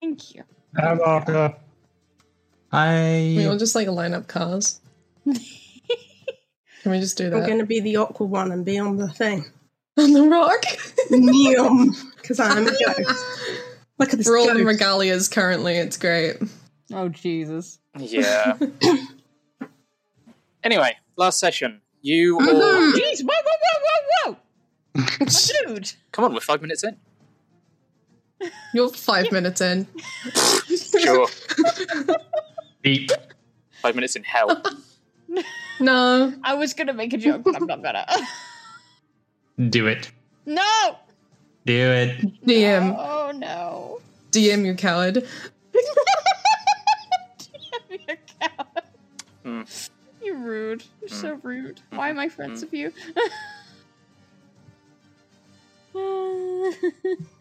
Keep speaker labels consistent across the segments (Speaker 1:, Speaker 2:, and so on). Speaker 1: Thank you.
Speaker 2: Hi, Marco.
Speaker 3: We
Speaker 2: I
Speaker 3: all just like line up cars. Can we just do
Speaker 1: I'm
Speaker 3: that
Speaker 1: going to be the awkward one and be on the thing.
Speaker 3: on the rock?
Speaker 1: Because I'm a ghost. Look at this
Speaker 3: We're all in
Speaker 1: ghost.
Speaker 3: regalias currently. It's great.
Speaker 4: Oh Jesus.
Speaker 5: Yeah. anyway, last session. You all.
Speaker 1: Mm-hmm.
Speaker 4: Jeez, whoa, whoa, whoa, whoa, whoa! Dude!
Speaker 5: Come on, we're five minutes in.
Speaker 3: You're five minutes in.
Speaker 5: Sure.
Speaker 2: beep.
Speaker 5: five minutes in hell.
Speaker 3: No,
Speaker 4: I was gonna make a joke, but I'm not gonna.
Speaker 2: Do it.
Speaker 4: no!
Speaker 2: Do it.
Speaker 3: DM,
Speaker 4: Oh no.
Speaker 3: DM, you coward.
Speaker 4: You're a coward.
Speaker 5: Mm.
Speaker 4: You're rude. You're so rude. Why am I friends with you?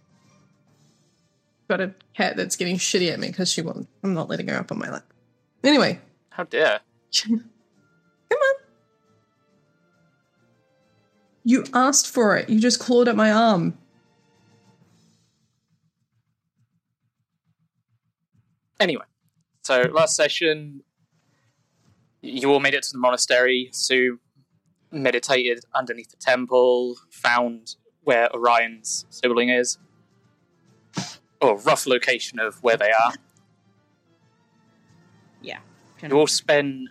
Speaker 3: Got a cat that's getting shitty at me because she won't. I'm not letting her up on my lap. Anyway,
Speaker 5: How dare?
Speaker 3: come on. You asked for it. You just clawed at my arm.
Speaker 5: Anyway, so last session, you all made it to the monastery. Sue meditated underneath the temple, found where Orion's sibling is, or rough location of where they are.
Speaker 4: yeah.
Speaker 5: You all spend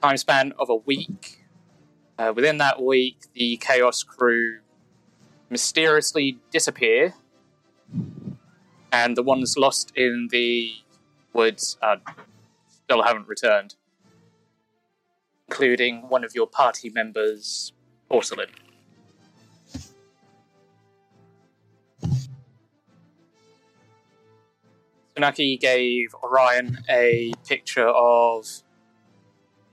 Speaker 5: time span of a week. Uh, within that week, the Chaos crew mysteriously disappear, and the ones lost in the woods uh, still haven't returned, including one of your party members, Porcelain. Tsunaki gave Orion a picture of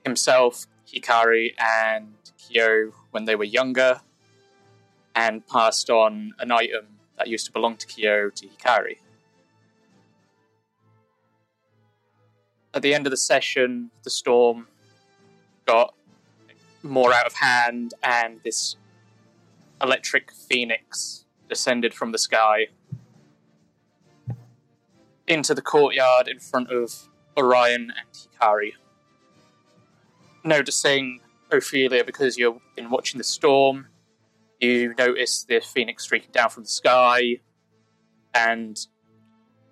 Speaker 5: himself, Hikari, and Kyo when they were younger, and passed on an item that used to belong to Kyo to Hikari. At the end of the session, the storm got more out of hand, and this electric phoenix descended from the sky into the courtyard in front of Orion and Hikari. Noticing Ophelia, because you've been watching the storm, you notice the phoenix streaking down from the sky, and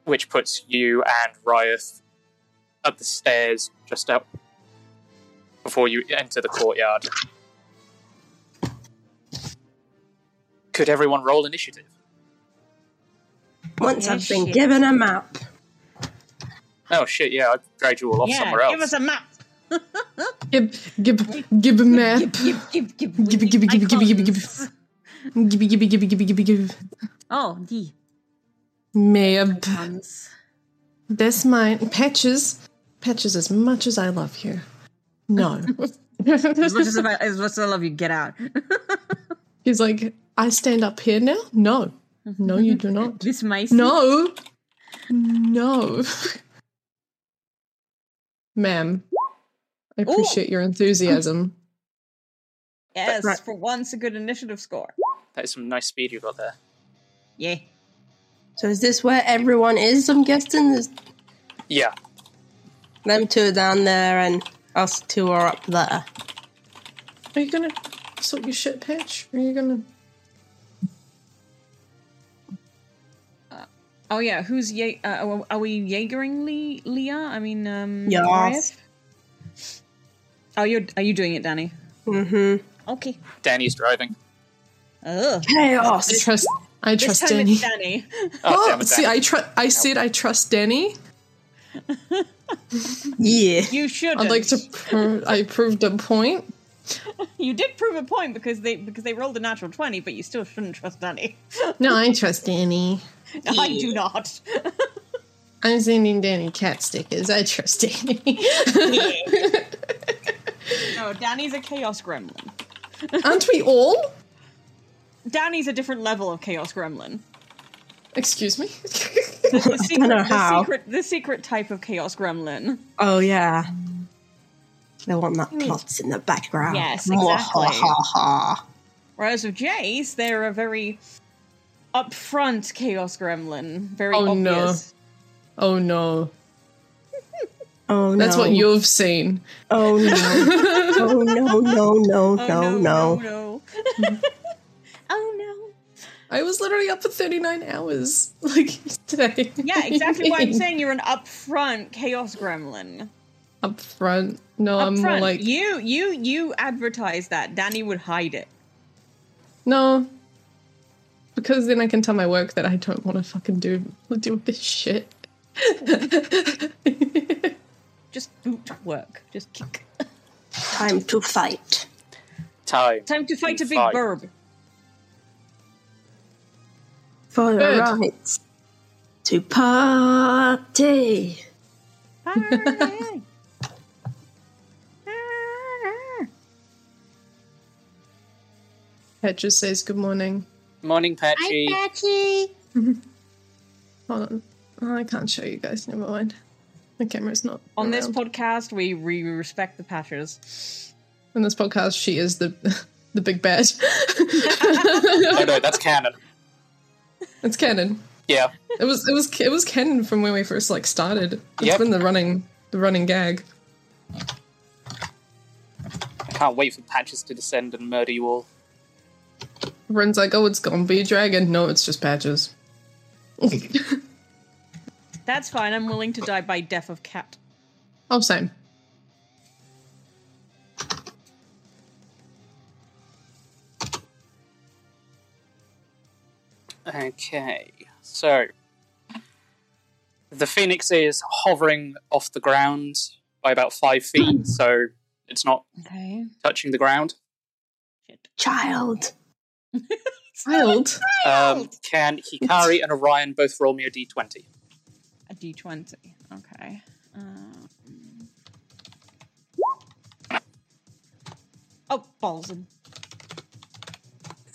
Speaker 5: which puts you and Ryuth at the stairs just out before you enter the courtyard. Could everyone roll initiative?
Speaker 1: Once
Speaker 4: Oh,
Speaker 1: I've been
Speaker 4: shit.
Speaker 1: given a map.
Speaker 5: Oh shit! Yeah, I dragged you all off somewhere else.
Speaker 4: give us a map.
Speaker 3: Gib, gib, gib, map.
Speaker 4: Give, give, give, give,
Speaker 3: Gibby,
Speaker 4: we
Speaker 3: gibby,
Speaker 4: need
Speaker 3: gibby, gibby, gibby, gibby.
Speaker 4: icons.
Speaker 3: Gibby, gibby, gibby, gibby, gibby, gibby.
Speaker 4: Oh, the
Speaker 3: Map.
Speaker 4: icons.
Speaker 3: That's mine. Patches. Patches, as much as I love you. No.
Speaker 4: As much as, I, as much as I love you, get out.
Speaker 3: He's like, I stand up here now? No. No, you do not.
Speaker 4: This Macy.
Speaker 3: No. No. Ma'am, I appreciate your enthusiasm.
Speaker 4: Yes,
Speaker 3: Right.
Speaker 4: for once a good initiative score.
Speaker 5: That is some nice speed you got there.
Speaker 4: Yeah.
Speaker 1: So is this where everyone is? I'm guessing there's
Speaker 5: Yeah,
Speaker 1: them two are down there and us two are up there.
Speaker 3: Are you gonna sort your shit, Patch? Are you gonna
Speaker 6: Oh yeah, who's ye- uh, are- are we Jaegering Le- Leah? I mean, um,
Speaker 1: Yes.
Speaker 6: Marius? Oh, you're are you doing it, Danny? Mm-hmm. Okay.
Speaker 5: Danny's driving.
Speaker 6: Ugh.
Speaker 1: Chaos.
Speaker 3: I trust. I
Speaker 6: This
Speaker 3: trust
Speaker 6: time
Speaker 3: Danny.
Speaker 6: it's Danny.
Speaker 5: Oh,
Speaker 3: Oh,
Speaker 5: damn it,
Speaker 3: see,
Speaker 5: Danny.
Speaker 3: I trust. I said I trust Danny.
Speaker 1: Yeah.
Speaker 6: You should.
Speaker 3: I'd like to. Pro- I proved a point.
Speaker 6: You did prove a point because they because they rolled a natural twenty, but you still shouldn't trust Danny.
Speaker 3: No, I trust Danny.
Speaker 6: I do not.
Speaker 3: I'm sending Danny cat stickers. I trust Danny.
Speaker 6: No, Danny's a chaos gremlin.
Speaker 3: Aren't we all?
Speaker 6: Danny's a different level of chaos gremlin.
Speaker 3: Excuse me.
Speaker 6: The secret,
Speaker 1: know how.
Speaker 6: The secret, the secret type of chaos gremlin.
Speaker 1: Oh yeah. They want that plots in the background.
Speaker 6: Yes,
Speaker 1: Mwahahaha.
Speaker 6: Whereas with Jace, they're a very upfront chaos gremlin. Very
Speaker 3: Oh, no.
Speaker 6: obvious.
Speaker 3: oh no,
Speaker 1: Oh no.
Speaker 3: that's what you've seen.
Speaker 1: Oh no. oh no no Oh,
Speaker 3: Oh,
Speaker 1: no no no.
Speaker 6: Oh, no. oh
Speaker 3: I was literally up for 39 hours like today.
Speaker 6: no. Yeah, exactly why I'm saying you're an upfront chaos gremlin.
Speaker 3: Up front. No, I'm more
Speaker 6: Upfront.
Speaker 3: like
Speaker 6: you you you advertise that. Danny would hide it.
Speaker 3: no. Because then I can tell my work that I don't want to fucking do deal with this shit.
Speaker 6: Just boot work. Just kick.
Speaker 1: Time to fight.
Speaker 5: Time.
Speaker 6: Time to fight a big
Speaker 5: Fight.
Speaker 6: bird.
Speaker 1: For the
Speaker 3: Good.
Speaker 1: rights. To party.
Speaker 6: Party.
Speaker 3: Pat just says good morning.
Speaker 5: Morning, Patchy.
Speaker 6: Mm-hmm.
Speaker 3: Hold on. Oh, I can't show you guys. Never mind. The camera's not
Speaker 6: On this
Speaker 3: around.
Speaker 6: podcast, we, we respect the patches.
Speaker 3: In this podcast, she is the the big bad.
Speaker 5: Oh no, that's canon.
Speaker 3: it's canon.
Speaker 5: Yeah.
Speaker 3: It was it was it was canon from when we first like started. It's
Speaker 5: Yep.
Speaker 3: been the running the running gag.
Speaker 5: I can't wait for Patches to descend and murder you all.
Speaker 3: Ren's like, oh, it's gonna be a dragon. No, it's just patches.
Speaker 6: That's fine. I'm willing to die by death of cat.
Speaker 3: Oh, same.
Speaker 5: Okay, so the phoenix is hovering off the ground by about five feet, so it's not
Speaker 6: Okay.
Speaker 5: touching the ground.
Speaker 1: Child.
Speaker 3: Wild.
Speaker 5: Um, can Hikari and Orion both roll me a d20?
Speaker 6: A d20. Okay. Um oh, balls and.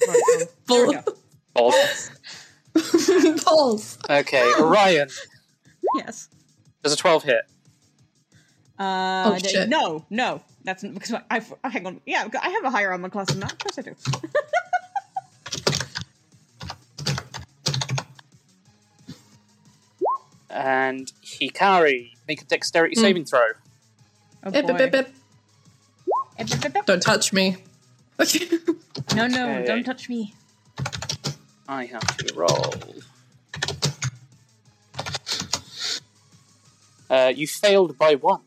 Speaker 6: Right, there we go.
Speaker 5: Balls.
Speaker 3: Balls.
Speaker 5: Okay, Orion
Speaker 6: Yes.
Speaker 5: does a 12 hit.
Speaker 6: Uh,
Speaker 3: Oh,
Speaker 6: they-
Speaker 3: shit.
Speaker 6: No, no. That's n- because I, I hang on. Yeah, I have a higher armor class than that. Of course I do.
Speaker 5: And Hikari, make a dexterity saving throw.
Speaker 6: Hmm. Oh,
Speaker 3: Ep, ep,
Speaker 6: boy.
Speaker 3: ep, ep.
Speaker 6: Ep, ep, ep, ep.
Speaker 3: Don't touch me. Okay.
Speaker 6: No, no,
Speaker 5: Okay.
Speaker 6: don't touch me.
Speaker 5: I have to roll. Uh, you failed by one.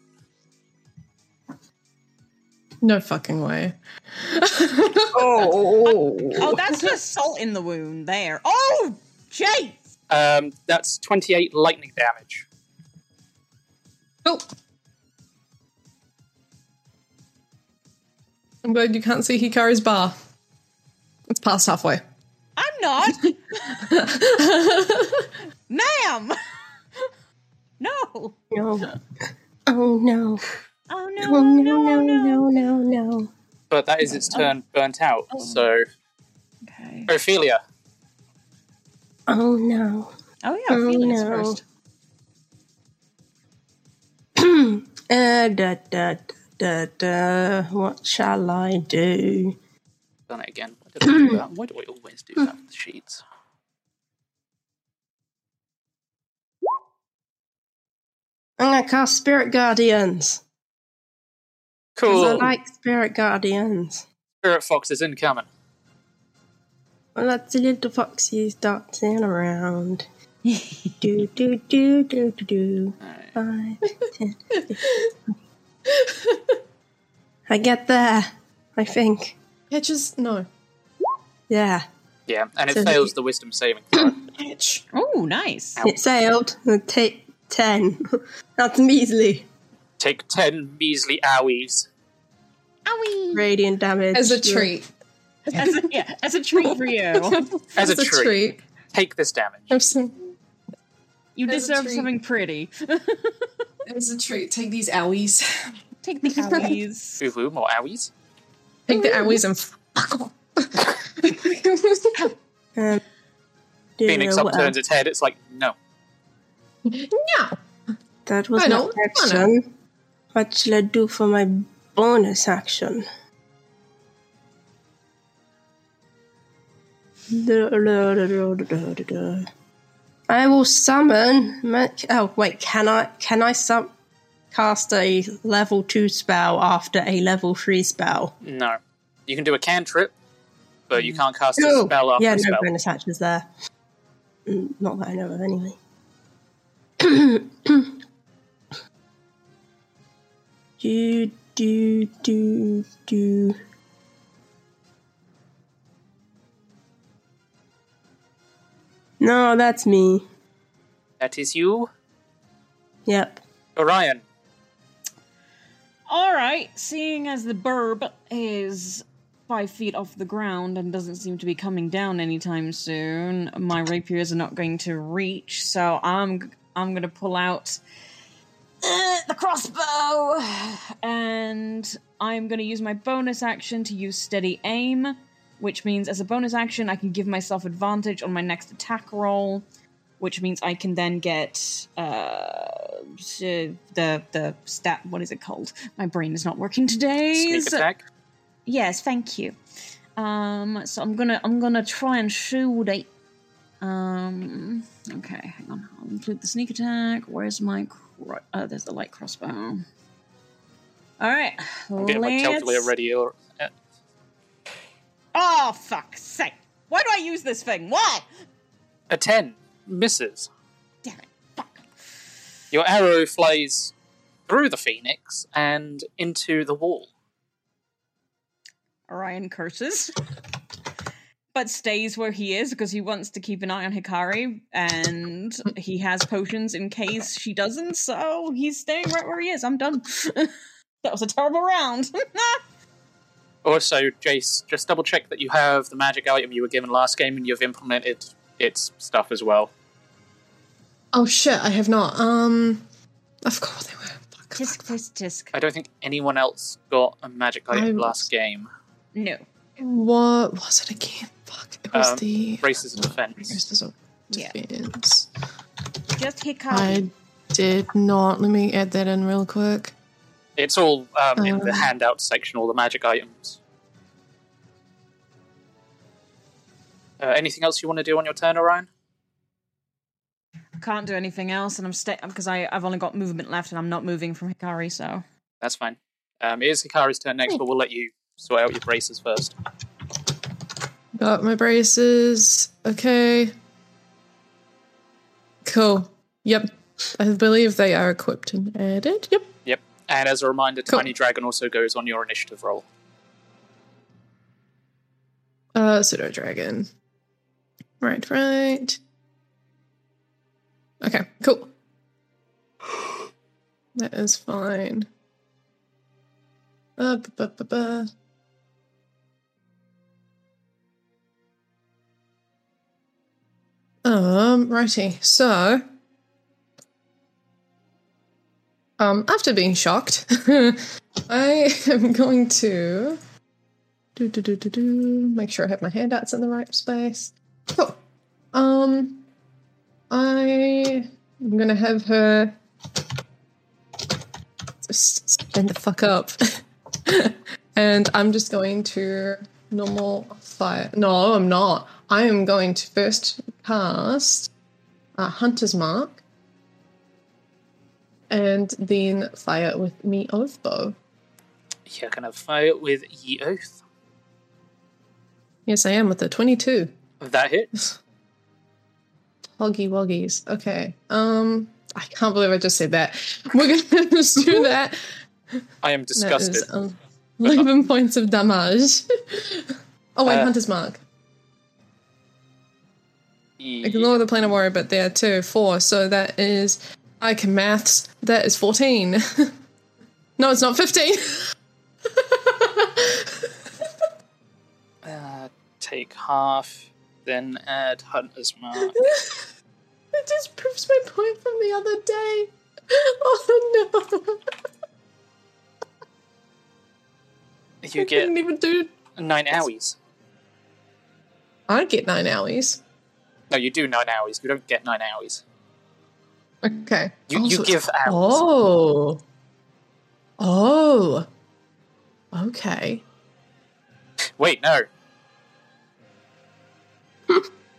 Speaker 3: no fucking way.
Speaker 6: Oh, that's just salt in the wound there. Oh, Jake!
Speaker 5: Um, that's 28 lightning damage.
Speaker 3: Oh. I'm glad you can't see Hikari's bar. It's past halfway.
Speaker 6: I'm not. Ma'am! no!
Speaker 1: No. Oh no.
Speaker 6: Oh no,
Speaker 1: Oh no no no no no.
Speaker 5: But that is its turn burnt out. So,
Speaker 6: Oh. Okay.
Speaker 5: Ophelia,
Speaker 1: Oh no.
Speaker 6: Oh yeah,
Speaker 1: Oh,
Speaker 6: Felix
Speaker 1: no.
Speaker 6: first.
Speaker 1: Uh, da, da, da, da. What shall I do?
Speaker 5: done it again. Why did I do that? Why do I always do that with the sheets?
Speaker 1: I'm gonna cast Spirit Guardians. 'Cause
Speaker 5: Cool.
Speaker 1: I like Spirit Guardians.
Speaker 5: Spirit Fox is incoming.
Speaker 1: Well, that's the little foxies dancing around. do do do do do do. Five, ten, fifteen, twenty. I get there. I think.
Speaker 3: Catches no.
Speaker 1: Yeah.
Speaker 5: Yeah, and it
Speaker 1: So-
Speaker 5: fails the wisdom saving throw.
Speaker 6: Oh, nice.
Speaker 1: It sailed. and Take ten. That's measly.
Speaker 5: Take 10 measly owies.
Speaker 6: Owie.
Speaker 1: Radiant damage.
Speaker 3: As a
Speaker 1: Yeah.
Speaker 3: treat.
Speaker 6: As a, yeah, as a treat for you.
Speaker 5: As, a, treat. Take this damage.
Speaker 3: Have some.
Speaker 6: You
Speaker 7: As a
Speaker 6: deserve
Speaker 7: treat.
Speaker 6: something pretty.
Speaker 7: As a treat, take these owies.
Speaker 6: Take the owies.
Speaker 5: Ooh, ooh, more owies.
Speaker 3: Take the owies and fuck off.
Speaker 1: Um, do
Speaker 5: Phoenix
Speaker 1: you know what
Speaker 5: upturns its head. It's like, no.
Speaker 3: No.
Speaker 1: That was my
Speaker 3: I don't wanna.
Speaker 1: action. What shall I do for my bonus action? I will summon. ma- Oh wait, can I? Can I sum, cast a level two spell after a level three spell?
Speaker 5: No. You can do a cantrip, but you can't cast a
Speaker 1: Oh,
Speaker 5: spell after
Speaker 1: yeah,
Speaker 5: a
Speaker 1: no
Speaker 5: spell.
Speaker 1: bonus actions there. Mm, Not that I know of, anyway. do do do do. No, that's me.
Speaker 5: That is you,
Speaker 1: Yep.
Speaker 5: Orion.
Speaker 6: All right, seeing as the burb is five feet off the ground and doesn't seem to be coming down anytime soon, my rapiers are not going to reach, so I'm I'm gonna pull out uh, the crossbow, and I'm gonna use my bonus action to use steady aim, which means as a bonus action I can give myself advantage on my next attack roll, which means I can then get uh, the the stat. What is it called? My brain is not working today.
Speaker 5: Sneak
Speaker 6: so-
Speaker 5: attack.
Speaker 6: Yes, thank you. Um, so I'm gonna I'm gonna try and shoot it. Um, okay, hang on. I'll include the sneak attack. Where's my? Cro- oh, there's the light crossbow. All right,
Speaker 5: I'm getting my calculator
Speaker 6: let's-
Speaker 5: ready. Or, uh,
Speaker 6: Oh fuck's sake! Why do I use this thing? Why?
Speaker 5: a 10 misses.
Speaker 6: Damn it!
Speaker 5: Your arrow flies through the phoenix and into the wall.
Speaker 6: Orion curses, but stays where he is because he wants to keep an eye on Hikari, and he has potions in case she doesn't. So he's staying right where he is. I'm done. that was a terrible round.
Speaker 5: Also, Jace, just double check that you have the magic item you were given last game and you've implemented its stuff as well.
Speaker 3: Oh shit, I have not. Um, I forgot what they were.
Speaker 6: tisk tisk tisk.
Speaker 5: I don't think anyone else got a magic item
Speaker 3: I'm-
Speaker 5: last game.
Speaker 6: No.
Speaker 3: What was it again? Fuck. It was
Speaker 5: Um,
Speaker 3: the
Speaker 5: Braces and defense.
Speaker 3: Braces of Defense.
Speaker 6: Just Hikari.
Speaker 3: I did not. Let me add that in real quick.
Speaker 5: It's all um, in the
Speaker 3: Um,
Speaker 5: handout section, all the magic items. Uh, anything else you want to do on your turn, Orion?
Speaker 6: Can't do anything else, and I'm staying because I I've only got movement left, and I'm not moving from Hikari. So
Speaker 5: That's fine. Um, it is Hikari's turn next, but we'll let you sort out your braces first.
Speaker 3: Got my braces. Okay. Cool. Yep. I believe they are equipped and added. Yep.
Speaker 5: Yep. And as a reminder, Tiny Dragon also goes on your initiative roll.
Speaker 3: Uh, pseudo dragon. Right, right. Okay, cool. That is fine. Uh, bu- bu- bu- bu. Um, righty. So, um, after being shocked, I am going to do do do do do. Make sure I have my handouts in the right space. Cool. Um, I am gonna have her just stand the fuck up, and I'm just going to normal fire. No, I'm not. I am going to first cast uh, Hunter's Mark, and then fire with me oath bow.
Speaker 5: You're going to fire with Ye Oath.
Speaker 3: Yes, I am with a twenty-two.
Speaker 5: That hits.
Speaker 3: Hoggy woggies. Okay. Um, I can't believe I just said that. We're gonna just do that.
Speaker 5: I am disgusted.
Speaker 3: That is eleven points of damage. oh wait,
Speaker 5: Uh,
Speaker 3: Hunter's mark. Ignore the planar warrior, but there are two, four. So that is, I can maths. That is fourteen. no, it's not fifteen.
Speaker 5: Uh, take half, then add Hunter's Mark.
Speaker 3: It just proves my point from the other day. Oh no!
Speaker 5: You get
Speaker 3: didn't even do.
Speaker 5: nine owies.
Speaker 3: I get nine owies.
Speaker 5: No, you do nine owies. You don't get nine owies.
Speaker 3: Okay.
Speaker 5: You- you
Speaker 3: so it's-
Speaker 5: give hours.
Speaker 3: Oh. Oh. Okay.
Speaker 5: Wait, no,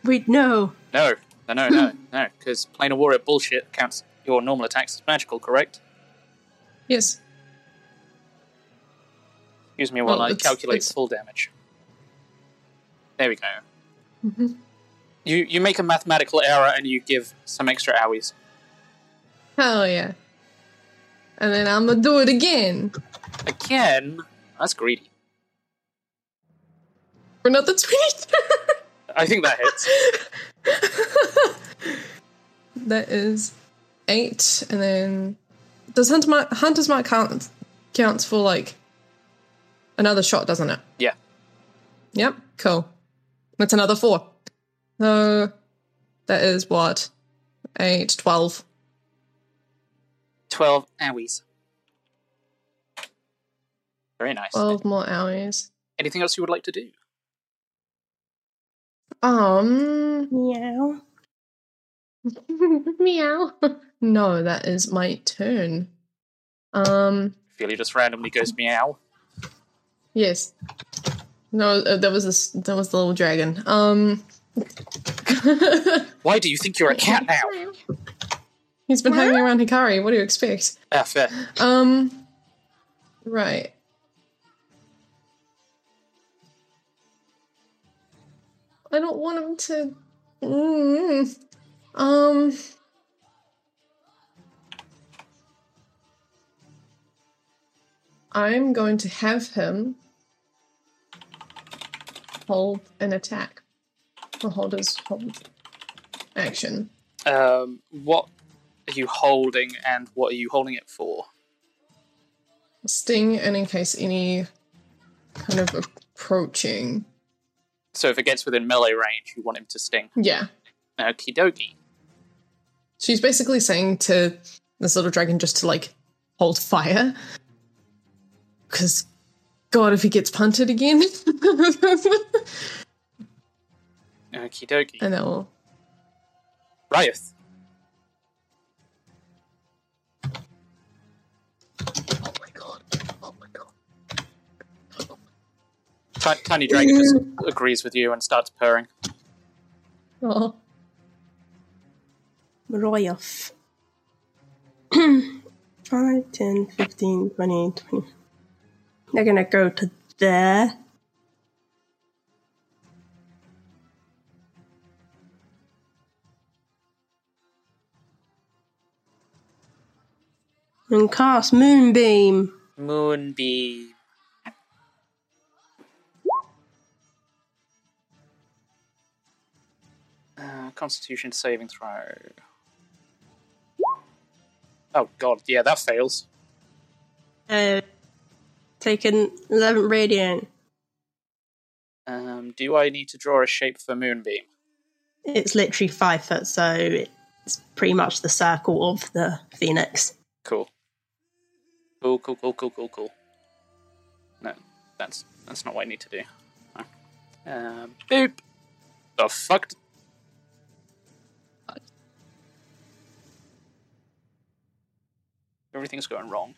Speaker 1: Wait, no.
Speaker 5: no, no, no, no, no. Because planar warrior bullshit counts your normal attacks as magical, correct?
Speaker 3: Yes.
Speaker 5: Excuse me while
Speaker 3: Well,
Speaker 5: I
Speaker 3: it's-
Speaker 5: calculate
Speaker 3: it's-
Speaker 5: full damage. There we go.
Speaker 3: Mhm.
Speaker 5: You you make a mathematical error and you give some extra owies.
Speaker 3: Hell yeah. And then I'm gonna do it again
Speaker 5: Again, that's greedy.
Speaker 3: for another twenty-two.
Speaker 5: I think that hits.
Speaker 3: that is eight, and then does Hunter Mark, Hunter's Mark count counts for like another shot, doesn't it?
Speaker 5: Yeah.
Speaker 3: Yep. Cool. That's another four. So that is what eight, twelve.
Speaker 5: 12 owies. Very nice.
Speaker 3: Twelve more hours.
Speaker 5: Anything else you would like to do?
Speaker 3: Um.
Speaker 1: Meow.
Speaker 3: meow. No, that is my turn. Um.
Speaker 5: Feely just randomly goes meow.
Speaker 3: Yes. No, uh, that was this. That was the little dragon. Um,
Speaker 5: Why do you think you're a cat now?
Speaker 3: he's been hanging around Hikari. What do you expect?
Speaker 5: Ah, fair.
Speaker 3: Um, right. I don't want him to. Mm. Um. I'm going to have him hold an attack. Or hold his hold action.
Speaker 5: Um, what are you holding and what are you holding it for?
Speaker 3: Sting, and in case any kind of approaching.
Speaker 5: So if it gets within melee range, you want him to sting.
Speaker 3: Yeah.
Speaker 5: Okie dokie.
Speaker 3: She's basically saying to this little dragon just to like hold fire. Because, God, if he gets punted again.
Speaker 5: Okie dokie.
Speaker 3: and that will.
Speaker 5: Ryuth. Ti- Tiny Dragon just agrees with you and starts purring.
Speaker 3: Oh.
Speaker 1: Royoff. 5, 10, 15, 20, 20. They're gonna go to there. And cast Moonbeam.
Speaker 5: Moonbeam. Uh, Constitution saving throw. Oh god, yeah, that fails.
Speaker 1: Uh, taken 11 radiant.
Speaker 5: Um, do I need to draw a shape for Moonbeam?
Speaker 1: It's literally five foot, so it's pretty much the circle of the phoenix.
Speaker 5: Cool. Cool, cool, cool, cool, cool, cool. No, that's that's not what I need to do. No. Um, boop. The fuck? Everything's going wrong.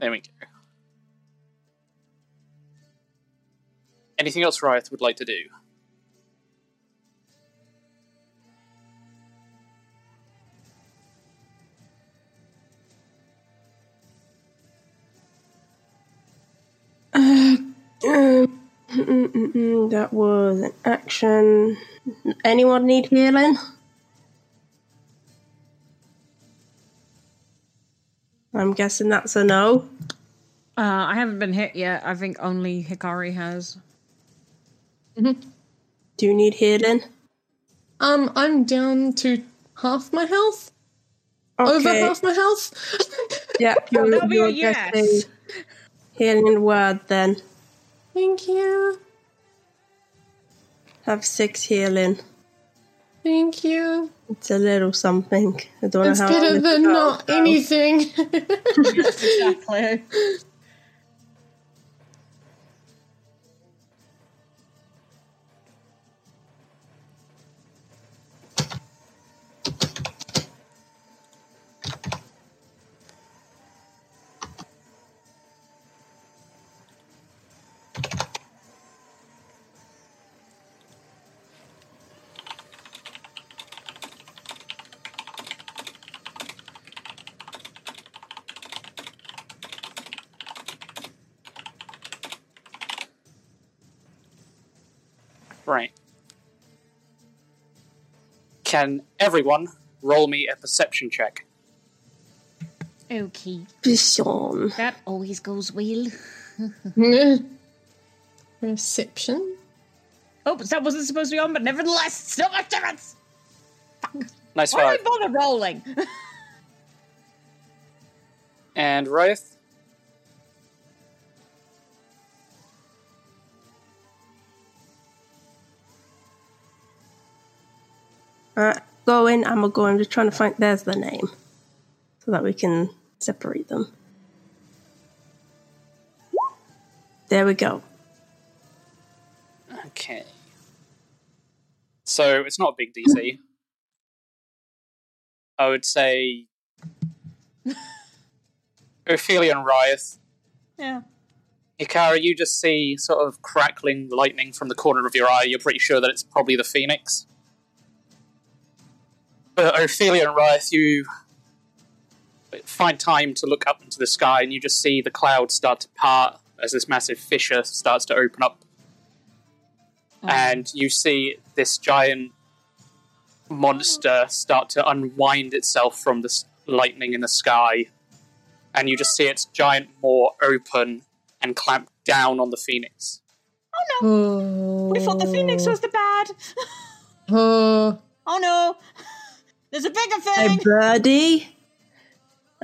Speaker 5: There we go. Anything else Riot would like to do?
Speaker 1: Uh, um, Mm-mm-mm-mm, that was an action. Anyone need healing? I'm guessing that's a no.
Speaker 6: Uh, I haven't been hit yet. I think only Hikari has.
Speaker 1: Mm-hmm. Do you need healing?
Speaker 3: Um, I'm down to half my health. Over
Speaker 1: Okay.
Speaker 3: half my health.
Speaker 1: Yeah, you're,
Speaker 3: That'll be a
Speaker 1: you're
Speaker 3: yes.
Speaker 1: guessing healing word then.
Speaker 3: Thank you.
Speaker 1: Have six healing.
Speaker 3: Thank you.
Speaker 1: It's a little something. I don't
Speaker 3: It's
Speaker 1: know how
Speaker 3: better
Speaker 1: much
Speaker 3: than
Speaker 1: that
Speaker 3: not
Speaker 1: is, though.
Speaker 3: anything.
Speaker 6: exactly.
Speaker 5: Right. Can everyone roll me a perception check?
Speaker 6: Okay.
Speaker 1: Perception.
Speaker 6: That always goes well.
Speaker 3: Perception.
Speaker 6: Oh, that wasn't supposed to be on, but nevertheless, so much difference.
Speaker 5: Nice
Speaker 6: Why
Speaker 5: five.
Speaker 6: did I bother rolling?
Speaker 5: And Rife?
Speaker 1: Alright, go in, I'm go. I'm just trying to find. There's the name. So that we can separate them. There we go.
Speaker 5: Okay. So it's not a big DC. I would say. Ophelia and Riot.
Speaker 6: yeah.
Speaker 5: Ikara, you just see sort of crackling lightning from the corner of your eye. You're pretty sure that it's probably the Phoenix. But Ophelia and Riot, you find time to look up into the sky and you just see the clouds start to part as this massive fissure starts to open up and you see this giant monster start to unwind itself from this lightning in the sky and you just see its giant maw open and clamp down on the phoenix
Speaker 3: Oh.
Speaker 6: We thought the Phoenix was the bad.
Speaker 3: Oh.
Speaker 6: Oh no. There's a bigger
Speaker 1: Hey,
Speaker 6: thing.
Speaker 1: birdie.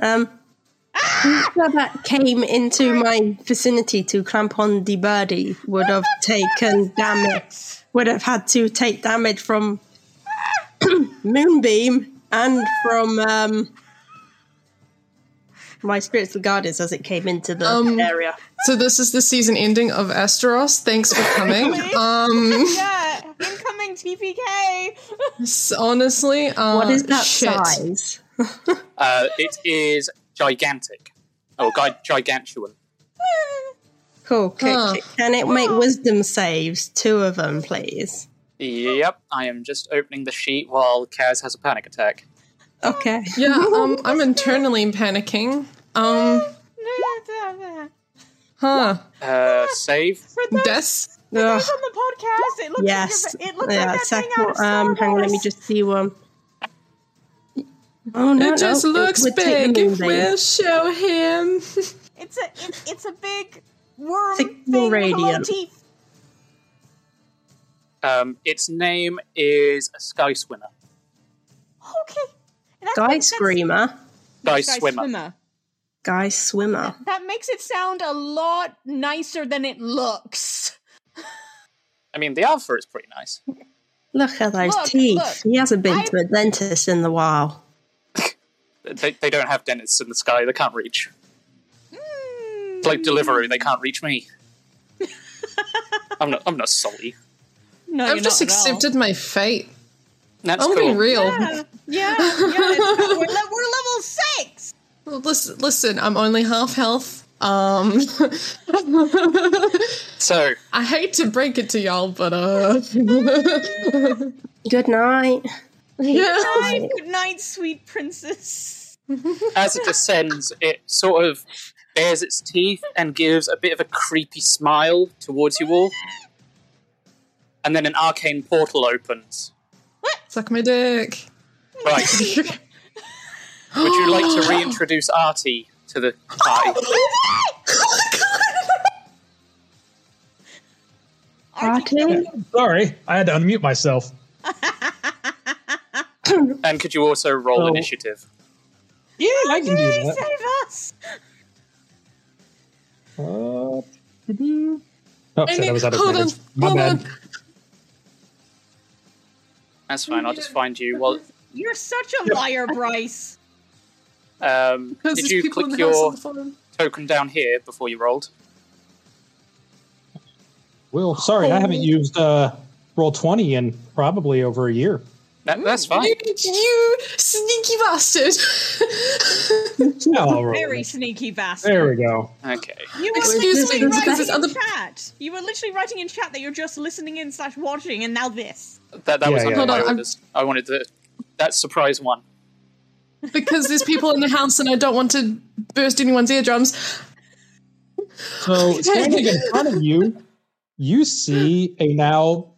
Speaker 1: Um,
Speaker 3: Ah!
Speaker 1: whoever that came into my vicinity to clamp on the birdie would have taken damage. Would have had to take damage from
Speaker 3: Ah!
Speaker 1: moonbeam and from um my spiritual guardians as it came into the
Speaker 3: Um,
Speaker 1: area.
Speaker 3: So this is the season ending of Asteros. Thanks for coming. um,
Speaker 6: yeah. Incoming TPK.
Speaker 3: s- honestly, uh,
Speaker 1: What is that
Speaker 3: shit.
Speaker 1: size?
Speaker 5: uh, it is gigantic oh gi- gigantuan
Speaker 1: Cool. Can,
Speaker 5: Huh.
Speaker 1: can it make wisdom saves? Two of them, please.
Speaker 5: yep i am just opening the sheet while kaz has a panic attack
Speaker 1: Okay.
Speaker 3: Yeah, um, I'm internally panicking. Um, huh?
Speaker 5: uh, save
Speaker 3: Death.
Speaker 1: Ugh.
Speaker 6: On the podcast, it looks
Speaker 1: Yes.
Speaker 6: like a, it looks
Speaker 1: yeah,
Speaker 6: like that thing out of
Speaker 1: second- um, hang on, let me just see one. Oh no,
Speaker 3: it just
Speaker 1: no,
Speaker 3: looks
Speaker 1: would take
Speaker 3: big.
Speaker 1: the moon
Speaker 3: We'll
Speaker 1: beam.
Speaker 3: show him.
Speaker 6: It's a it's, it's a big worm
Speaker 1: Take
Speaker 6: thing
Speaker 1: the
Speaker 6: with a lot of
Speaker 1: radiant.
Speaker 6: teeth.
Speaker 5: um, its name is sky swimmer
Speaker 6: Okay. And that
Speaker 1: Guy
Speaker 6: makes sense-
Speaker 1: Screamer.
Speaker 5: Guy Swimmer.
Speaker 1: Guy Swimmer.
Speaker 6: That makes it sound a lot nicer than it looks.
Speaker 5: i mean the alpha is pretty nice
Speaker 1: Look at those
Speaker 6: Look,
Speaker 1: teeth.
Speaker 6: look.
Speaker 1: He hasn't been to a dentist in a while.
Speaker 5: they, they don't have dentists in the sky. They can't reach. It's like Deliveroo, they can't reach me. I'm not. I'm not salty.
Speaker 6: No,
Speaker 3: I've just accepted my fate.
Speaker 5: That's
Speaker 3: I'm
Speaker 5: cool.
Speaker 3: being real.
Speaker 6: Yeah, yeah. it's- we're, le- we're level six.
Speaker 3: Well, Listen, listen, I'm only half health. Um,
Speaker 5: So
Speaker 3: I hate to break it to y'all, but uh,
Speaker 1: Good night.
Speaker 3: yeah.
Speaker 6: Night, good night, sweet princess.
Speaker 5: as it descends, it sort of bares its teeth and gives a bit of a creepy smile towards you all, and then an arcane portal opens.
Speaker 3: Suck my dick.
Speaker 5: Right. Would you like to reintroduce Artie to the party?
Speaker 8: Sorry, I had to unmute myself.
Speaker 5: and could you also
Speaker 8: Oh.
Speaker 5: roll initiative?
Speaker 8: Yeah, I can do
Speaker 6: Yay,
Speaker 8: that.
Speaker 6: save us!
Speaker 8: Uh, doo-doo. oh,
Speaker 5: I
Speaker 8: sorry,
Speaker 5: need-
Speaker 8: that was out of
Speaker 5: hold on,
Speaker 8: order. My
Speaker 5: hold
Speaker 8: bad.
Speaker 5: That's fine. I'll just find you. Well,
Speaker 6: You're such a liar, Bryce.
Speaker 5: um,
Speaker 6: Because
Speaker 5: did
Speaker 6: there's
Speaker 5: you
Speaker 6: people in
Speaker 5: click
Speaker 6: the house on
Speaker 5: your
Speaker 6: the phone.
Speaker 5: token down here before you rolled?
Speaker 8: Will, sorry, I haven't used uh, roll twenty in probably over a year.
Speaker 5: That, that's fine.
Speaker 3: You sneaky bastard.
Speaker 8: Oh,
Speaker 6: Very sneaky bastard.
Speaker 8: there we go.
Speaker 5: Okay.
Speaker 6: You were
Speaker 3: Excuse
Speaker 6: literally
Speaker 3: me, there's a
Speaker 6: writing
Speaker 3: business
Speaker 6: in
Speaker 3: on
Speaker 6: chat. You were literally writing in chat that you're just listening in slash watching, and now this.
Speaker 5: That, that
Speaker 8: Yeah,
Speaker 5: was
Speaker 8: yeah,
Speaker 5: under
Speaker 8: yeah.
Speaker 5: my
Speaker 8: Hold on,
Speaker 5: orders. I wanted the that surprise one.
Speaker 3: because there's people in the house and I don't want to burst anyone's eardrums.
Speaker 8: So standing in front of you, you see a now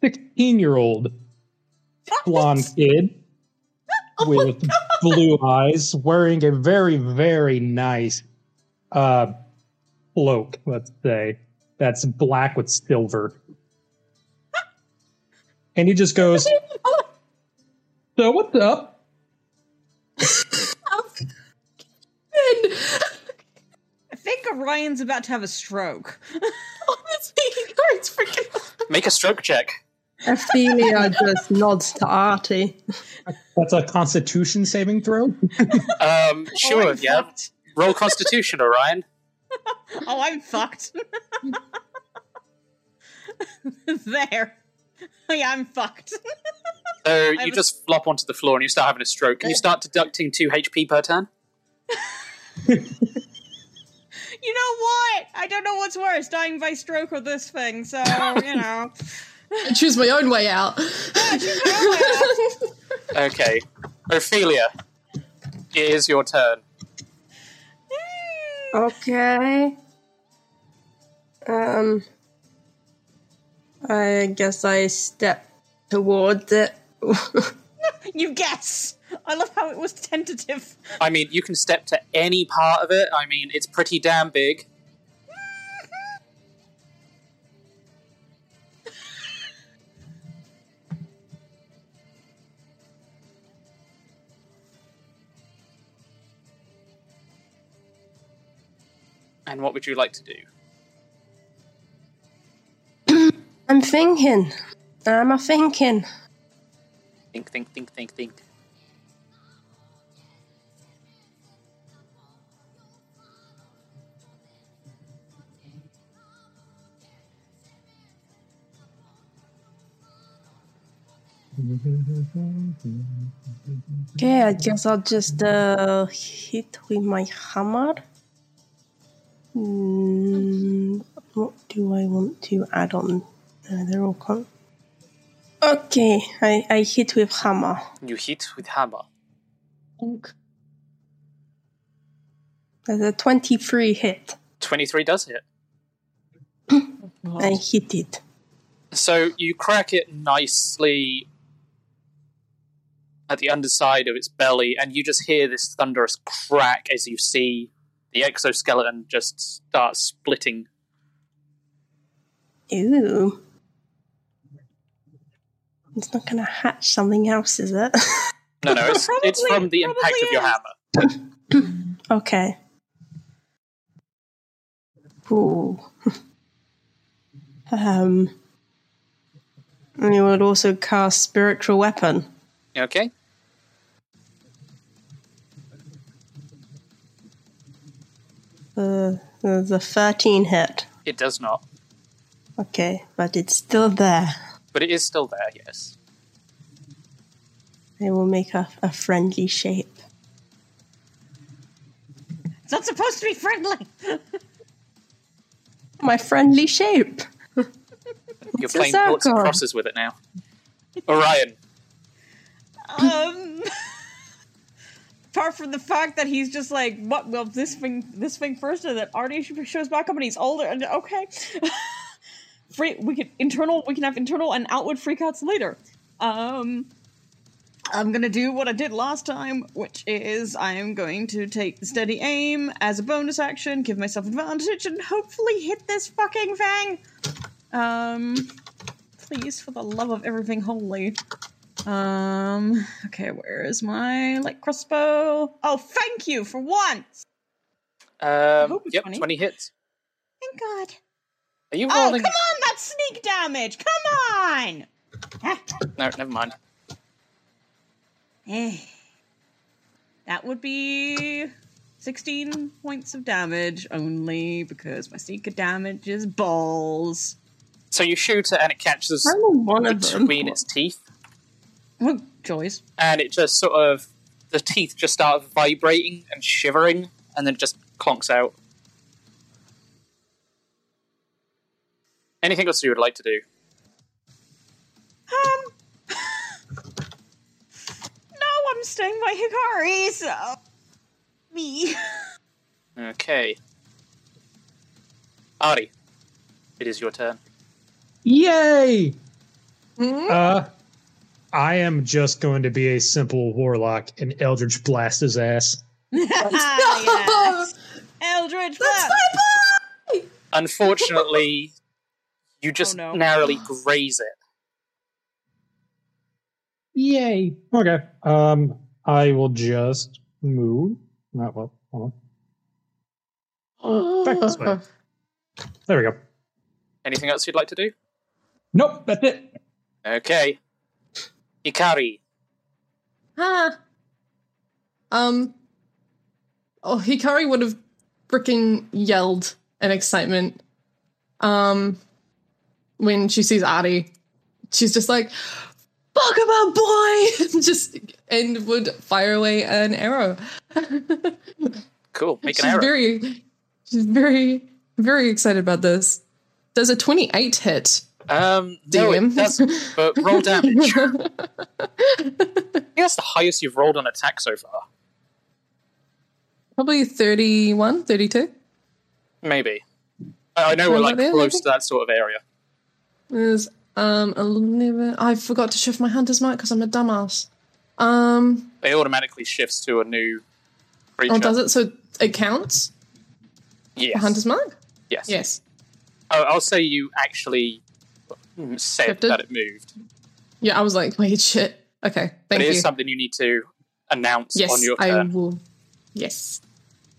Speaker 8: sixteen-year-old blonde kid with blue eyes, wearing a very, very nice uh, cloak. Let's say that's black with silver, and he just goes, "So what's up?"
Speaker 6: I think Orion's about to have a stroke.
Speaker 3: Honestly, it's freaking.
Speaker 5: Make a stroke check.
Speaker 1: Ophelia just nods to Artie.
Speaker 8: That's a Constitution saving throw.
Speaker 5: Um, sure, yeah. Roll Constitution, Orion.
Speaker 6: oh, I'm fucked. there. Yeah, I'm fucked.
Speaker 5: So
Speaker 6: I
Speaker 5: you
Speaker 6: was-
Speaker 5: just flop onto the floor and you start having a stroke. You start deducting two HP per turn.
Speaker 6: You know what? I don't know what's worse, dying by stroke or this thing. So you know.
Speaker 3: I choose my own way out.
Speaker 5: Okay, Ophelia, it is your turn.
Speaker 1: Okay. Um, I guess I step towards it.
Speaker 6: you guess. I love how it was tentative.
Speaker 5: I mean, you can step to any part of it. I mean, it's pretty damn big. And what would you like to do?
Speaker 1: I'm thinking. I'm a thinking.
Speaker 5: Think, think, think, think, think.
Speaker 1: Okay, I guess I'll just uh, hit with my hammer. Mm, what do I want to add on? Uh, they're all con. Okay, I, I hit with hammer.
Speaker 5: You hit with hammer.
Speaker 1: There's a 23 hit.
Speaker 5: 23 does hit.
Speaker 1: I hit it.
Speaker 5: So you crack it nicely at the underside of its belly, and you just hear this thunderous crack as you see the exoskeleton just start splitting.
Speaker 1: Ooh. It's not going to hatch something else, is it?
Speaker 5: No, no, it's, it's from the impact of your hammer.
Speaker 1: okay. Ooh. um. And you would also cast spiritual weapon.
Speaker 5: Okay.
Speaker 1: Uh, there's a 13 hit.
Speaker 5: It does not,
Speaker 1: Okay, but it's still there.
Speaker 5: but it is still there, yes.
Speaker 1: It will make a, a friendly shape.
Speaker 6: It's not supposed to be friendly.
Speaker 1: My friendly shape.
Speaker 5: You're
Speaker 1: It's a
Speaker 5: playing noughts and
Speaker 1: circle.
Speaker 5: crosses with it now. Orion,
Speaker 6: Um. Apart from the fact that he's just like, what? Well, this thing, this thing first, and then Artie shows back up, and he's older. And okay, free. We can internal. We can have internal and outward freakouts later. Um, I'm gonna do what I did last time, which is I am going to take the steady aim as a bonus action, give myself advantage, and hopefully hit this fucking thing. Um, please, for the love of everything holy. Um, okay, where is my light crossbow? Oh, thank you for once.
Speaker 5: Um, yep, 20. hits.
Speaker 6: Thank God.
Speaker 5: Are you
Speaker 6: oh,
Speaker 5: rolling?
Speaker 6: come on, that's sneak damage. Come on.
Speaker 5: No, never mind.
Speaker 6: Eh. that would be 16 points of damage only because my sneaker damage is balls.
Speaker 5: So you shoot it and it catches
Speaker 6: one of them.
Speaker 5: between its teeth.
Speaker 6: Oh, joys.
Speaker 5: And it just sort of, the teeth just start vibrating and shivering, and then it just clonks out. Anything else you would like to do?
Speaker 6: Um. no, I'm staying by Hikari, so. Me.
Speaker 5: Okay. Ari, it is your turn.
Speaker 8: Yay!
Speaker 3: Hmm?
Speaker 8: Uh, I am just going to be a simple warlock and Eldritch blast his ass.
Speaker 6: yes. Eldritch That's
Speaker 5: Unfortunately,
Speaker 3: Oh,
Speaker 5: you just
Speaker 6: no.
Speaker 5: narrowly graze it.
Speaker 8: Yay! Okay. Um, I will just move. Not well. Hold on. Back this way. There we go.
Speaker 5: Anything else you'd like to do?
Speaker 8: Nope, that's it.
Speaker 5: Okay. Ikari,
Speaker 3: Huh. Um. Oh, Hikari would have freaking yelled in excitement. Um, when she sees Adi, she's just like, "Pokemon boy!" just and would fire away an arrow.
Speaker 5: cool. Make an
Speaker 3: she's
Speaker 5: arrow.
Speaker 3: very, she's very, very excited about this. Does a twenty-eight hit?
Speaker 5: Um, no, it
Speaker 3: DM.
Speaker 5: doesn't. But roll damage. I think that's the highest you've rolled on attack so far.
Speaker 3: Probably 31, 32.
Speaker 5: Maybe. I I know we're
Speaker 3: Roll
Speaker 5: like
Speaker 3: it in, I
Speaker 5: close
Speaker 3: think.
Speaker 5: to that sort of area.
Speaker 3: There's um eleven. I forgot to shift my hunter's mark because I'm a dumbass. Um,
Speaker 5: It automatically shifts to a new creature.
Speaker 3: oh, does it? So it counts.
Speaker 5: Yes.
Speaker 3: Hunter's mark.
Speaker 5: Yes.
Speaker 3: Yes.
Speaker 5: Oh, I'll say you actually mm, said
Speaker 3: Shifted?
Speaker 5: that it moved.
Speaker 3: Yeah, I was like, wait, shit. Okay,
Speaker 5: but
Speaker 3: thank
Speaker 5: it is
Speaker 3: you.
Speaker 5: something you need to announce on
Speaker 3: yes,
Speaker 5: your
Speaker 3: I
Speaker 5: turn.
Speaker 3: will. Yes.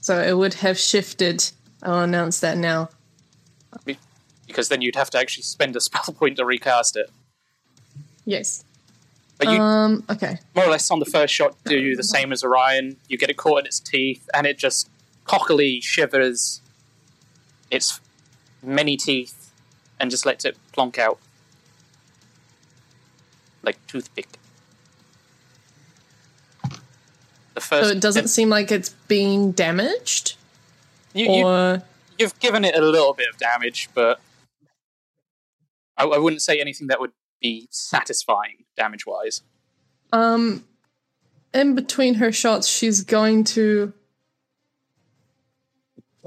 Speaker 3: So it would have shifted. I'll announce that now.
Speaker 5: be- Because then you'd have to actually spend a spell point to recast it.
Speaker 3: Yes.
Speaker 5: But you
Speaker 3: um. Okay.
Speaker 5: more or less on the first shot do the same as Orion. You get it caught in its teeth, and it just cockily shivers its many teeth and just lets it plonk out like toothpick. The
Speaker 3: So
Speaker 5: first
Speaker 3: it doesn't seem like it's being damaged.
Speaker 5: you, you,
Speaker 3: Or
Speaker 5: you've given it a little bit of damage, but I, I wouldn't say anything that would be satisfying damage wise.
Speaker 3: um, in between her shots, she's going to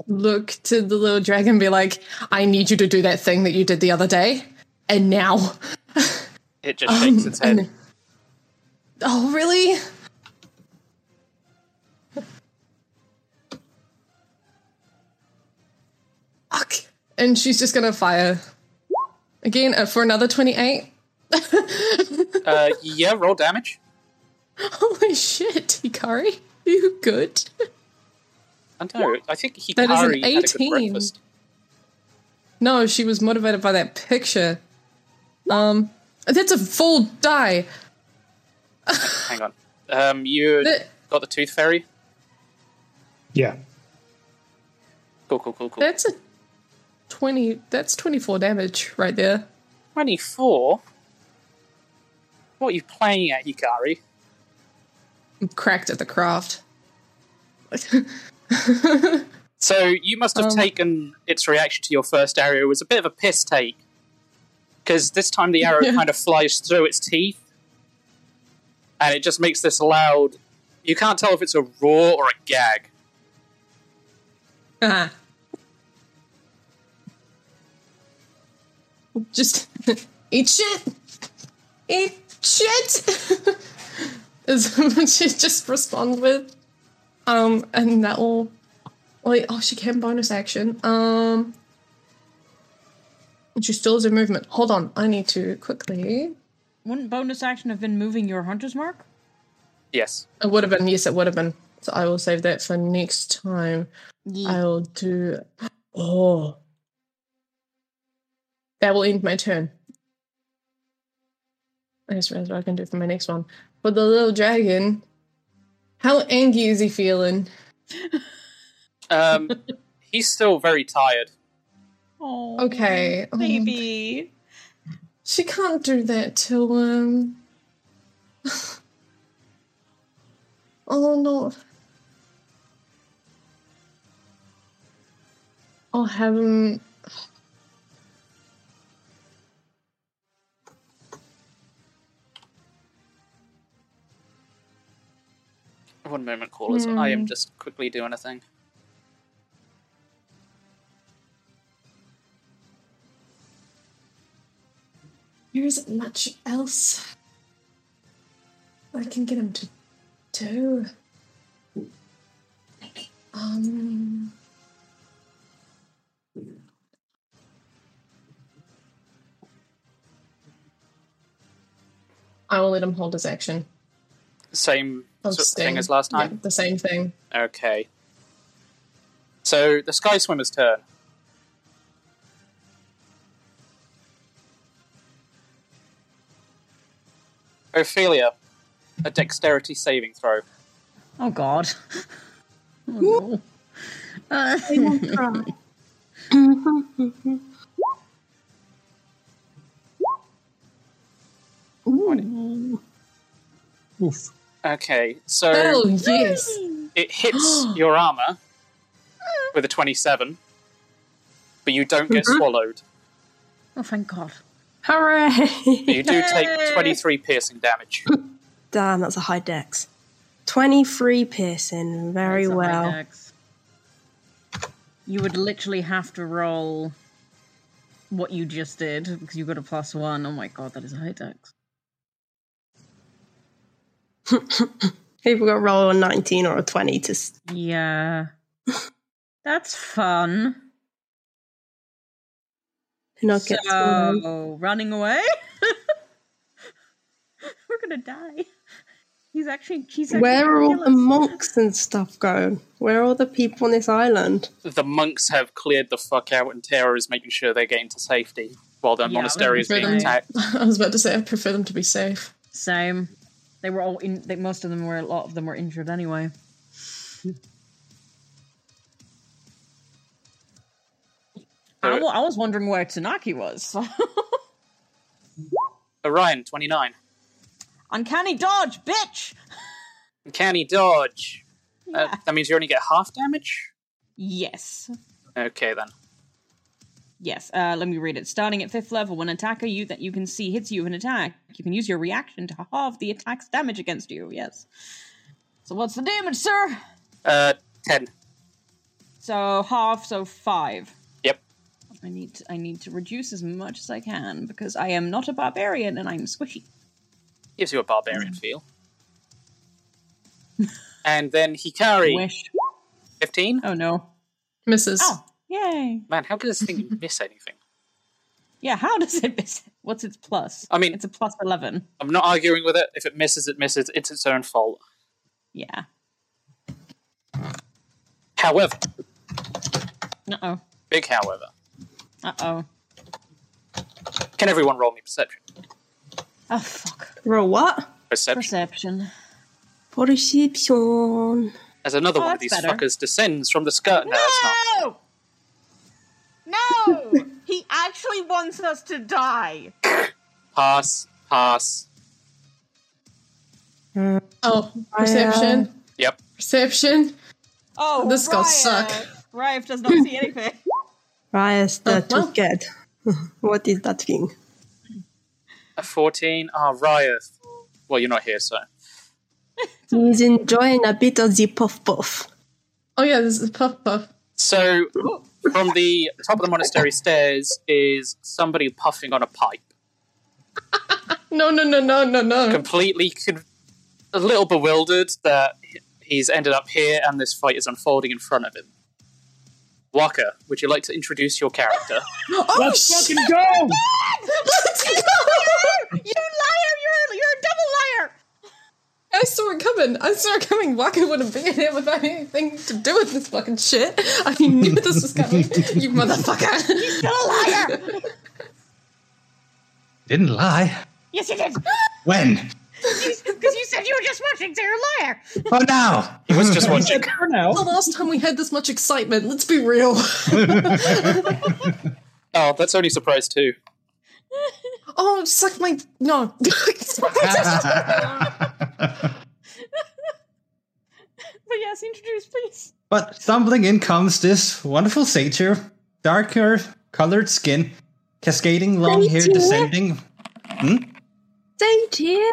Speaker 3: look to the little dragon and be like, "I need you to do that thing that you did the other day, and now."
Speaker 5: It just shakes
Speaker 3: Um,
Speaker 5: its head.
Speaker 3: and- oh, really? Fuck. And she's just gonna fire again uh, for another twenty-eight.
Speaker 5: uh, yeah, roll damage.
Speaker 3: Holy shit, Hikari, you good?
Speaker 5: I don't know. I think Hikari
Speaker 3: That is an
Speaker 5: had a good
Speaker 3: 18.
Speaker 5: breakfast.
Speaker 3: No, she was motivated by that picture. Um, that's a full die.
Speaker 5: Hang on. Um, you
Speaker 3: That-
Speaker 5: got the tooth fairy.
Speaker 8: Yeah.
Speaker 5: Cool, cool, cool, cool.
Speaker 3: That's a twenty. That's twenty-four damage right there.
Speaker 5: Twenty-four. What are you playing at, Hikari?
Speaker 3: I'm cracked at the craft.
Speaker 5: So you must
Speaker 3: Um,
Speaker 5: have taken its reaction to your first arrow was a bit of a piss take, because this time the arrow
Speaker 3: Yeah.
Speaker 5: kind of flies through its teeth, and it just makes this loud. You can't tell if it's a roar or a gag.
Speaker 3: Ah. Just eat shit. Eat shit. Is what she just respond with. Um, and that will like oh she can bonus action. Um she still has a movement. Hold on, I need to quickly.
Speaker 6: Wouldn't bonus action have been moving your hunter's mark?
Speaker 5: Yes.
Speaker 3: It would have been, yes, it would have been. So I will save that for next time. I'll do Oh. That will end my turn. I just realized what I can do for my next one. But the little dragon, how angry is he feeling?
Speaker 5: Um, he's still very tired.
Speaker 6: Oh,
Speaker 3: okay. Oh,
Speaker 6: baby.
Speaker 3: she can't do that to him. oh no. I'll have him.
Speaker 5: One moment, callers. I am
Speaker 3: Hmm.
Speaker 5: just quickly doing a thing.
Speaker 3: There isn't much else I can get him to do. Um. I will let him hold his action.
Speaker 5: Same
Speaker 3: Of
Speaker 5: sort of thing
Speaker 3: staying.
Speaker 5: as last
Speaker 3: Yeah,
Speaker 5: time.
Speaker 3: the same thing.
Speaker 5: Okay. So the sky swimmer's turn. Ophelia, a dexterity saving throw.
Speaker 6: Oh god. Oh, no. Uh,
Speaker 8: Oof.
Speaker 5: Okay, so
Speaker 3: Oh, yes.
Speaker 5: it hits your armor with a twenty-seven, but you don't get
Speaker 3: Mm-hmm.
Speaker 6: Mhm.
Speaker 5: swallowed.
Speaker 6: oh, thank god.
Speaker 1: Hooray!
Speaker 5: But you do take twenty-three piercing damage.
Speaker 1: Damn, that's a high dex. 23 piercing, very
Speaker 6: That's a high
Speaker 1: well.
Speaker 6: dex. You would literally have to roll what you just did because you got a plus one. Oh my god, that is a high dex.
Speaker 1: People got roll a 19 or a 20 to. s-
Speaker 6: Yeah. That's fun.
Speaker 1: Not
Speaker 6: So,
Speaker 1: get swallowed.
Speaker 6: running away? We're gonna die. He's actually. He's actually
Speaker 1: Where are
Speaker 6: gonna
Speaker 1: all
Speaker 6: kill
Speaker 1: the
Speaker 6: us.
Speaker 1: monks and stuff going? Where are all the people on this island?
Speaker 5: The monks have cleared the fuck out, and Terra is making sure they're getting to safety while their
Speaker 6: Yeah, I was
Speaker 5: monastery is
Speaker 6: gonna
Speaker 5: being
Speaker 6: say.
Speaker 5: attacked.
Speaker 3: I was about to say I prefer them to be safe.
Speaker 6: Same. They were all in. They, most of them were. A lot of them were injured anyway. I, wa- I was wondering where Tanaki was.
Speaker 5: Orion, 29.
Speaker 6: Uncanny dodge, bitch.
Speaker 5: Uncanny dodge. Uh, that means you only get half damage?
Speaker 6: Yes.
Speaker 5: Okay, then.
Speaker 6: Yes, uh, let me read it. Starting at fifth level, when an attacker you that you can see hits you with an attack, you can use your reaction to halve the attack's damage against you. Yes. So what's the damage, sir?
Speaker 5: Uh, 10.
Speaker 6: So half, so five.
Speaker 5: Yep.
Speaker 6: I need to, I need to reduce as much as I can because I am not a barbarian and I'm squishy.
Speaker 5: Gives you a
Speaker 6: Mm.
Speaker 5: barbarian feel. And then Hikari. 15?
Speaker 6: Oh, no.
Speaker 3: Misses.
Speaker 6: Oh, yay.
Speaker 5: Man, how could this thing miss anything?
Speaker 6: Yeah, how does it miss? What's its plus?
Speaker 5: I mean-
Speaker 6: it's a plus 11.
Speaker 5: I'm not arguing with it. If it misses, it misses. It's its own fault.
Speaker 6: Yeah.
Speaker 5: However,
Speaker 6: Uh oh.
Speaker 5: big however,
Speaker 6: Uh oh.
Speaker 5: can everyone roll me perception?
Speaker 6: Oh, fuck.
Speaker 1: Roll what?
Speaker 5: Perception.
Speaker 6: Perception.
Speaker 1: Perception.
Speaker 5: As another
Speaker 1: Oh,
Speaker 5: one of these
Speaker 1: that's better.
Speaker 5: fuckers descends from the skirt. No, it's not.
Speaker 6: No! No! he actually wants us to die.
Speaker 5: Pass, pass.
Speaker 3: Oh, perception.
Speaker 5: Yep.
Speaker 3: Perception.
Speaker 6: Oh,
Speaker 3: this
Speaker 6: Raya.
Speaker 3: gonna suck.
Speaker 6: Rife does not see anything.
Speaker 1: Rias
Speaker 6: Oh,
Speaker 1: the Tusked. what is that thing?
Speaker 5: A 14. Ah, oh, Ryeth. Well, you're not here, so.
Speaker 1: He's enjoying a bit of the puff puff.
Speaker 3: Oh yeah, this is puff puff.
Speaker 5: So, From the top of the monastery stairs is somebody puffing on a pipe.
Speaker 3: No, no, no, no, no, no.
Speaker 5: completely con- a little bewildered that he's ended up here and this fight is unfolding in front of him. Waka, would you like to introduce your character?
Speaker 7: Oh,
Speaker 8: Let's fucking go!
Speaker 7: Let's go! you liar! You're you're a double liar!
Speaker 3: I saw it coming. I saw it coming. Waka wouldn't be in here without anything to do with this fucking shit. I knew this was coming. you motherfucker. You still a liar.
Speaker 9: Didn't lie.
Speaker 4: Yes, you did.
Speaker 9: When?
Speaker 4: Because you said you were just watching, so you're a liar.
Speaker 9: Oh, now!
Speaker 5: He was just watching.
Speaker 3: The last time we had this much excitement, let's be real.
Speaker 5: Oh, that's only surprise two.
Speaker 3: oh, suck my. No.
Speaker 4: But yes, introduce, please.
Speaker 9: But stumbling in comes this wonderful satyr, darker colored skin, cascading long hair
Speaker 1: Satyr?
Speaker 9: descending. Hmm?
Speaker 1: Don't you?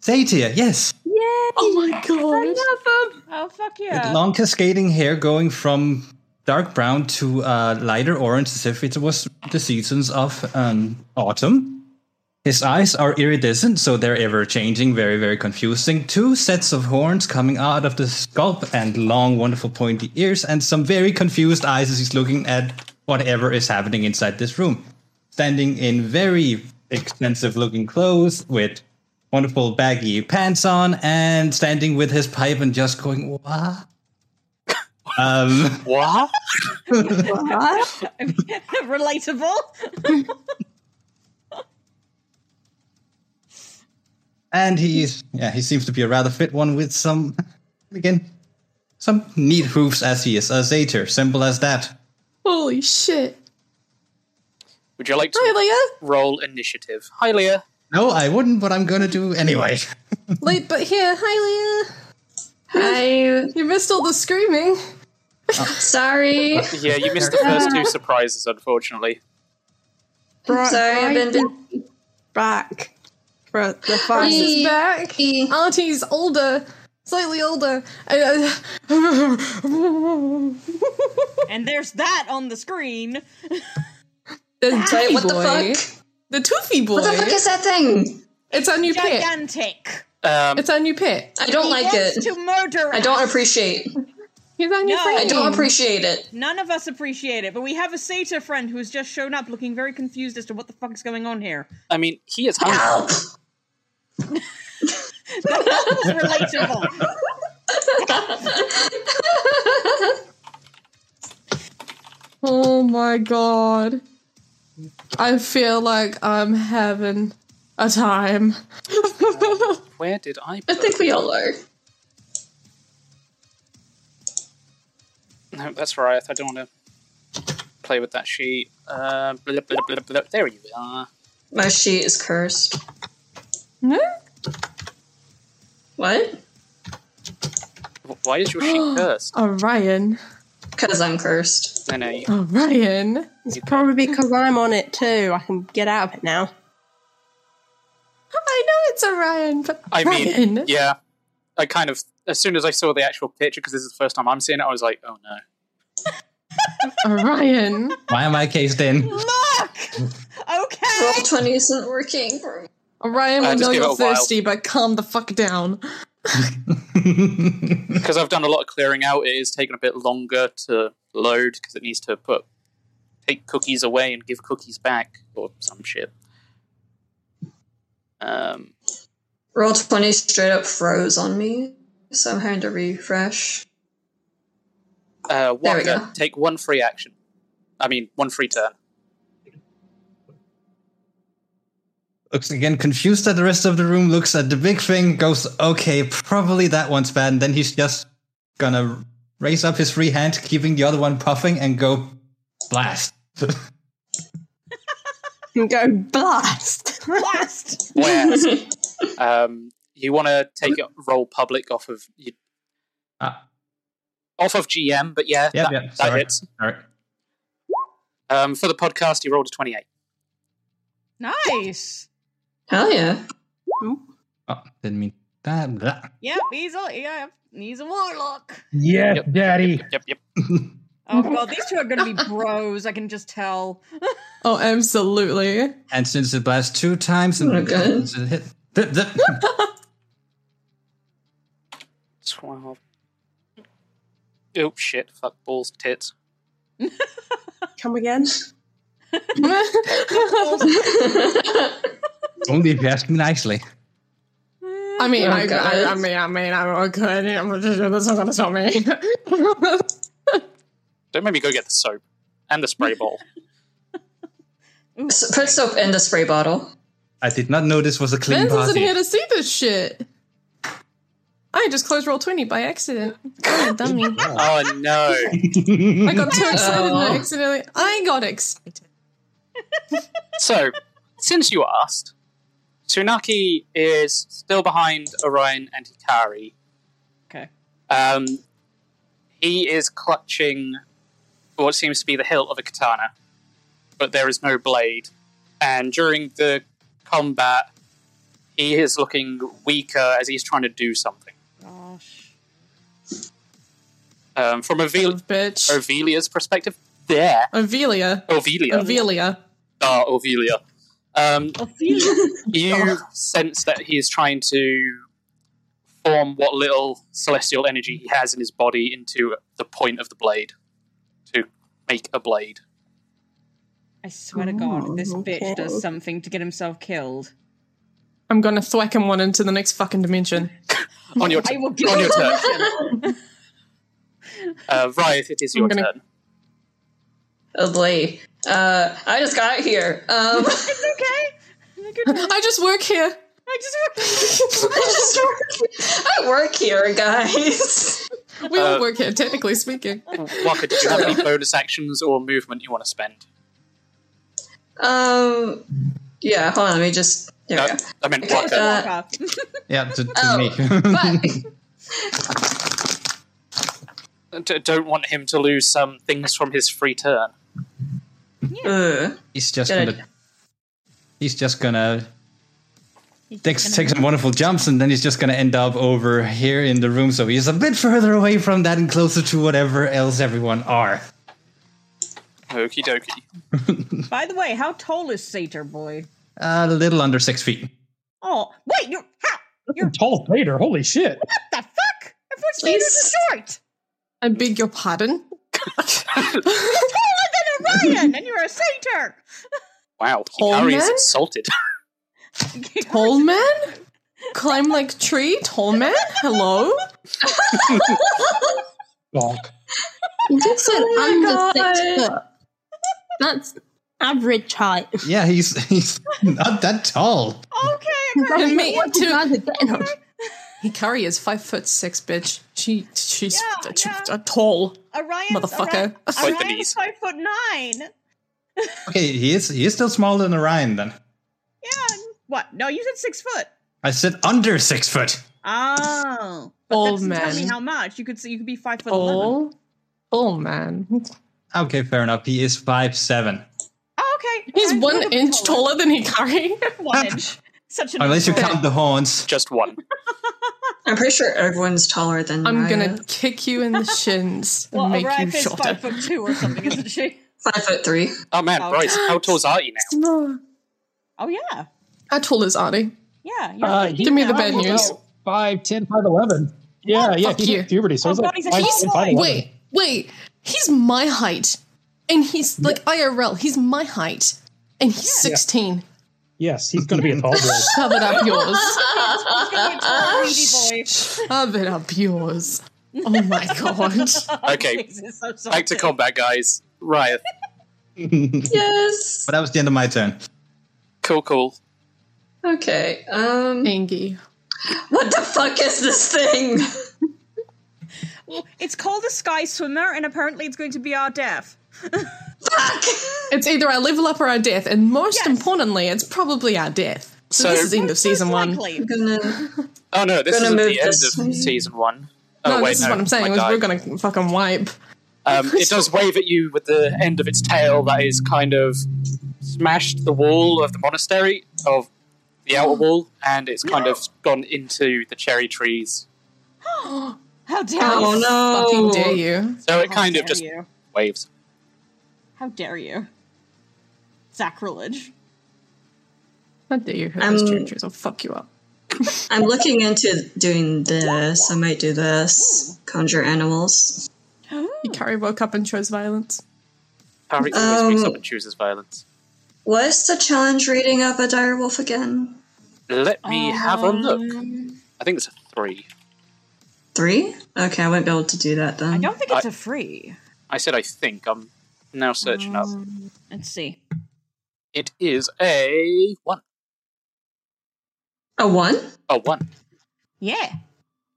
Speaker 9: Satyr, yes.
Speaker 1: Yay! Oh
Speaker 3: my god!
Speaker 1: I love them.
Speaker 4: Oh fuck
Speaker 9: With long cascading hair going from dark brown to uh, lighter orange as if it was the seasons of um, autumn. His eyes are iridescent, so they're ever changing, very, very confusing. Two sets of horns coming out of the scalp and long, wonderful, pointy ears, and some very confused eyes as he's looking at whatever is happening inside this room. Standing in very expensive looking clothes with wonderful baggy pants on and standing with his pipe and just going, what? Um,
Speaker 5: what?
Speaker 4: Relatable.
Speaker 9: And he's yeah, he seems to be a rather fit one with some again some neat hoofs as he is a satyr, simple as that.
Speaker 3: Holy shit.
Speaker 5: Would you like to roll initiative? Hi, Leah.
Speaker 9: No, I wouldn't, but I'm gonna do anyway.
Speaker 3: Late but here. Hi, Leah. Hi. You missed all the screaming.
Speaker 10: Oh, Sorry. Uh,
Speaker 5: Yeah, you missed the first two surprises, unfortunately.
Speaker 10: Sorry, I've been
Speaker 1: back. For the
Speaker 3: Bryce is
Speaker 1: fastest
Speaker 3: back. Auntie's older, slightly older. I- I-
Speaker 6: and there's that on the screen.
Speaker 3: the
Speaker 6: Hey,
Speaker 3: toothy
Speaker 6: what the
Speaker 3: boy. The toothy boy.
Speaker 6: What the fuck is that
Speaker 10: thing?
Speaker 3: It's our new pet.
Speaker 6: Gigantic.
Speaker 5: Um,
Speaker 3: It's our new pet.
Speaker 10: I don't
Speaker 6: He
Speaker 10: like
Speaker 6: wants
Speaker 10: it.
Speaker 6: To murder.
Speaker 10: I don't
Speaker 6: us.
Speaker 10: appreciate.
Speaker 3: He's on
Speaker 10: your I don't appreciate it.
Speaker 6: None of us appreciate it, but we have a satyr friend who has just shown up looking very confused as to what the fuck is going on here.
Speaker 5: I mean, he is hungry.
Speaker 6: That was relatable.
Speaker 3: Oh my god. I feel like I'm having a time.
Speaker 5: Where did I?
Speaker 10: I think we all are.
Speaker 5: No, that's right. I don't want to play with that sheet. Uh, blah, blah, blah, blah. There you are.
Speaker 10: My sheet is cursed. What?
Speaker 5: Wh- Why is your sheet cursed?
Speaker 1: Oh,
Speaker 3: Orion.
Speaker 10: Because I'm cursed.
Speaker 5: No, no. you-
Speaker 3: Orion.
Speaker 1: It's probably because I'm on it too. I can get out of it now.
Speaker 3: I know it's Orion, but
Speaker 5: I mean,
Speaker 3: Orion.
Speaker 5: yeah. I kind of, as soon as I saw the actual picture, because this is the first time I'm seeing it, I was like, oh no.
Speaker 3: Orion.
Speaker 9: Why am I cased in?
Speaker 6: Okay.
Speaker 10: Roll twenty isn't working for me.
Speaker 3: Orion,
Speaker 5: Uh,
Speaker 3: we
Speaker 5: just
Speaker 3: know
Speaker 5: give it
Speaker 3: you're
Speaker 5: a while.
Speaker 3: thirsty, but calm the fuck down.
Speaker 5: Because I've done a lot of clearing out, it is taking a bit longer to load because it needs to put take cookies away and give cookies back or some shit. Um,
Speaker 10: Roll twenty straight up froze on me, so I'm having to refresh.
Speaker 5: uh,
Speaker 10: There we
Speaker 5: Waka,
Speaker 10: go.
Speaker 5: take one free action. I mean, one free turn.
Speaker 9: looks again confused at the rest of the room, looks at the big thing, goes, okay, probably that one's bad, and then he's just gonna raise up his free hand, keeping the other one puffing, and go blast. Oh,
Speaker 1: And go blast.
Speaker 6: Blast.
Speaker 5: Whereas, um, you want to take a roll public off of you,
Speaker 9: Ah.
Speaker 5: off of GM, but yeah,
Speaker 9: Yep,
Speaker 5: that,
Speaker 9: yep,
Speaker 5: that
Speaker 9: sorry.
Speaker 5: hits.
Speaker 9: All right.
Speaker 5: Um, for the podcast, you rolled a twenty-eight.
Speaker 6: Nice.
Speaker 10: Hell yeah.
Speaker 9: Oh, didn't mean that. Blah.
Speaker 6: Yep, he's a yeah, he's a warlock.
Speaker 8: Yes, Daddy.
Speaker 5: Yep, yep.
Speaker 6: Oh god, these two are gonna be bros. I can just tell.
Speaker 3: Oh, absolutely.
Speaker 9: And since it blasts two times, and
Speaker 3: Oh, God.
Speaker 9: since it hit. th- th-
Speaker 5: 12. Oh, shit. Fuck balls, tits.
Speaker 1: Come again?
Speaker 9: only if you ask me nicely.
Speaker 3: I mean,
Speaker 7: Oh,
Speaker 3: I, I, I
Speaker 7: God.
Speaker 3: mean, I mean, I'm good. I'm just, that's not gonna stop me.
Speaker 5: Don't make me go get the soap and the spray ball.
Speaker 10: S- Put soap in the spray bottle.
Speaker 9: I did not know this was a clean
Speaker 3: Ben's isn't
Speaker 9: party.
Speaker 3: here to see this shit. I just closed roll twenty by accident. I'm a dummy.
Speaker 5: oh, no.
Speaker 3: I got too excited and I
Speaker 5: Oh.
Speaker 3: accidentally. I got excited.
Speaker 5: So, since you asked, Tsunaki is still behind Orion and Hikari.
Speaker 6: Okay.
Speaker 5: Um, he is clutching what seems to be the hilt of a katana, but there is no blade. And during the combat, he is looking weaker as he's trying to do something.
Speaker 6: Gosh.
Speaker 5: Um, from Ovil- Ovelia's perspective, there.
Speaker 3: Ovelia.
Speaker 5: Ovelia.
Speaker 3: Ovelia.
Speaker 5: Ah, Ovelia. Um, you sense that he is trying to form what little celestial energy he has in his body into the point of the blade to make a blade.
Speaker 6: I swear to God, if this
Speaker 3: okay.
Speaker 6: bitch does something to get himself killed.
Speaker 3: I'm gonna thwack him one into the next fucking dimension.
Speaker 5: On your
Speaker 6: I
Speaker 5: turn.
Speaker 6: will give
Speaker 5: On your
Speaker 6: him
Speaker 5: turn.
Speaker 6: permission.
Speaker 5: Uh, Riot, it is your
Speaker 10: gonna-
Speaker 5: turn.
Speaker 10: Ugly. Oh, Uh, I just got here. Um,
Speaker 6: it's okay.
Speaker 3: I just work here.
Speaker 6: I just
Speaker 10: work. I just work. I work here, guys.
Speaker 3: We all
Speaker 5: Uh,
Speaker 3: work here, technically speaking.
Speaker 5: Waka, do you have any bonus actions or movement you want to spend?
Speaker 10: Um, yeah. Hold on. Let me just. There we go.
Speaker 5: I mean,
Speaker 10: Okay,
Speaker 5: Waka.
Speaker 10: uh,
Speaker 9: Yeah, to, to
Speaker 10: Oh,
Speaker 9: make.
Speaker 5: D- don't want him to lose some things from his free turn.
Speaker 9: he's just
Speaker 5: Good
Speaker 9: gonna. He's just gonna. Takes, take some wonderful jumps and then he's just going to end up over here in the room. So he's a bit further away from that and closer to whatever else everyone are.
Speaker 5: Okie dokie.
Speaker 6: By the way, how tall is Sator boy?
Speaker 9: A little under six feet.
Speaker 6: Oh, wait, you're how?
Speaker 8: You're tall Vader. Holy shit.
Speaker 6: Everyone's Sator's short.
Speaker 3: I beg your pardon.
Speaker 6: Taller than Orion, and you're a Sator.
Speaker 5: Wow,
Speaker 3: Tall
Speaker 5: Hikari is
Speaker 3: man?
Speaker 5: insulted.
Speaker 3: Tall man? Climb like tree? Tall man? Hello?
Speaker 1: He just said
Speaker 7: Oh my
Speaker 1: under six
Speaker 7: God.
Speaker 1: foot. That's average height.
Speaker 9: Yeah, he's he's not that tall.
Speaker 6: Okay,
Speaker 3: And me
Speaker 1: what you
Speaker 3: too.
Speaker 1: guys are getting on.
Speaker 3: Hikari is five foot six, bitch. She she's a, a tall
Speaker 6: Orion,
Speaker 3: motherfucker.
Speaker 6: Orion, Orion's five foot nine.
Speaker 9: Okay, he is he is still smaller than Orion then.
Speaker 6: Yeah. What? No, you said six foot.
Speaker 9: I said under six foot.
Speaker 6: Oh, but
Speaker 3: Old
Speaker 6: that doesn't Tell me
Speaker 3: man.
Speaker 6: how much you could say you could be five foot eleven.
Speaker 3: Tall,
Speaker 1: Oh,
Speaker 3: tall man.
Speaker 9: Okay, fair enough. He is five seven.
Speaker 6: Oh, okay.
Speaker 3: He's one inch taller than Hikari.
Speaker 6: one inch. Such an
Speaker 9: Unless you
Speaker 6: insult.
Speaker 9: count the horns.
Speaker 5: Just one.
Speaker 10: I'm pretty sure everyone's taller than.
Speaker 3: I'm gonna
Speaker 10: Maya.
Speaker 3: kick you in the shins and
Speaker 6: Well,
Speaker 3: make
Speaker 6: Orion
Speaker 3: you
Speaker 6: is
Speaker 3: shorter.
Speaker 6: five foot two or something, isn't she?
Speaker 10: five foot three.
Speaker 5: Oh man,
Speaker 6: Oh.
Speaker 5: Bryce, how tall are you now?
Speaker 3: Small.
Speaker 6: Oh yeah,
Speaker 3: How tall is Artie?
Speaker 6: yeah. You're
Speaker 8: Uh,
Speaker 6: fifteen
Speaker 8: he-
Speaker 3: Give me the
Speaker 6: now.
Speaker 3: bad
Speaker 8: Oh,
Speaker 3: news.
Speaker 8: about Five, ten, five, eleven. Yeah, yeah.
Speaker 3: Fuck
Speaker 8: He
Speaker 3: you.
Speaker 8: hit puberty, so
Speaker 6: Oh,
Speaker 8: he's
Speaker 6: God,
Speaker 8: like
Speaker 6: he's a
Speaker 8: five,
Speaker 6: tall
Speaker 8: ten,
Speaker 6: boy.
Speaker 8: five, eleven.
Speaker 3: Wait, wait. He's my height, and he's like IRL. He's my height, and he's sixteen.
Speaker 8: Yes, he's going to be a tall boy.
Speaker 3: Shove it up yours.
Speaker 6: He's gonna be a tall, weedy boy.
Speaker 3: Shove it up yours. Oh my god.
Speaker 5: Okay.
Speaker 6: Jesus, I'm sorry.
Speaker 5: Back to combat, guys. Riot.
Speaker 10: Yes.
Speaker 9: But that was the end of my turn.
Speaker 5: Cool, cool.
Speaker 10: Okay. Um.
Speaker 3: Angie.
Speaker 10: What the fuck is this thing?
Speaker 6: Well, it's called a sky swimmer, and apparently it's going to be our death.
Speaker 3: It's either our level up or our death, and most importantly, it's probably our death. So,
Speaker 5: So-
Speaker 3: this is the end of season one.
Speaker 6: Likely.
Speaker 10: Gonna-
Speaker 5: Oh no, this
Speaker 10: Gonna
Speaker 5: isn't
Speaker 10: move
Speaker 5: the end
Speaker 10: this way.
Speaker 5: of season one. Oh
Speaker 3: no,
Speaker 5: wait,
Speaker 3: this
Speaker 5: no.
Speaker 3: is what I'm saying.
Speaker 5: I
Speaker 3: is
Speaker 5: died.
Speaker 3: we're gonna fucking wipe.
Speaker 5: Um, it does wave at you with the end of its tail that is kind of smashed the wall of the monastery of the outer wall, and it's kind of gone into the cherry trees.
Speaker 6: How dare
Speaker 10: Oh
Speaker 6: you?
Speaker 10: no! Oh,
Speaker 3: Fucking dare you?
Speaker 5: So it
Speaker 6: How
Speaker 5: kind of
Speaker 6: dare
Speaker 5: just
Speaker 6: you.
Speaker 5: waves.
Speaker 6: How dare you? Sacrilege.
Speaker 3: How dare you hurt
Speaker 10: Um,
Speaker 3: those churches? I'll fuck you up.
Speaker 10: I'm looking into doing this. I might do this. Conjure animals.
Speaker 6: Oh.
Speaker 3: Ikari woke up and chose violence.
Speaker 5: Harry always wakes
Speaker 10: Um,
Speaker 5: up and chooses violence.
Speaker 10: What's the challenge reading of a direwolf again?
Speaker 5: Let me have a look. I think it's a three.
Speaker 10: Three? Okay, I won't be able to do that then. I don't
Speaker 6: think
Speaker 5: it's I- a
Speaker 6: free.
Speaker 5: I said I think. I'm now searching up.
Speaker 6: Let's see.
Speaker 5: It is a one.
Speaker 10: A one?
Speaker 5: A one.
Speaker 6: Yeah.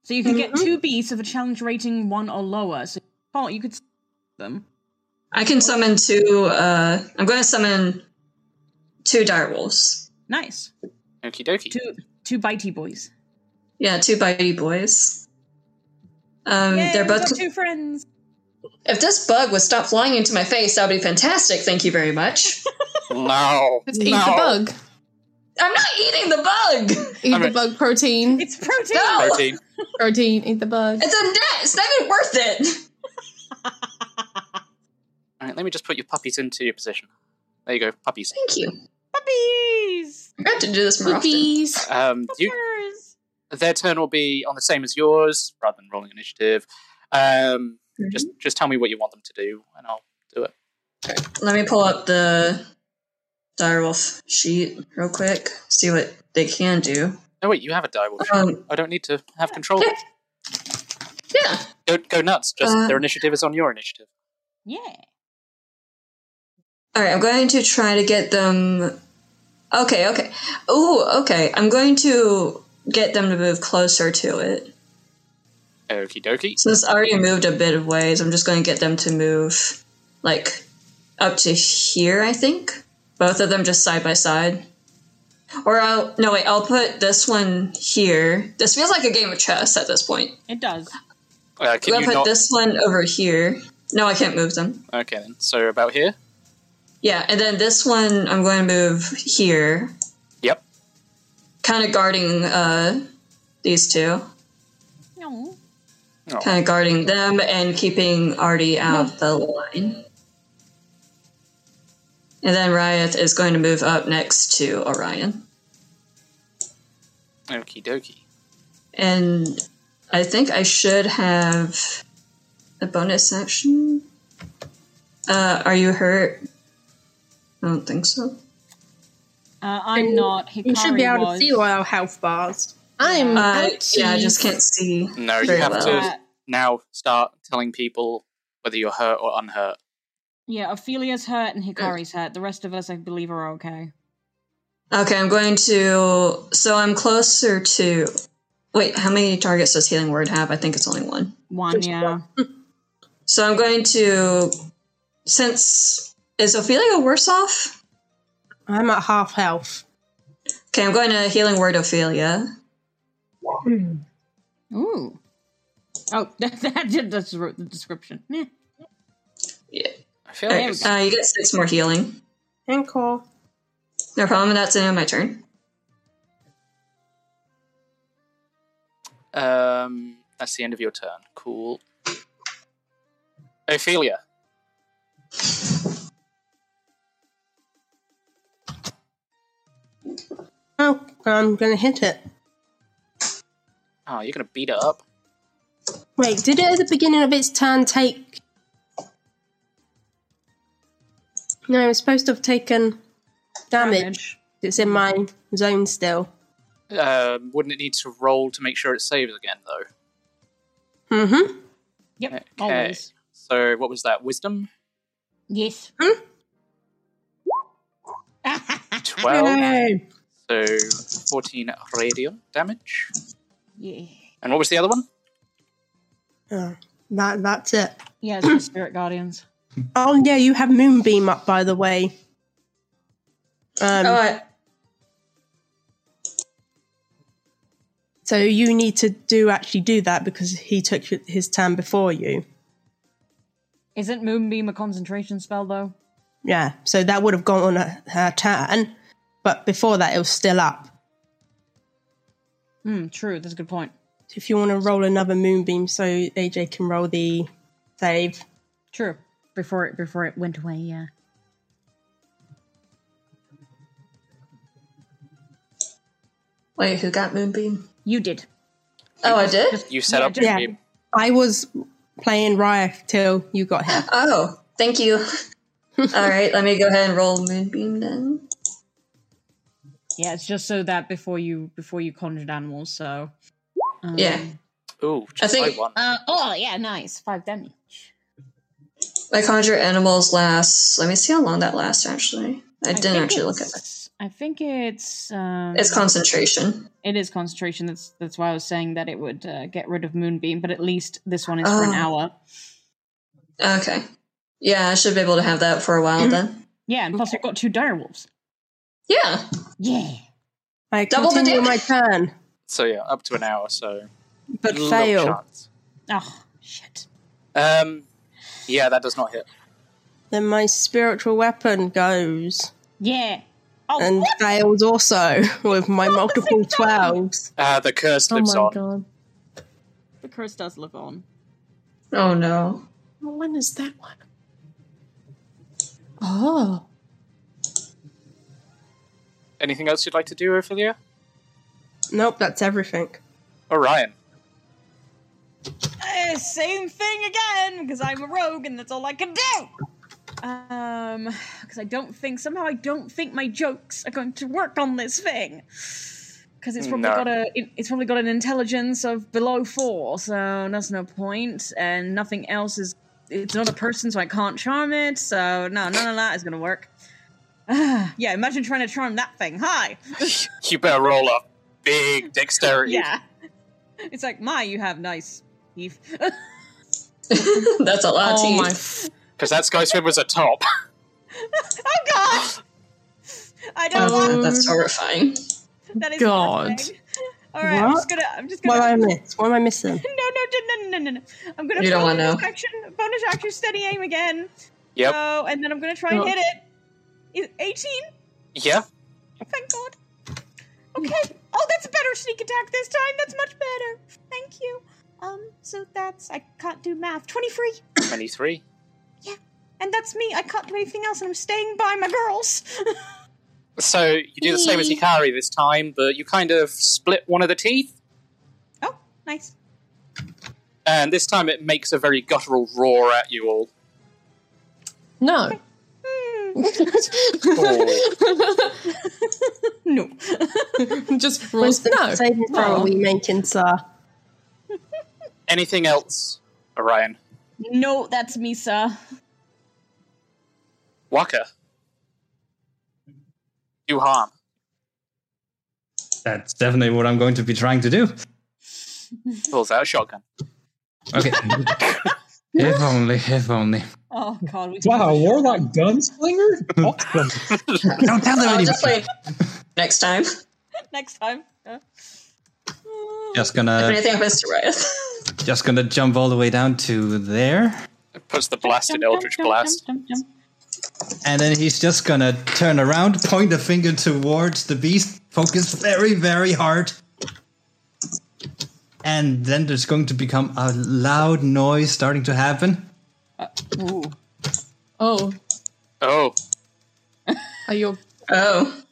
Speaker 6: So you can get
Speaker 10: Mm-hmm.
Speaker 6: two beasts of a challenge rating one or lower. So oh, you could s- them.
Speaker 10: I can summon two. Uh, I'm going to summon two direwolves.
Speaker 6: Nice.
Speaker 5: Okie dokie.
Speaker 6: Two two bitey boys.
Speaker 10: Yeah, two bitey boys. Um,
Speaker 6: Yay,
Speaker 10: they're
Speaker 6: we
Speaker 10: both.
Speaker 6: got two friends.
Speaker 10: If this bug would stop flying into my face, that would be fantastic. Thank you very much.
Speaker 5: No.
Speaker 3: Let's eat the bug.
Speaker 10: I'm not eating the bug.
Speaker 3: Eat
Speaker 10: I'm
Speaker 3: the
Speaker 10: a-
Speaker 3: bug protein.
Speaker 6: It's protein.
Speaker 10: No.
Speaker 5: Protein.
Speaker 3: Protein. Eat the bug.
Speaker 10: It's a net. It's not even worth it.
Speaker 5: All right, let me just put your puppies into your position. There you go, puppies.
Speaker 10: Thank you.
Speaker 6: Puppies.
Speaker 10: I have to do this more
Speaker 3: Puppies.
Speaker 5: Um, do you, their turn will be on the same as yours, rather than rolling initiative. Um, Just
Speaker 10: Mm-hmm.
Speaker 5: just tell me what you want them to do, and I'll do it.
Speaker 10: often. Let me pull up the direwolf sheet real quick. See what they can do.
Speaker 5: No, wait, you have a die roll.
Speaker 10: Um,
Speaker 5: I don't need to have control.
Speaker 10: Yeah.
Speaker 5: Go, go nuts. Just
Speaker 10: Uh,
Speaker 5: their initiative is on your initiative.
Speaker 6: Yeah.
Speaker 10: All right, I'm going to try to get them. Okay, okay. Oh, okay. I'm going to get them to move closer to it.
Speaker 5: Okie dokie.
Speaker 10: So it's already moved a bit of ways. I'm just going to get them to move, like, up to here, I think. Both of them just side by side. Or I'll. No, wait, I'll put this one here. This feels like a game of chess at this point.
Speaker 6: It does.
Speaker 5: Uh,
Speaker 10: i
Speaker 5: can
Speaker 10: will
Speaker 5: you
Speaker 10: put
Speaker 5: not?
Speaker 10: this one over here. No, I can't move them.
Speaker 5: Okay, then. So about here.
Speaker 10: Yeah, and then this one I'm going to move here.
Speaker 5: Yep.
Speaker 10: Kind of guarding uh, these two.
Speaker 6: No.
Speaker 10: Kind of guarding them and keeping Artie out of the line. And then Riot is going to move up next to Orion.
Speaker 5: Okie dokie.
Speaker 10: And I think I should have a bonus action. Uh, are you hurt? I don't think so.
Speaker 6: Uh, I'm not. Hikari
Speaker 1: You should be able
Speaker 6: was.
Speaker 1: to see all our health bars.
Speaker 3: I'm.
Speaker 10: Uh, yeah, I just can't see.
Speaker 5: No, you
Speaker 10: very
Speaker 5: have
Speaker 10: well.
Speaker 5: to now start telling people whether you're hurt or unhurt.
Speaker 6: Yeah, Ophelia's hurt and Hikari's hurt. The rest of us, I believe, are okay.
Speaker 10: Okay, I'm going to. So I'm closer to. Wait, how many targets does Healing Word have? I think it's only one.
Speaker 6: One, yeah.
Speaker 10: So I'm going to. Since. Is Ophelia worse off?
Speaker 1: I'm at half health.
Speaker 10: Okay, I'm going to Healing Word Ophelia.
Speaker 6: Ooh. Oh, that, that did that's wrote the description. Meh.
Speaker 5: I feel
Speaker 10: All
Speaker 5: like
Speaker 10: right,
Speaker 5: it's,
Speaker 10: uh, you get six more healing.
Speaker 1: And cool.
Speaker 10: No problem, that's the end of my turn.
Speaker 5: um, that's the end of your turn. Cool. Ophelia.
Speaker 1: Oh, I'm gonna hit it.
Speaker 5: Oh, you're gonna beat it up.
Speaker 1: Wait, did it at the beginning of its turn take? No, it was supposed to have taken damage. It's in my zone still.
Speaker 5: Um, wouldn't it need to roll to make sure it saves again, though?
Speaker 1: Mm-hmm.
Speaker 6: Yep.
Speaker 5: Okay.
Speaker 6: Always.
Speaker 5: So what was that? Wisdom.
Speaker 6: Yes.
Speaker 1: Hmm?
Speaker 5: Twelve. so fourteen radiant damage.
Speaker 6: Yeah.
Speaker 5: And what was the other one?
Speaker 1: Oh, that that's it.
Speaker 6: Yeah, it's the Spirit Guardians.
Speaker 1: Oh yeah, you have Moonbeam up by the way. Um,
Speaker 10: oh, I-
Speaker 1: So you need to do actually do that because he took his turn before you.
Speaker 6: Isn't Moonbeam a concentration spell, though?
Speaker 1: Yeah, so that would have gone on her- her turn, but before that it was still up.
Speaker 6: Hmm, true. That's a good point.
Speaker 1: So if you want to roll another moonbeam, so AJ can roll the save.
Speaker 6: True. before it before it went away. Yeah.
Speaker 10: Wait, who got Moonbeam?
Speaker 6: You did.
Speaker 10: Oh, I did?
Speaker 5: You set up
Speaker 1: Yeah.
Speaker 5: Moonbeam.
Speaker 1: I was playing Riot till you got here.
Speaker 10: Oh, thank you. All right, let me go ahead and roll Moonbeam then.
Speaker 6: Yeah, it's just so that before you before you conjured animals. So. um,
Speaker 10: Yeah.
Speaker 5: Ooh,
Speaker 10: I think
Speaker 6: Uh, oh yeah, nice five damage.
Speaker 10: my conjure animals lasts. Let me see how long that lasts. Actually, I, didn't
Speaker 6: think
Speaker 10: actually look at that.
Speaker 6: it's- I think it's um,
Speaker 10: It's concentration.
Speaker 6: It is concentration. That's that's why I was saying that it would uh, get rid of moonbeam, but at least this one is for an
Speaker 10: Oh.
Speaker 6: hour.
Speaker 10: Okay, yeah, I should be able to have that for a while then.
Speaker 6: Yeah, and plus we've got two direwolves.
Speaker 10: Yeah.
Speaker 6: Yeah.
Speaker 1: I
Speaker 10: Double the
Speaker 1: continue my
Speaker 10: damage.
Speaker 1: turn.
Speaker 5: So yeah, up to an hour. So
Speaker 1: But
Speaker 5: little
Speaker 1: fail.
Speaker 5: chance.
Speaker 6: Oh,
Speaker 5: Um, yeah, that does not hit.
Speaker 1: Then my spiritual weapon goes.
Speaker 6: Yeah. Oh,
Speaker 1: and fails also with my multiple 12s.
Speaker 5: Uh, the
Speaker 6: Oh
Speaker 3: Oh
Speaker 5: curse lives on.
Speaker 1: god.
Speaker 6: The curse does live on.
Speaker 10: Oh no.
Speaker 3: Well, when is that one? Oh.
Speaker 5: Anything else you'd like to do, Ophelia?
Speaker 1: Nope, that's everything.
Speaker 5: Orion.
Speaker 6: Eh, same thing again because I'm a rogue and that's all I can do. Um, because I don't think somehow I don't think my jokes are going to work on this thing because it's probably
Speaker 7: No.
Speaker 6: got a it- it's probably got an intelligence of below four, so that's no point, and nothing else is. It's not a person, so I can't charm it. So no, none of that is going to work. Ah, yeah, imagine trying to charm that thing. Hi.
Speaker 5: You better roll a big dexterity.
Speaker 6: yeah. It's like my, you have nice teeth.
Speaker 10: That's a lot of
Speaker 6: Oh my
Speaker 10: teeth.
Speaker 5: Because that sky swim was a top.
Speaker 6: oh god! I don't
Speaker 10: Oh,
Speaker 6: want
Speaker 10: that's horrifying.
Speaker 6: That is
Speaker 1: God.
Speaker 6: horrifying. All right, I'm
Speaker 1: What?
Speaker 6: just gonna. I'm just
Speaker 1: What
Speaker 6: gonna.
Speaker 1: am I miss? What am I missing?
Speaker 6: no, no, no, no, no, no, no. I'm gonna.
Speaker 1: You don't wanna
Speaker 6: bonus
Speaker 1: know.
Speaker 6: Action, bonus action, steady aim again.
Speaker 5: Yep.
Speaker 6: So, and then I'm gonna try and
Speaker 5: Oh.
Speaker 6: hit it. Is- 18?
Speaker 5: Yeah.
Speaker 6: Thank God. Okay. Oh, that's a better sneak attack this time. That's much better. Thank you. Um. So that's I can't do math. Twenty-three,
Speaker 5: 23.
Speaker 6: and that's me. I can't do anything else, and I'm staying by my girls.
Speaker 5: So you do the same as Hikari this time, but you kind of split one of the teeth,
Speaker 6: nice.
Speaker 5: and this time it makes a very guttural roar at you all.
Speaker 3: No.
Speaker 6: no.
Speaker 3: Just rolls
Speaker 1: Wisdom
Speaker 3: no.
Speaker 1: saving throw are we making, sir?
Speaker 5: Anything else, Orion?
Speaker 6: No, that's me, sir.
Speaker 5: Waka. Do harm.
Speaker 9: That's definitely what I'm going to be trying to do.
Speaker 5: Pulls out a shotgun.
Speaker 9: Okay. if only, if only.
Speaker 6: Oh god, we
Speaker 8: Wow, Warlock Gunslinger? Awesome.
Speaker 9: Don't tell them
Speaker 10: I'll
Speaker 9: anybody.
Speaker 10: just play next time.
Speaker 6: next time. Uh,
Speaker 9: Just
Speaker 10: if
Speaker 9: gonna,
Speaker 10: anything happens to Riot.
Speaker 9: just gonna jump all the way down to there,
Speaker 5: Puts the blast in Eldritch Blast.
Speaker 9: and then he's just gonna turn around, point the finger towards the beast, focus very, very hard, and then there's going to become a loud noise starting to happen.
Speaker 6: ooh.
Speaker 3: Oh.
Speaker 5: Oh.
Speaker 3: Are you.
Speaker 10: Oh.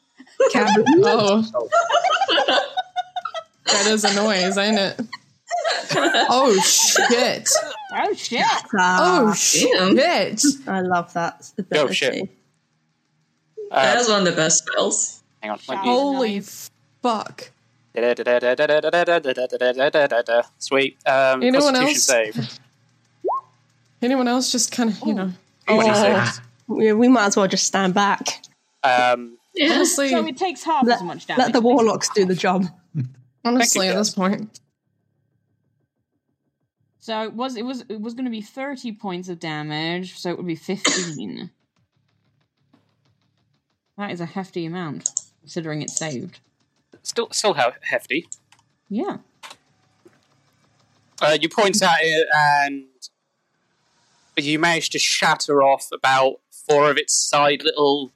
Speaker 3: oh. that is a noise, ain't it? Oh, shit.
Speaker 6: Oh, shit.
Speaker 3: Oh,
Speaker 1: Ah,
Speaker 3: shit.
Speaker 1: I love that ability.
Speaker 3: Oh, shit. Uh,
Speaker 10: that was one of the best spells.
Speaker 5: Hang on. might be-
Speaker 6: Oh
Speaker 3: Holy fuck.
Speaker 5: Da-da-da-da-da-da-da-da-da-da-da-da-da. Sweet. Um,
Speaker 3: Anyone
Speaker 5: Constitution
Speaker 3: else?
Speaker 5: save.
Speaker 3: Anyone else just kind of, you know.
Speaker 5: What do you say?
Speaker 1: We, Oh. we might as well just stand back.
Speaker 5: Um,
Speaker 3: Honestly.
Speaker 6: So it takes half
Speaker 1: let,
Speaker 6: as much
Speaker 1: let
Speaker 6: damage.
Speaker 1: the warlocks do the job.
Speaker 3: Honestly, at this point.
Speaker 6: so it was it was it was going to be thirty points of damage. So it would be fifteen. that is a hefty amount, considering it's saved.
Speaker 5: still, still he- hefty.
Speaker 6: Yeah.
Speaker 5: Uh, you point at it, and you manage to shatter off about four of its side little,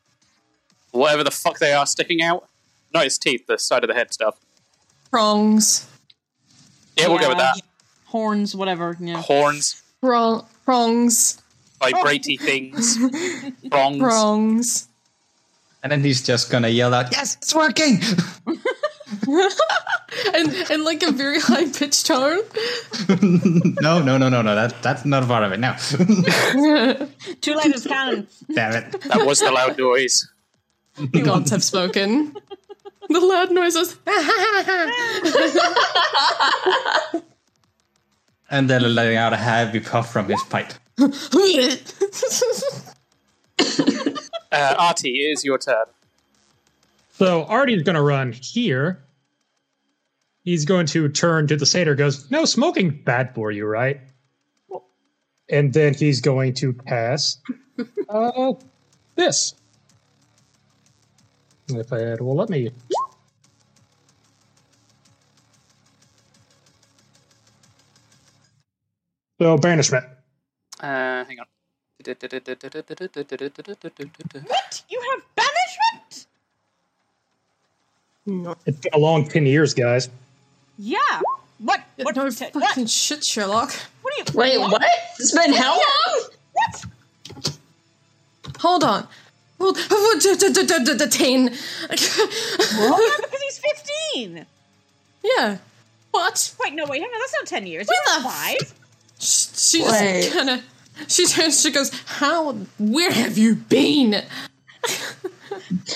Speaker 5: whatever the fuck they are, sticking out. Not its teeth, the side of the head stuff.
Speaker 3: Prongs.
Speaker 5: Yeah, we'll go with
Speaker 6: Yeah.
Speaker 5: that.
Speaker 6: Horns, whatever. Yeah.
Speaker 5: Horns.
Speaker 3: Prong, prongs.
Speaker 5: vibratey things. Prongs.
Speaker 3: Prongs.
Speaker 9: And then he's just gonna yell out, "Yes, it's working!"
Speaker 3: and and like a very high pitched tone.
Speaker 9: no, no, no, no, no. That that's not part of it. No,
Speaker 6: Too late is canon.
Speaker 9: damn it.
Speaker 5: That was the loud noise.
Speaker 3: The gods have spoken. The loud noises.
Speaker 9: And then letting out a heavy puff from his pipe.
Speaker 5: Uh, Artie, it is your turn.
Speaker 8: So Artie's going to run here. He's going to turn to the satyr. Goes, no smoking bad for you, right? And then he's going to cast uh, this. If it will let me. So banishment.
Speaker 5: Uh, hang on.
Speaker 4: What? You have banishment?
Speaker 8: It's been a long ten years, guys.
Speaker 6: Yeah. What? What?
Speaker 3: No fucking shit, Sherlock.
Speaker 6: What are you?
Speaker 10: Wait, what? It's been how long?
Speaker 3: Hold on. Hold. Detain.
Speaker 6: Oh, no, because he's fifteen.
Speaker 3: Yeah. What?
Speaker 6: Wait, no, wait, hang on. That's not ten years. He's not five.
Speaker 3: She
Speaker 6: Wait.
Speaker 3: just kind of. She turns. She goes. How? Where have you been?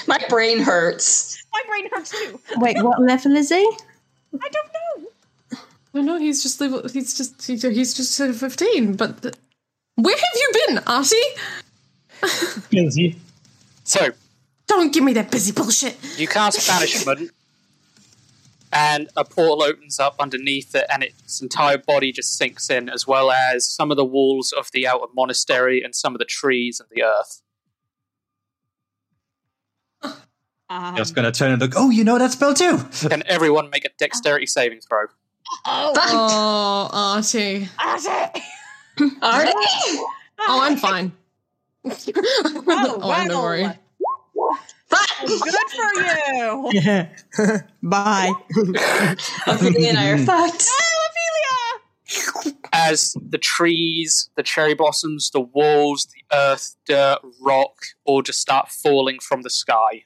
Speaker 10: My brain hurts.
Speaker 6: My brain hurts too.
Speaker 1: Wait, what
Speaker 3: Oh,
Speaker 1: level is he?
Speaker 6: I don't know.
Speaker 3: No, no. He's just level. He's just. he- He's just sort of fifteen. But the, where have you been, Artie?
Speaker 8: Busy.
Speaker 5: So
Speaker 3: Don't give me that busy
Speaker 6: Oh,
Speaker 3: bullshit.
Speaker 5: you cast banishment, and a portal opens up underneath it, and its entire body just sinks in, as well as some of the walls of the outer monastery and some of the trees and the earth.
Speaker 9: just gonna turn and look. Oh, you know that spell too.
Speaker 5: Can everyone make a dexterity saving throw?
Speaker 3: Oh, Artie.
Speaker 6: Artie.
Speaker 10: Artie.
Speaker 3: Oh, I'm fine. oh, I'm
Speaker 7: waggle.
Speaker 3: no worry.
Speaker 6: Good for you.
Speaker 7: Yeah. Bye.
Speaker 10: Ophelia and I are fucked.
Speaker 5: As the trees, the cherry blossoms, the walls, the earth, dirt, rock, all just start falling from the sky.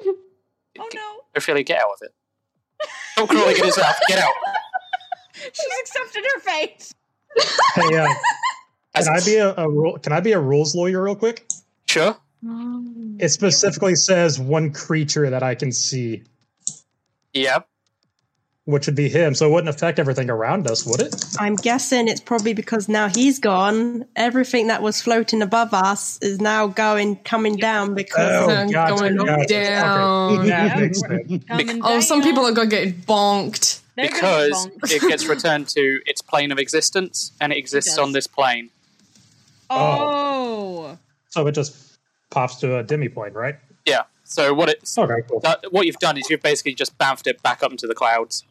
Speaker 6: Oh no.
Speaker 5: Ophelia, get out of it. Don't crawling it yourself. Get out.
Speaker 6: She's accepted her fate.
Speaker 8: Hey, uh, can I be a, a rule? Can I be a rules lawyer real quick?
Speaker 5: Sure.
Speaker 8: It specifically says one creature that I can see,
Speaker 5: Yeah.
Speaker 8: which would be him. So it wouldn't affect everything around us, would it?
Speaker 1: I'm guessing it's probably because now he's gone. Everything that was floating above us is now going coming down because
Speaker 8: Oh, gotcha,
Speaker 3: going up
Speaker 8: gotcha.
Speaker 3: down.
Speaker 8: Okay. That makes sense.
Speaker 3: Oh, some people are gonna get bonked.
Speaker 5: because it gets returned to its plane of existence and it exists on this plane.
Speaker 6: Oh.
Speaker 8: So it just pops to a demi point, right?
Speaker 5: Yeah. So what it's
Speaker 8: Okay, cool.
Speaker 5: that, what you've done is you've basically just bounced it back up into the clouds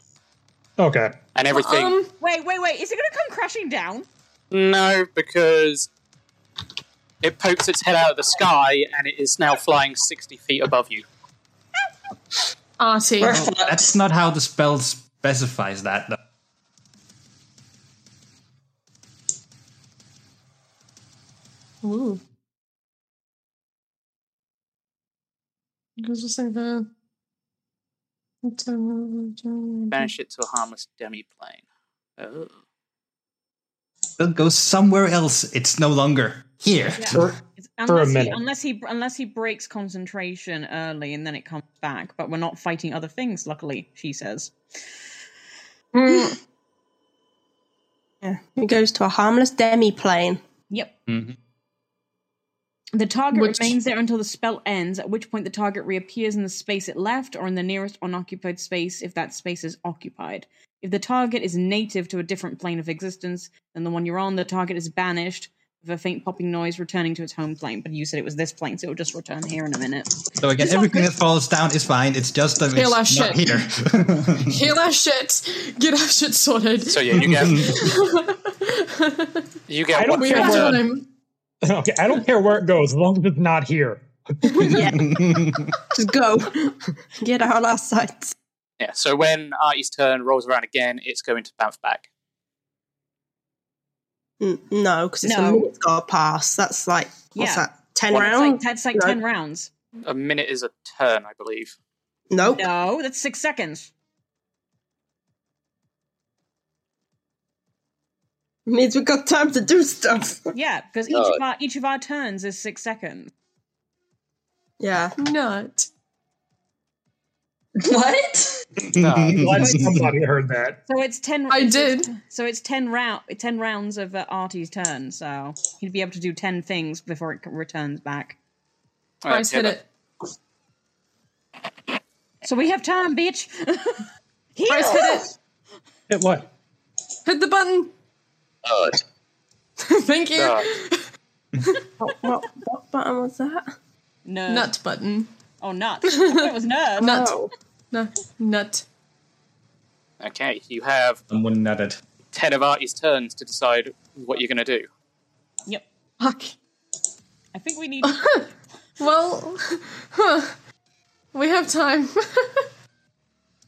Speaker 8: Okay.
Speaker 5: and everything.
Speaker 6: Wait, wait, wait. Is it gonna come crashing down?
Speaker 5: no, because it pokes its head out of the sky and it is now flying sixty feet above you.
Speaker 3: Artie.
Speaker 9: That's not how the spell specifies that. Though.
Speaker 3: Ooh. Goes this thing there.
Speaker 5: Banish it to a harmless demi plane. Oh.
Speaker 9: It goes somewhere else. It's no longer here.
Speaker 6: Yeah.
Speaker 8: For,
Speaker 6: Unless he, unless he unless he breaks concentration early and then it comes back, but we're not fighting other things. Luckily, she says.
Speaker 1: yeah, it goes to a harmless demi plane.
Speaker 6: Yep. The target
Speaker 1: Which-
Speaker 6: remains there until the spell ends, at which point the target reappears in the space it left or in the nearest unoccupied space if that space is occupied. If the target is native to a different plane of existence than the one you're on, the target is banished with a faint popping noise returning to its home plane. But you said it was this plane, so it'll just return here in a minute.
Speaker 9: So again, everything that falls down is fine. It's just that
Speaker 3: Kill
Speaker 9: it's
Speaker 3: our
Speaker 9: not
Speaker 3: shit.
Speaker 9: here.
Speaker 3: Heal our shit. Get our shit sorted.
Speaker 5: So yeah, you get you
Speaker 8: I
Speaker 5: get
Speaker 8: don't
Speaker 5: one
Speaker 8: care
Speaker 5: turn.
Speaker 8: where. Okay, I don't care where it goes, as long as it's not here.
Speaker 1: Just go. Get out our sights.
Speaker 5: Yeah. So when Artie's turn rolls around again, it's going to bounce back.
Speaker 1: N- no, because it's
Speaker 6: No.
Speaker 1: a minute's got to pass. That's like what's
Speaker 6: Yeah.
Speaker 1: that? Ten
Speaker 6: Well,
Speaker 1: rounds?
Speaker 6: That's like, that's like
Speaker 1: No.
Speaker 6: 10 rounds.
Speaker 5: A minute is a turn, I believe.
Speaker 1: Nope.
Speaker 6: No, that's six seconds.
Speaker 1: Means we've got time to do stuff.
Speaker 6: Yeah, because each,
Speaker 1: No.
Speaker 6: of our each of our turns is six seconds.
Speaker 1: Yeah.
Speaker 3: Not.
Speaker 10: What?
Speaker 8: Uh, Glad somebody heard that.
Speaker 6: So it's 10. I did. So it's 10, round, 10 rounds of uh, Artie's turn, so he'd be able to do 10 things before it c- returns back.
Speaker 3: Bryce hit it.
Speaker 6: So we have time, bitch.
Speaker 3: Bryce hit it.
Speaker 8: Hit what?
Speaker 3: Hit the button. Thank you.
Speaker 1: what, what, what button was that?
Speaker 6: No.
Speaker 3: Nut button.
Speaker 6: Oh, nut. I thought it was nerve.
Speaker 3: Nut.
Speaker 6: Oh.
Speaker 3: No. Nut.
Speaker 5: Okay, you have
Speaker 9: Someone nutted.
Speaker 5: ten of Artie's turns to decide what you're going to do.
Speaker 6: Yep.
Speaker 3: Fuck.
Speaker 6: I think we need.
Speaker 3: well, huh. we have time.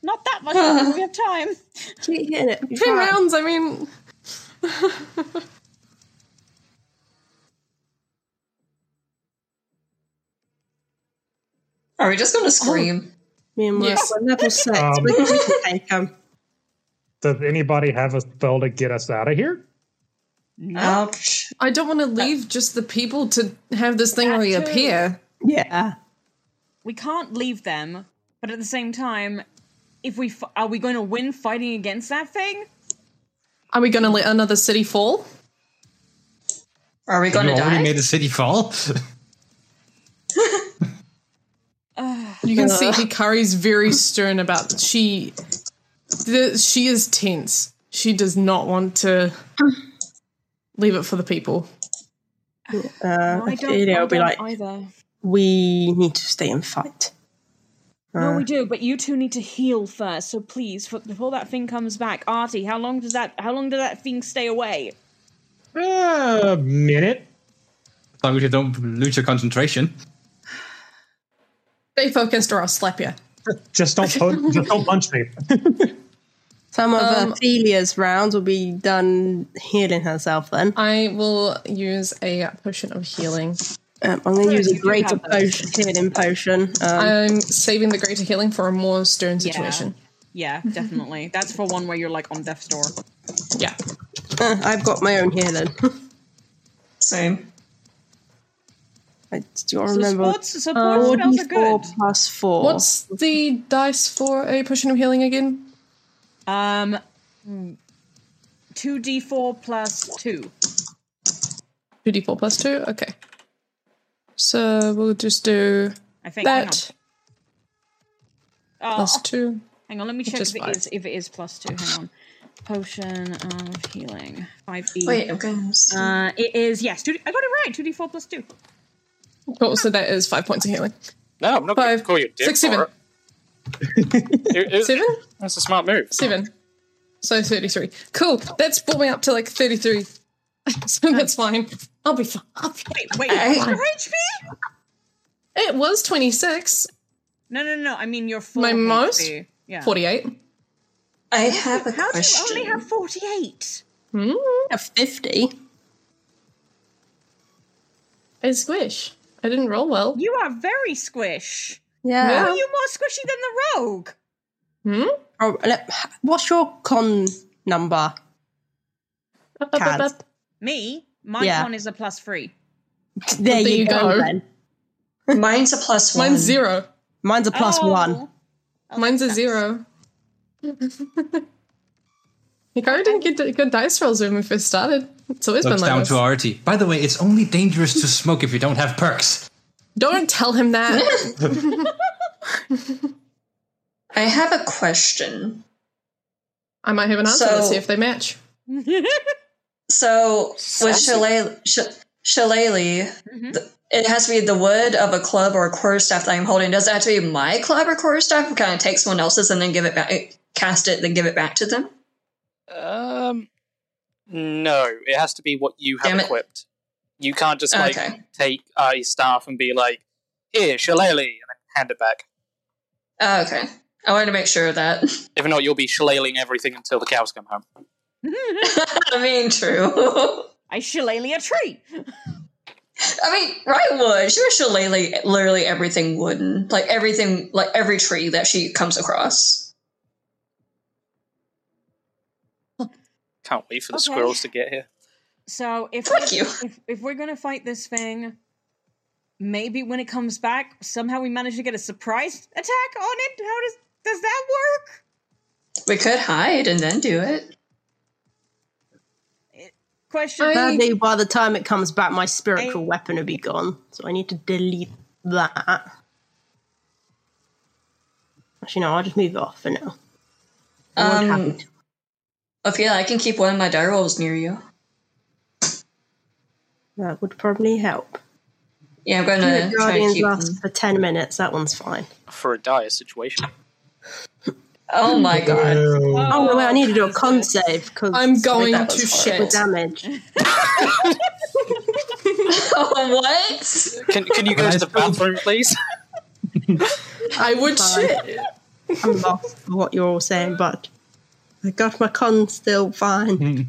Speaker 6: Not that much time, but we have time.
Speaker 1: Keep hitting it.
Speaker 3: Ten
Speaker 1: Be fine.
Speaker 3: rounds. I mean,
Speaker 10: Are we
Speaker 1: oh.
Speaker 10: just going to scream?
Speaker 1: Me and Mark
Speaker 10: Yes.
Speaker 1: were level six.
Speaker 8: Um,
Speaker 1: we, we can take 'em.
Speaker 8: Does anybody have a spell to get us out of here?
Speaker 3: I don't want to leave just the people to have this thing reappear.
Speaker 1: Yeah.
Speaker 6: We can't leave them, but at the same time, if we f- are we going to win fighting against that thing?
Speaker 3: Are we going to let another city fall?
Speaker 10: Are we
Speaker 9: you already made the city fall?
Speaker 3: You can see
Speaker 6: Ugh.
Speaker 3: Hikari's very stern about she. The, she is tense. She does not want to leave it for the people.
Speaker 1: Uh,
Speaker 6: No, I don't.
Speaker 1: Ophelia
Speaker 6: I
Speaker 1: will be
Speaker 6: don't
Speaker 1: like,
Speaker 6: either.
Speaker 1: we need to stay and fight.
Speaker 6: no,
Speaker 1: Uh,
Speaker 6: we do, but you two need to heal first. So please, for, before that thing comes back, Artie, how long does that? How long does that thing stay away?
Speaker 8: A Uh, minute.
Speaker 9: As long as you don't lose your concentration.
Speaker 3: Stay focused or I'll slap you.
Speaker 8: Just don't po- just don't punch me.
Speaker 1: Some of
Speaker 3: Um,
Speaker 1: Ophelia's rounds will be done healing herself then.
Speaker 3: I will use a potion of healing.
Speaker 1: Um, I'm going to use
Speaker 3: you
Speaker 1: a
Speaker 3: do
Speaker 1: greater
Speaker 3: have those.
Speaker 1: potion, healing potion. Um,
Speaker 3: I'm saving the greater healing for a more stern situation.
Speaker 6: Yeah, definitely. That's for one where you're like on death's door.
Speaker 3: Yeah.
Speaker 1: uh, I've got my own healing.
Speaker 10: Same.
Speaker 1: I, do you all
Speaker 6: So
Speaker 1: remember?
Speaker 6: sports- so sports spells are
Speaker 1: 44
Speaker 6: good.
Speaker 1: plus four.
Speaker 3: What's the dice for a potion of healing again?
Speaker 6: Um, two d four plus two.
Speaker 3: 2d4 plus 2? Okay. So we'll just do
Speaker 6: I think. hang
Speaker 3: that
Speaker 6: on.
Speaker 3: plus
Speaker 6: Oh,
Speaker 3: 2.
Speaker 6: Hang on, let me
Speaker 3: Which
Speaker 6: check
Speaker 3: is
Speaker 6: if it
Speaker 3: five.
Speaker 6: is if it is plus two. Hang on. Potion of healing. Five E.
Speaker 10: Wait, I'm going to see.
Speaker 6: Uh, it is yes. 2D, I got it right. Two D four plus two.
Speaker 3: Cool, so that is 5 points of healing.
Speaker 5: No, I'm not going to call you a dick
Speaker 3: six,
Speaker 5: for
Speaker 3: seven.
Speaker 5: it. It- it-
Speaker 3: Seven?
Speaker 5: That's a smart move.
Speaker 3: 7. So 33. Cool. That's brought me up to like 33. so that's fine. I'll be fine. I'll be
Speaker 6: Wait,
Speaker 3: Hey.
Speaker 6: what's your HP?
Speaker 3: It was 26.
Speaker 6: No, no, no. I mean your full.
Speaker 3: My
Speaker 6: HP.
Speaker 3: most?
Speaker 6: Yeah.
Speaker 3: 48.
Speaker 10: I have a
Speaker 6: How do you
Speaker 10: question.
Speaker 6: only have forty eight?
Speaker 1: Hmm? a 50?
Speaker 3: I squish. I didn't roll well.
Speaker 6: You are very squish.
Speaker 1: Yeah.
Speaker 6: How are you more squishy than the rogue?
Speaker 3: Hmm?
Speaker 1: Oh, let- what's your con number?
Speaker 3: Up, up, up,
Speaker 1: Kaz?
Speaker 3: up.
Speaker 6: Me, my
Speaker 1: Yeah.
Speaker 6: con is a plus three.
Speaker 1: There,
Speaker 3: There
Speaker 1: you,
Speaker 3: you
Speaker 1: go.
Speaker 3: go.
Speaker 1: Then.
Speaker 10: Mine's a plus one.
Speaker 3: Mine's 0.
Speaker 1: Mine's a plus
Speaker 6: Oh.
Speaker 1: one.
Speaker 3: Mine's a zero. Hikaru didn't get d- good dice rolls when we first started. It's always
Speaker 9: Looks
Speaker 3: been
Speaker 9: down
Speaker 3: like
Speaker 9: to
Speaker 3: this.
Speaker 9: Artie. By the way, it's only dangerous to smoke if you don't have perks.
Speaker 3: Don't tell him that.
Speaker 10: I have a question.
Speaker 3: I might have an answer.
Speaker 10: So-
Speaker 3: Let's see if they match.
Speaker 10: So with
Speaker 3: Sassy.
Speaker 10: shillelagh, sh- shillelagh
Speaker 6: Mm-hmm.
Speaker 10: th- it has to be the wood of a club or a quarterstaff that I'm holding. Does it have to be my club or quarterstaff? Can I take someone else's and then give it back, eh, cast it, then give it back to them?
Speaker 5: Um, no, it has to be what you have
Speaker 10: Damn it.
Speaker 5: equipped. You can't just like
Speaker 10: Okay.
Speaker 5: take Artie's staff and be like, "Here, shillelagh," and then hand it back.
Speaker 10: Oh, okay. I wanted to make sure of that.
Speaker 5: If not, you'll be shillelaghing everything until the cows come home.
Speaker 10: I mean, true.
Speaker 6: Mm-hmm. I shillelagh a tree.
Speaker 10: I mean, right wood. She was shillelagh literally everything wooden, like everything, like every tree that she comes across.
Speaker 5: Can't wait for the
Speaker 6: Okay.
Speaker 5: squirrels to get here.
Speaker 6: So if we- if, if we're gonna fight this thing, maybe when it comes back, somehow we manage to get a surprise attack on it. How does does that work?
Speaker 10: We could hide and then do it.
Speaker 6: Question.
Speaker 1: Sadly, by the time it comes back, my spiritual weapon will be gone, so I need to delete that. Actually, no, I'll just move it off for now. I won't
Speaker 10: Um, Ophelia, I can keep one of my die rolls near you.
Speaker 1: That would probably help.
Speaker 10: Yeah, I'm gonna
Speaker 1: Two
Speaker 10: try to
Speaker 1: Guardians
Speaker 10: keep.
Speaker 1: lasts for ten minutes. That one's fine.
Speaker 5: For a dire situation.
Speaker 10: Oh my god!
Speaker 1: Oh, no, wait, I need to do a con save because
Speaker 3: I'm going to shit.
Speaker 1: damage.
Speaker 10: what?
Speaker 5: Can, can you go to the bathroom, please?
Speaker 3: I would shit.
Speaker 1: I'm lost for what you're all saying, but I got my con still fine.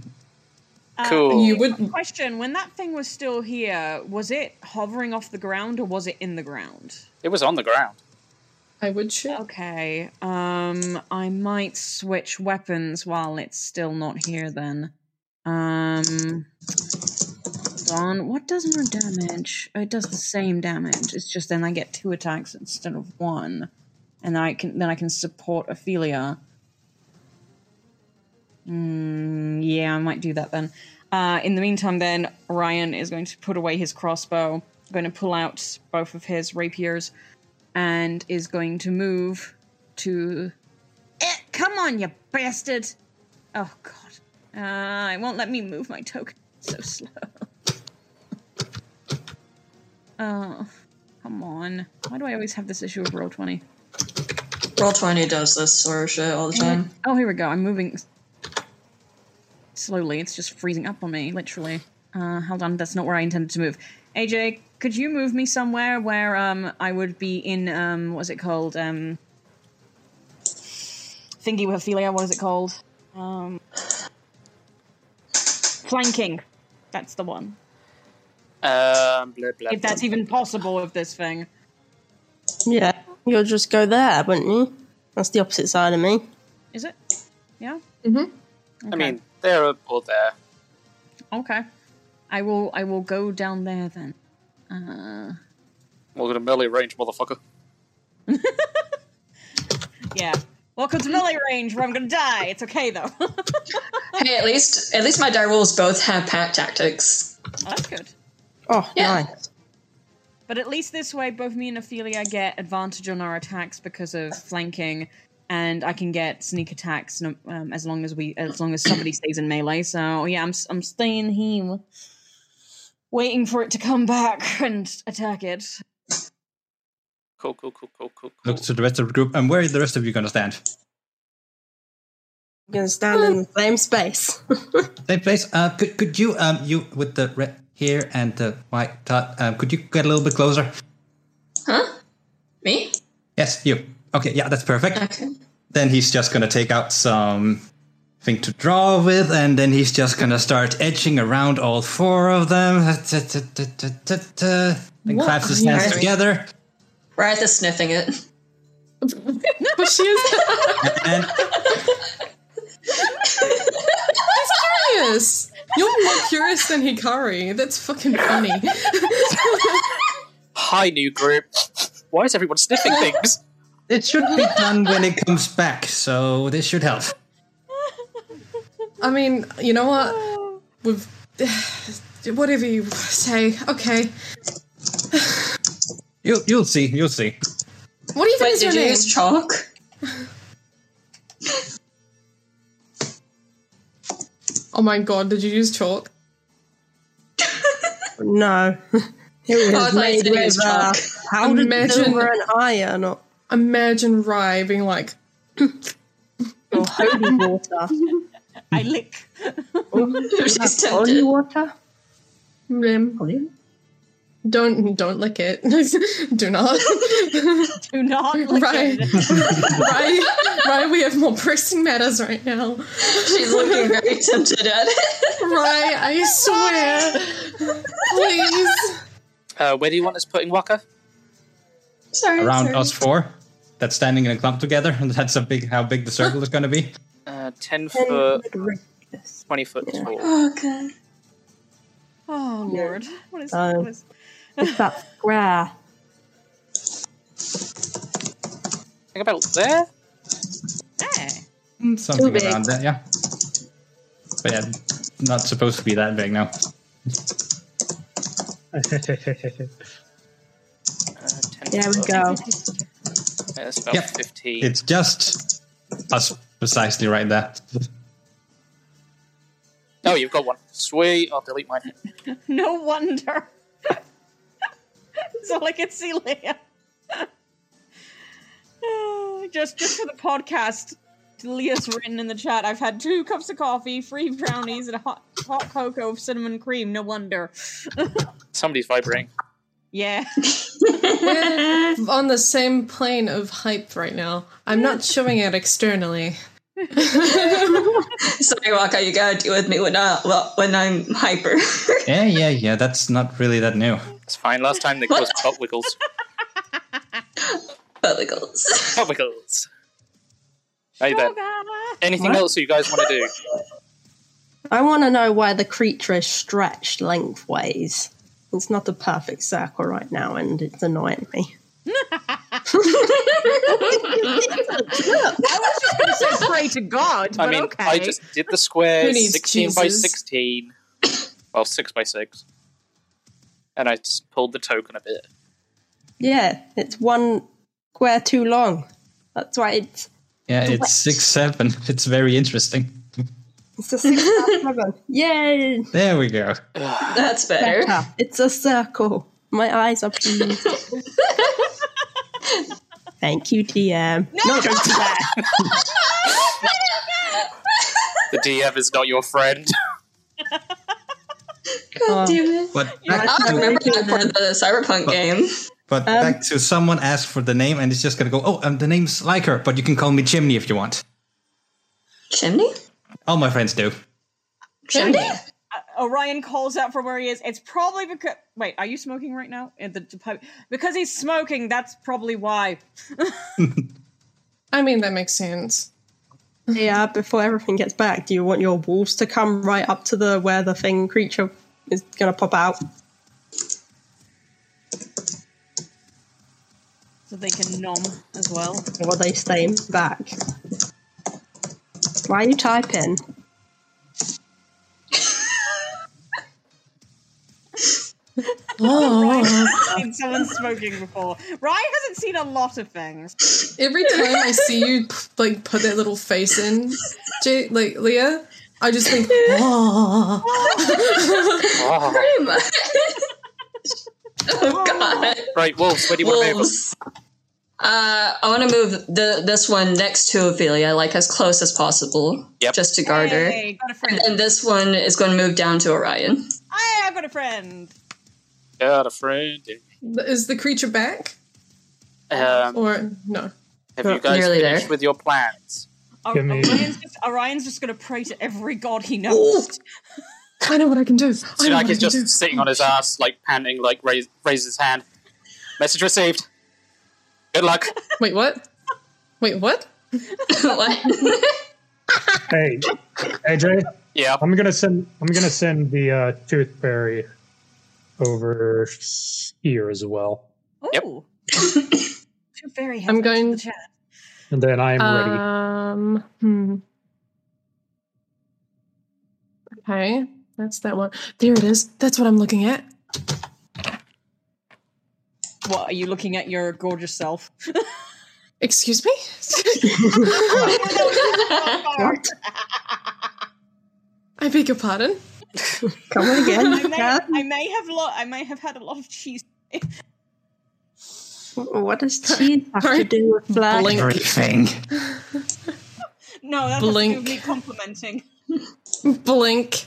Speaker 6: Uh,
Speaker 1: Cool. You would-
Speaker 6: question: When that thing was still here, was it hovering off the ground or was it in the ground?
Speaker 5: It was on the ground.
Speaker 3: I would shit.
Speaker 6: Okay. Um, I might switch weapons while it's still not here. Then, um, Don, what does more damage? It does the same damage. It's just then I get two attacks instead of one, and I can then I can support Ophelia. Mm, yeah, I might do that then. Uh, in the meantime, then Ryan is going to put away his crossbow, going to pull out both of his rapiers, and is going to move to. Eh, come on, you bastard! Oh god, uh, it won't let me move my token. It's so slow. Oh, come on! Why do I always have this issue with roll twenty?
Speaker 10: Roll twenty does this sort of shit all the time.
Speaker 6: Oh, here we go. I'm moving slowly. It's just freezing up on me, literally. Uh, hold on, that's not where I intended to move. AJ, could you move me somewhere where um I would be in um what's it called um thingy with Ophelia? What is it called? Um, flanking. That's the one.
Speaker 5: Um, blah, blah,
Speaker 6: If that's
Speaker 5: blah.
Speaker 6: even possible with this thing.
Speaker 1: Yeah, you'll just go there, wouldn't you? That's the opposite side of me.
Speaker 6: Is it? Yeah.
Speaker 3: Mm-hmm.
Speaker 5: I mean, they're all there.
Speaker 6: Okay. I will. I will go down there then. Uh.
Speaker 5: We're gonna melee range, motherfucker.
Speaker 6: Yeah. Welcome to melee range, where I'm gonna die. It's okay though.
Speaker 10: Hey, at least at least my die rolls both have pack tactics.
Speaker 6: That's good.
Speaker 1: Oh,
Speaker 10: yeah.
Speaker 6: But at least this way, both me and Ophelia get advantage on our attacks because of flanking, and I can get sneak attacks no- um, as long as we, as long as somebody stays in melee. So yeah, I'm s- I'm staying here, waiting for it to come back and attack it.
Speaker 5: Cool, cool, cool, cool, cool.
Speaker 9: Look to the rest of the group. And where are the rest of you going to stand?
Speaker 1: I'm gonna stand in the same space.
Speaker 9: Same place. Uh, could could you um you with the red hair and the white top? Um, could you get a little bit closer?
Speaker 10: Me?
Speaker 9: Yes, you. Okay, yeah, that's perfect. Then he's just gonna take out some thing to draw with, and then he's just gonna start etching around all four of them. And
Speaker 10: What
Speaker 9: claps his
Speaker 10: are you
Speaker 9: hands
Speaker 10: doing?
Speaker 9: together.
Speaker 10: Right, the sniffing it.
Speaker 3: but she is.
Speaker 9: And
Speaker 3: He's curious. You're more curious than Hikari. That's fucking funny.
Speaker 5: Hi, new group. Why is everyone sniffing things?
Speaker 9: it should be done when it comes back, so this should help.
Speaker 3: I mean, you know what? We've whatever you say. Okay.
Speaker 9: You'll you'll see, you'll see.
Speaker 3: What do you think is your
Speaker 10: did you
Speaker 3: name?
Speaker 10: use chalk?
Speaker 3: oh my god! Did you use chalk?
Speaker 1: No. It
Speaker 3: Oh, I
Speaker 1: was
Speaker 3: thought you
Speaker 1: made
Speaker 3: said it was
Speaker 1: with uh,
Speaker 3: chalk.
Speaker 1: powdered
Speaker 3: Imagine-
Speaker 1: silver and iron or,
Speaker 3: Imagine Rye being like,
Speaker 1: or holy water.
Speaker 6: I lick.
Speaker 1: She's holy water?
Speaker 3: Rim. Don't don't lick it. Do not.
Speaker 6: Do not lick
Speaker 3: right.
Speaker 6: it.
Speaker 3: right. Right. We have more pressing matters right now.
Speaker 10: She's looking very tempted at it.
Speaker 3: try, I swear. Please.
Speaker 5: Uh, where do you want us putting Waka?
Speaker 3: Sorry.
Speaker 9: Around us four that's standing in a clump together, and that's a big how big the circle is going to be.
Speaker 5: Uh, 10 foot, 20 foot tall.
Speaker 10: okay.
Speaker 6: Oh lord, what is,
Speaker 1: Um,
Speaker 6: what is
Speaker 1: It's that square.
Speaker 5: Think about there.
Speaker 9: Mm, Something
Speaker 5: big.
Speaker 9: around that, yeah. But yeah, not supposed to be that big now.
Speaker 1: There we go.
Speaker 5: Yeah, that's about
Speaker 9: Yep.
Speaker 5: 15.
Speaker 9: It's just us precisely right there.
Speaker 5: Oh, you've got one. Sweet. I'll delete mine.
Speaker 6: No wonder. so I can see Leia. Oh, just just for the podcast, Leah's written in the chat. I've had two cups of coffee, free brownies, and a hot hot cocoa with cinnamon cream. No wonder.
Speaker 5: Somebody's vibrating.
Speaker 6: Yeah.
Speaker 3: We're on the same plane of hype right now. I'm not showing it externally.
Speaker 10: Sorry, Waka, you gotta deal with me when I well, when I'm hyper.
Speaker 9: yeah, yeah, yeah. That's not really that new.
Speaker 5: It's fine. Last time they caused butt wiggles.
Speaker 10: butt wiggles.
Speaker 5: Butt wiggles. Hey then. Anything
Speaker 1: What?
Speaker 5: else you guys want to do?
Speaker 1: I want to know why the creature is stretched lengthways. It's not a perfect circle right now, and it's annoying me.
Speaker 6: I was just going to say pray to God,
Speaker 5: I mean, I just did the square
Speaker 6: Who needs
Speaker 5: 16 by
Speaker 6: Jesus?
Speaker 5: 16. Well, 6 by 6. And I just pulled the token a bit.
Speaker 1: Yeah, it's one square too long. That's why it's
Speaker 9: Yeah, it's six seven. It's very interesting.
Speaker 1: it's a six half seven. Yay!
Speaker 9: There we go.
Speaker 10: That's better.
Speaker 1: It's a circle. My eyes are pleased. Thank you, DM. No, don't do that.
Speaker 5: The DF is not your friend.
Speaker 10: God damn it.
Speaker 9: But back
Speaker 10: I
Speaker 9: to,
Speaker 10: Ah, remember Um, that part of the cyberpunk game.
Speaker 9: but back to someone asked for the name, and it's just gonna go. Oh, um, the name's Liker, but you can call me Chimney if you want.
Speaker 10: Chimney?
Speaker 9: All my friends do.
Speaker 6: Uh, Orion calls out from where he is. It's probably because wait, are you smoking right now? At the- the pub- because he's smoking. That's probably why.
Speaker 3: I mean, that makes sense.
Speaker 1: Yeah, uh, before everything gets back, do you want your wolves to come right up to the where the thing creature is gonna pop out?
Speaker 6: So they can nom as well.
Speaker 1: Or are they staying back? Why are you typing?
Speaker 6: Ryan hasn't seen someone smoking before. Ryan hasn't seen a lot of things.
Speaker 3: Every time I see you p- like put that little face in, Jay, like Leah, I just think, oh.
Speaker 10: Pretty much. oh god.
Speaker 5: Right, wolves, where do you want to move?
Speaker 10: Wolves. Uh, I want to move the this one next to Ophelia, like as close as possible, just to guard
Speaker 6: Hey, got a
Speaker 10: her.
Speaker 6: friend.
Speaker 10: And then this one is going to move down to Orion.
Speaker 6: Hey, I've got a friend.
Speaker 5: Got a friend.
Speaker 3: Is the creature back?
Speaker 5: Um,
Speaker 3: Or no?
Speaker 5: have you guys
Speaker 3: Nearly
Speaker 5: finished
Speaker 3: there.
Speaker 5: with your plans?
Speaker 6: Or-
Speaker 5: Give me-
Speaker 6: Orion's just, Orion's just gonna pray to every god he knows.
Speaker 3: I know what I can do. I know what
Speaker 5: Tsunaki
Speaker 3: I
Speaker 5: is
Speaker 3: can
Speaker 5: just
Speaker 3: do.
Speaker 5: sitting on his ass, like panting, like raise, raise his hand. Message received. Good luck.
Speaker 3: Wait, what? Wait, what?
Speaker 10: what?
Speaker 8: hey, AJ.
Speaker 5: Yeah.
Speaker 8: I'm gonna send. I'm gonna send the uh, tooth fairy over here as well,
Speaker 6: Ooh. Two very
Speaker 3: I'm going.
Speaker 8: and then I'm ready.
Speaker 3: Um. Hmm. Okay, that's that one. There it is. That's what I'm looking at.
Speaker 6: What are you looking at your gorgeous self?
Speaker 3: Excuse me.
Speaker 6: What?
Speaker 3: I beg your pardon.
Speaker 1: Come on
Speaker 6: I may, I may have lo- I may have had a lot of cheese.
Speaker 1: What does cheese have to do with black?
Speaker 9: Everything.
Speaker 6: No, that was
Speaker 3: Blink.
Speaker 6: me complimenting.
Speaker 3: Blink.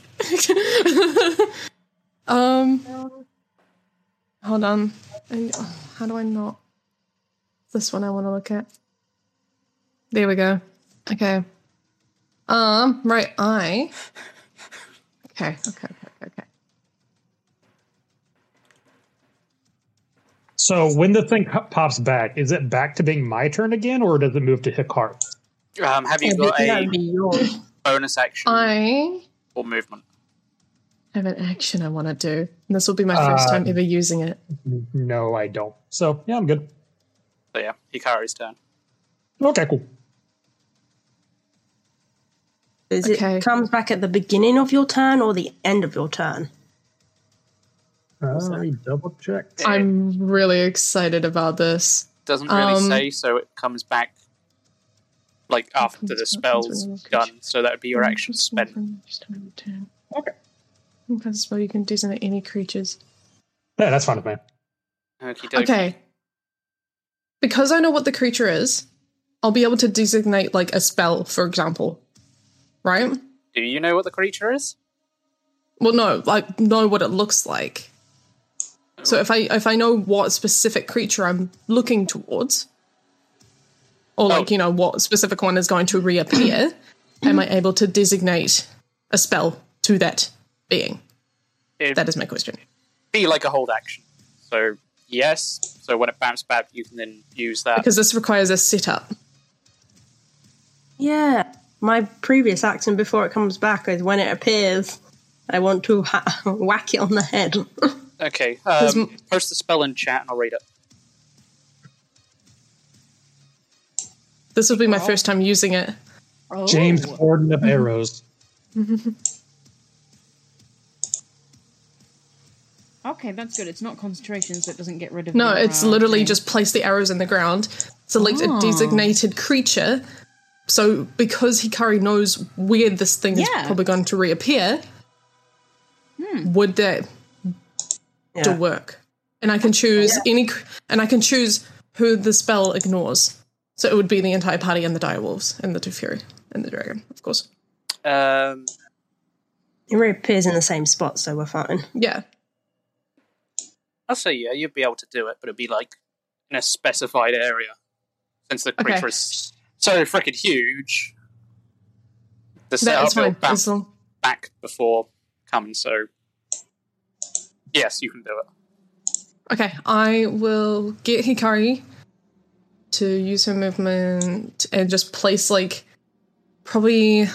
Speaker 3: um. Hold on. I, oh, how do I not? This one I want to look at. There we go. Okay. Um. Right. I. Okay, okay, okay, okay.
Speaker 8: So when the thing co- pops back, is it back to being my turn again, or does it move to Hikart?
Speaker 5: Um, have you
Speaker 3: Yeah,
Speaker 5: got
Speaker 3: but that
Speaker 5: a
Speaker 3: would be yours.
Speaker 5: bonus action
Speaker 3: I
Speaker 5: or movement?
Speaker 3: have an action I want to do. And this will be my
Speaker 5: Uh,
Speaker 3: first time
Speaker 8: Um,
Speaker 3: ever using it.
Speaker 8: No, I don't. So yeah, I'm good.
Speaker 5: So yeah, Hikari's turn.
Speaker 8: Okay, cool.
Speaker 1: Is it comes back at the beginning of your turn or the end of your turn?
Speaker 8: let me double check.
Speaker 3: I'm really excited about this.
Speaker 5: Doesn't really
Speaker 3: Um,
Speaker 5: say, so it comes back like after the spell's done. So that would be your action spent.
Speaker 3: Okay. Because well, you can do some at any creatures.
Speaker 8: Yeah, that's fine with me.
Speaker 5: Okie dokie.
Speaker 3: Okay. Because I know what the creature is, I'll be able to designate like a spell, for example. Right?
Speaker 5: Do you know what the creature is?
Speaker 3: Well, no, like know what it looks like. So if I if I know what specific creature I'm looking towards, or like you know what specific one is going to reappear, am I able to designate a spell to that being?
Speaker 5: It-
Speaker 3: That is my question.
Speaker 5: be like a hold action. So yes. So when it bounces back, you can then use that.
Speaker 3: Because this requires a setup.
Speaker 1: Yeah. My previous action before it comes back is when it appears, I want to ha- whack it on the head.
Speaker 5: Okay.
Speaker 1: There's
Speaker 5: Um, post the spell in chat, and I'll read it.
Speaker 3: This will be my first time using it.
Speaker 8: James Gordon of arrows.
Speaker 3: Mm-hmm.
Speaker 6: Okay, that's good. It's not concentration, so it doesn't get rid of.
Speaker 3: No,
Speaker 6: your,
Speaker 3: it's
Speaker 6: uh,
Speaker 3: literally
Speaker 6: thing.
Speaker 3: just place the arrows in the ground, select
Speaker 6: Oh.
Speaker 3: a designated creature. So because Hikari knows where this thing is
Speaker 6: Yeah. Hmm.
Speaker 3: probably going to reappear, would that do work? And I can choose any, cr- and I can choose who the spell ignores. So it would be the entire party and the direwolves and the two fury and the dragon, of course.
Speaker 5: Um,
Speaker 1: it reappears in the same spot, so we're fine.
Speaker 3: Yeah.
Speaker 5: I'll say yeah, you'd be able to do it, but it'd be like in a specified area, since the creature is so freaking huge. The
Speaker 3: That
Speaker 5: setup
Speaker 3: is fine,
Speaker 5: will bounce
Speaker 3: as long-
Speaker 5: back before coming, so yes, you can do it.
Speaker 3: Okay, I will get Hikari to use her movement and just place like probably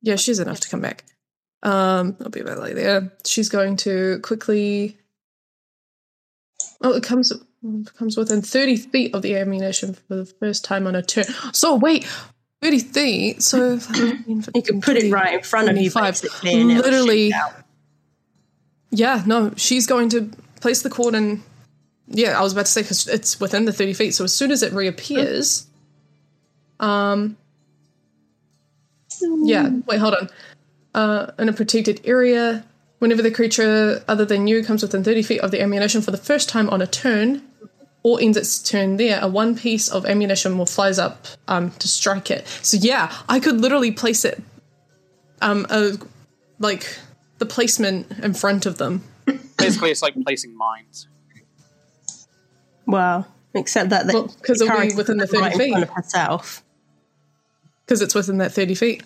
Speaker 3: Yeah, she's enough to come back. Um I'll be about like there. She's going to quickly Oh, it comes it comes within 30 feet of the ammunition for the first time on a turn. So wait, 30 feet. So you
Speaker 1: can put it right in front of you,
Speaker 3: 25.
Speaker 1: basically, and it'll shoot
Speaker 3: literally
Speaker 1: out.
Speaker 3: yeah, no, she's going to place the cordon. Yeah, I was about to say because it's within the thirty feet. So as soon as it reappears, um, yeah. Wait, hold on. Uh, in a protected area, whenever the creature other than you comes within thirty feet of the ammunition for the first time on a turn, or ends its turn there, a one piece of ammunition will flies up um, to strike it. So yeah, I could literally place it, um, uh like the placement in front of them.
Speaker 5: Basically, it's like placing mines.
Speaker 1: Wow. Except that
Speaker 3: Well, 'cause it'll be within the 30
Speaker 1: right in
Speaker 3: feet.
Speaker 1: front of herself.
Speaker 3: because it's within that 30 feet.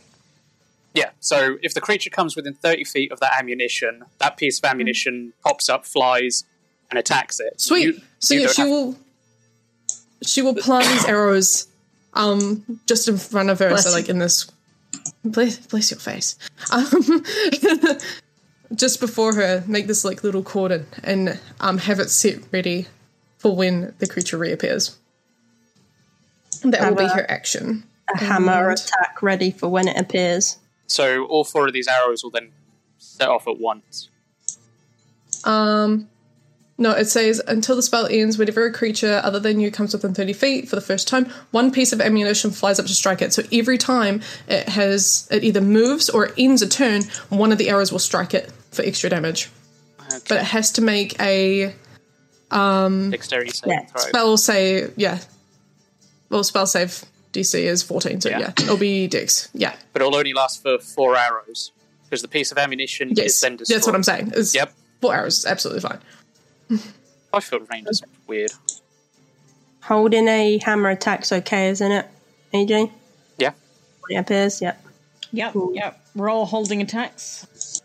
Speaker 5: Yeah, so if the creature comes within 30 feet of that ammunition, that piece
Speaker 3: Hmm.
Speaker 5: of ammunition pops up, flies, and attacks it.
Speaker 3: Sweet.
Speaker 5: You-
Speaker 3: so
Speaker 5: you
Speaker 3: yeah,
Speaker 5: don't
Speaker 3: she
Speaker 5: have-
Speaker 3: will she will plant these arrows um just in front of her,
Speaker 7: Bless
Speaker 3: so
Speaker 7: you.
Speaker 3: like in this bless, bless your face. Um just before her, make this like little cordon and um have it set ready for when the creature reappears. That will be
Speaker 1: Have a-
Speaker 3: her action.
Speaker 1: A hammer attack ready for when it appears.
Speaker 5: So all four of these arrows will then set off at once.
Speaker 3: Um, no, it says until the spell ends, whenever a creature other than you comes within 30 feet for the first time, one piece of ammunition flies up to strike it. So every time it has, it either moves or it ends a turn, one of the arrows will strike it for extra damage. But it has to make a um,
Speaker 5: Dexterity saving throw.
Speaker 3: spell save. Yeah. Well, spell save DC is 14, so yeah. It'll be Dex. Yeah.
Speaker 5: But it'll only last for four arrows, because the piece of ammunition
Speaker 3: Yes.
Speaker 5: is then
Speaker 3: That's
Speaker 5: destroyed.
Speaker 3: what I'm saying. It's
Speaker 5: Yep.
Speaker 3: Four arrows is absolutely fine.
Speaker 5: I feel range is weird.
Speaker 1: Holding a hammer attack's okay, isn't it, AJ?
Speaker 5: Yeah.
Speaker 1: When it appears, yep.
Speaker 6: Yep, yep. Roll holding attacks.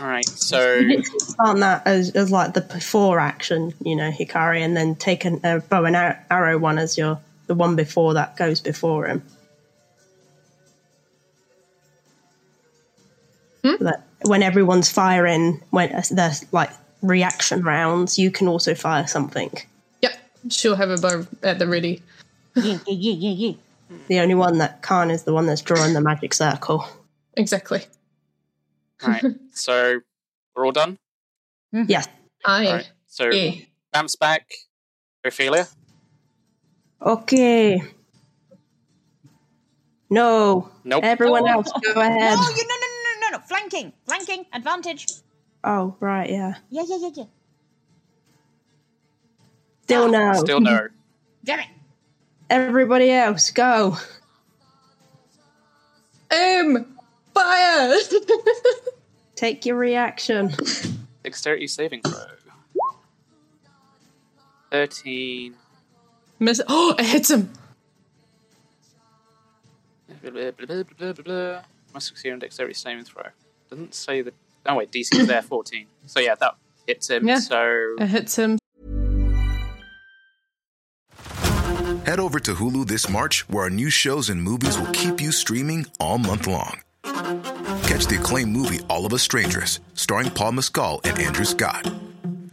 Speaker 5: All right, so
Speaker 1: On that as, as like the before action, you know, Hikari, and then take an, a bow and ar- arrow one as your the one before that goes before him.
Speaker 6: Hmm?
Speaker 1: That when everyone's firing, when uh, their like reaction rounds, you can also fire something.
Speaker 3: Yep, she'll have a bow at the ready.
Speaker 6: yeah, yeah, yeah, yeah,
Speaker 1: The only one that can't is the one that's drawing the magic circle.
Speaker 3: Exactly.
Speaker 5: all right, so we're all done.
Speaker 1: Yes.
Speaker 3: Aye.
Speaker 5: All right, so
Speaker 1: Yeah.
Speaker 5: Bam's back. Ophelia.
Speaker 1: Okay. No.
Speaker 5: Nope.
Speaker 1: Everyone
Speaker 5: Oh.
Speaker 1: else, go ahead.
Speaker 7: No, you, no, no, no, no, no, no. Flanking. Flanking. Advantage.
Speaker 1: Oh, right, yeah.
Speaker 7: Yeah, yeah, yeah, yeah.
Speaker 1: Still no.
Speaker 5: Still no.
Speaker 7: Damn it.
Speaker 1: Everybody else, go.
Speaker 3: Um, fire.
Speaker 1: Take your reaction.
Speaker 5: Dexterity saving throw. Thirteen.
Speaker 3: Miss. Oh, it hits him.
Speaker 5: Blah, blah, blah, blah, blah, blah, blah. Must succeed on dexterity saving throw. Doesn't say the. Oh wait, DC is there fourteen. So yeah, that hits him.
Speaker 3: Yeah.
Speaker 5: So
Speaker 3: It hits him.
Speaker 11: Head over to Hulu this March, where our new shows and movies will keep you streaming all month long. Catch the acclaimed movie All of Us Strangers, starring Paul Mescal and Andrew Scott.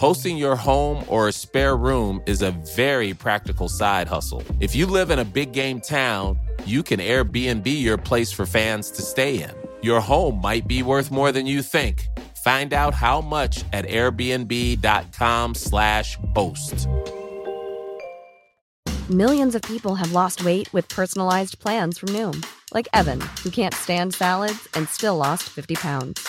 Speaker 12: Hosting your home or a spare room is a very practical side hustle. If you live in a big game town, you can Airbnb your place for fans to stay in. Your home might be worth more than you think. Find out how much at airbnb.com slash host.
Speaker 13: Millions of people have lost weight with personalized plans from Noom, like Evan, who can't stand salads and still lost 50 pounds.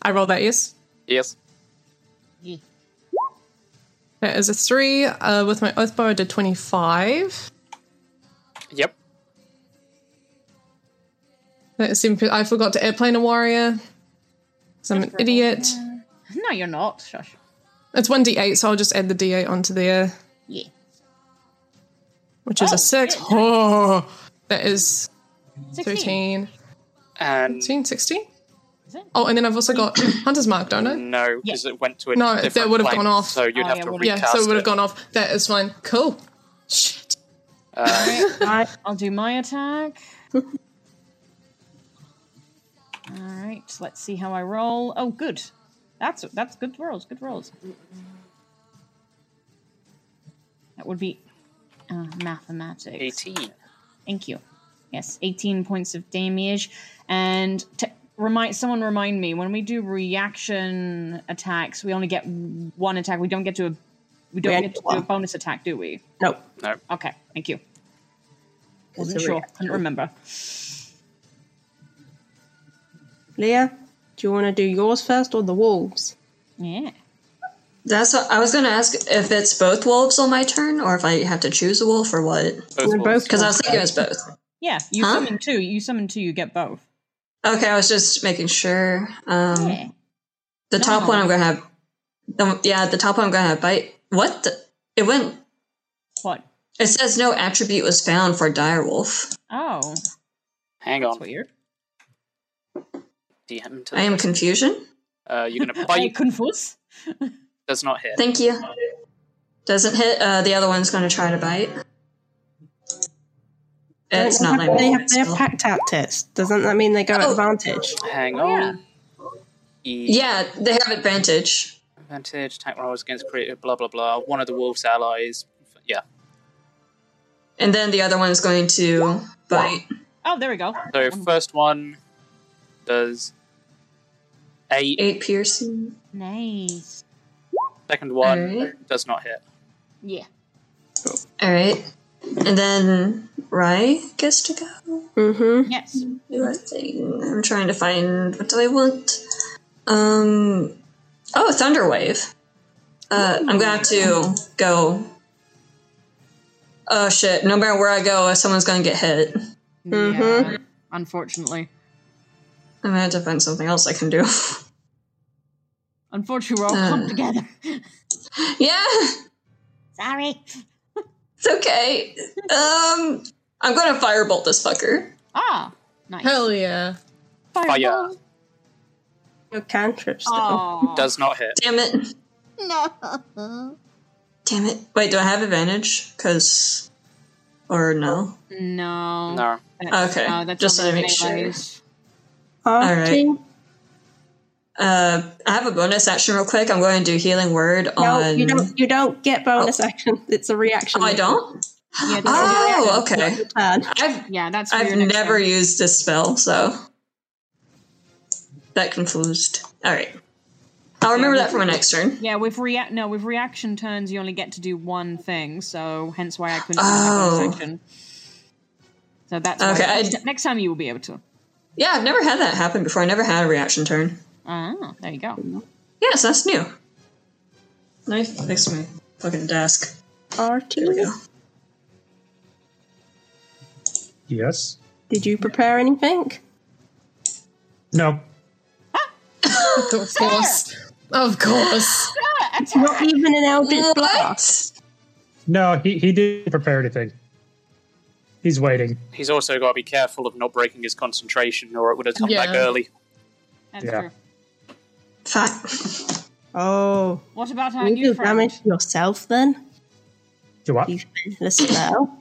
Speaker 3: I roll that. Yes,
Speaker 5: Yes.
Speaker 3: that is a three. Uh, with my oath bow, I did twenty five.
Speaker 5: Yep.
Speaker 3: That is simple. I forgot to airplane a warrior. So I'm an idiot.
Speaker 6: No, you're not. Shush.
Speaker 3: It's one d eight, so I'll just add the d eight onto there,
Speaker 6: Yeah.
Speaker 3: which is a six. Oh, that is thirteen.
Speaker 5: And
Speaker 3: 15, 16? Oh, and then I've also got Hunter's Mark, don't I?
Speaker 5: no, because it went to a
Speaker 3: No,
Speaker 5: different
Speaker 3: that would have
Speaker 5: plane,
Speaker 3: gone off.
Speaker 5: So you'd have to recast
Speaker 3: Oh, Yeah, so it would
Speaker 5: it.
Speaker 3: have gone off. That is fine. Cool.
Speaker 5: Uh,
Speaker 6: I, I'll do my attack. All right, let's see how I roll. Oh, good. That's that's good rolls. Good rolls. That would be uh, mathematics.
Speaker 5: Eighteen.
Speaker 6: Thank you. Yes, eighteen points of damage. And to remind someone, remind me when we do reaction attacks, we only get one attack. We don't get to a we don't
Speaker 1: only
Speaker 6: get
Speaker 1: get
Speaker 6: to do a
Speaker 1: one.
Speaker 6: bonus attack, do we?
Speaker 1: No.
Speaker 5: No.
Speaker 6: Okay, thank you. Wasn't
Speaker 1: It's a
Speaker 6: sure.
Speaker 1: reaction.
Speaker 6: Couldn't remember.
Speaker 1: Leah, do you want to do yours first or the wolves?
Speaker 6: Yeah.
Speaker 10: That's what I was going to ask if it's both wolves on my turn or if I have to choose a wolf or what.
Speaker 1: Both They're wolves. both
Speaker 10: Because I was
Speaker 1: wolves.
Speaker 10: thinking it was both.
Speaker 6: Yeah, you
Speaker 10: Huh?
Speaker 6: summon two. You summon two. You get both.
Speaker 10: Okay, I was just making sure. Um, The top one I'm gonna have. Um, yeah, the top one I'm gonna have bite. What? The, it went.
Speaker 6: What?
Speaker 10: It says no attribute was found for direwolf.
Speaker 6: Oh,
Speaker 3: Oh.
Speaker 5: Hang on.
Speaker 6: weird.
Speaker 5: DM to
Speaker 10: I am confusion.
Speaker 5: Uh, you're gonna
Speaker 6: I
Speaker 5: bite.
Speaker 6: confuse.
Speaker 5: Does not hit.
Speaker 10: Thank you. Doesn't hit. Uh, the other one's gonna try to bite. Uh, It's
Speaker 1: They
Speaker 10: not
Speaker 1: have-
Speaker 10: like
Speaker 1: they have, they have packed out tests. Doesn't that mean they got advantage?
Speaker 5: Hang
Speaker 3: Oh,
Speaker 5: on. E.
Speaker 10: Yeah, they have advantage.
Speaker 5: Advantage, attack rolls against creative, blah blah blah. One of the wolf's allies. Yeah.
Speaker 10: And then the other one's going to bite.
Speaker 6: Oh, there we go.
Speaker 5: So first one does eight.
Speaker 10: Eight piercing.
Speaker 6: Nice.
Speaker 5: Second one
Speaker 10: Alright.
Speaker 5: does not hit.
Speaker 6: Yeah.
Speaker 10: All right. And then Rye gets to go.
Speaker 1: Mm-hmm.
Speaker 6: Yes.
Speaker 10: Do a thing. I'm trying to find what do I want. Um. Oh, Thunderwave. Uh, I'm gonna have to go. Oh shit! No matter where I go, someone's gonna get hit.
Speaker 6: Yeah. Unfortunately,
Speaker 10: I'm gonna have to find something else I can do.
Speaker 6: unfortunately, we're all
Speaker 10: Uh.
Speaker 6: clumped together.
Speaker 10: yeah.
Speaker 6: Sorry.
Speaker 10: It's okay. Um, I'm gonna firebolt this fucker.
Speaker 6: Ah, nice.
Speaker 3: Hell yeah.
Speaker 5: Fire
Speaker 1: No cantrips. though.
Speaker 5: does not hit.
Speaker 10: Oh. Damn it.
Speaker 6: No.
Speaker 10: Damn it. Wait, do I have advantage? Cause, or no?
Speaker 6: No.
Speaker 10: No.
Speaker 6: That's-
Speaker 10: Okay,
Speaker 6: No, that's
Speaker 10: just
Speaker 6: only
Speaker 10: wanna make sure.
Speaker 6: melees.
Speaker 10: All right.
Speaker 1: Okay.
Speaker 10: Uh, I have a bonus action real quick. I'm going to do healing word
Speaker 1: No,
Speaker 10: on.
Speaker 1: you don't. You don't get bonus action. It's a reaction.
Speaker 10: Oh, I don't.
Speaker 6: Yeah, that's
Speaker 10: Oh,
Speaker 1: your
Speaker 10: okay. I've
Speaker 6: yeah, that's for
Speaker 10: I've
Speaker 6: your next
Speaker 10: never
Speaker 6: turn.
Speaker 10: used this spell, so that confused. All right. I'll remember that for my next turn.
Speaker 6: Yeah, with react no, with reaction turns you only get to do one thing, so hence why I couldn't
Speaker 10: Oh.
Speaker 6: do my bonus action. So that's why-
Speaker 10: Okay, I-
Speaker 6: next, next time you will be able to.
Speaker 10: Yeah, I've never had that happen before. I never had a reaction turn.
Speaker 6: Ah, there you go.
Speaker 10: Yes, that's new. Let me fix my fucking desk.
Speaker 1: Artie,
Speaker 8: Yes.
Speaker 1: did you prepare anything?
Speaker 8: No.
Speaker 3: Of course. Of course.
Speaker 1: It's not even an Eldritch Blast.
Speaker 8: No, he, he didn't prepare anything. He's waiting.
Speaker 5: He's also got to be careful of not breaking his concentration, or it would have come back
Speaker 8: Yeah.
Speaker 5: early.
Speaker 6: That's
Speaker 8: Yeah.
Speaker 6: true.
Speaker 1: Oh.
Speaker 6: What about our
Speaker 1: You
Speaker 6: new
Speaker 1: do
Speaker 6: friend?
Speaker 1: damage to yourself then.
Speaker 8: Do what?
Speaker 1: You spend the spell.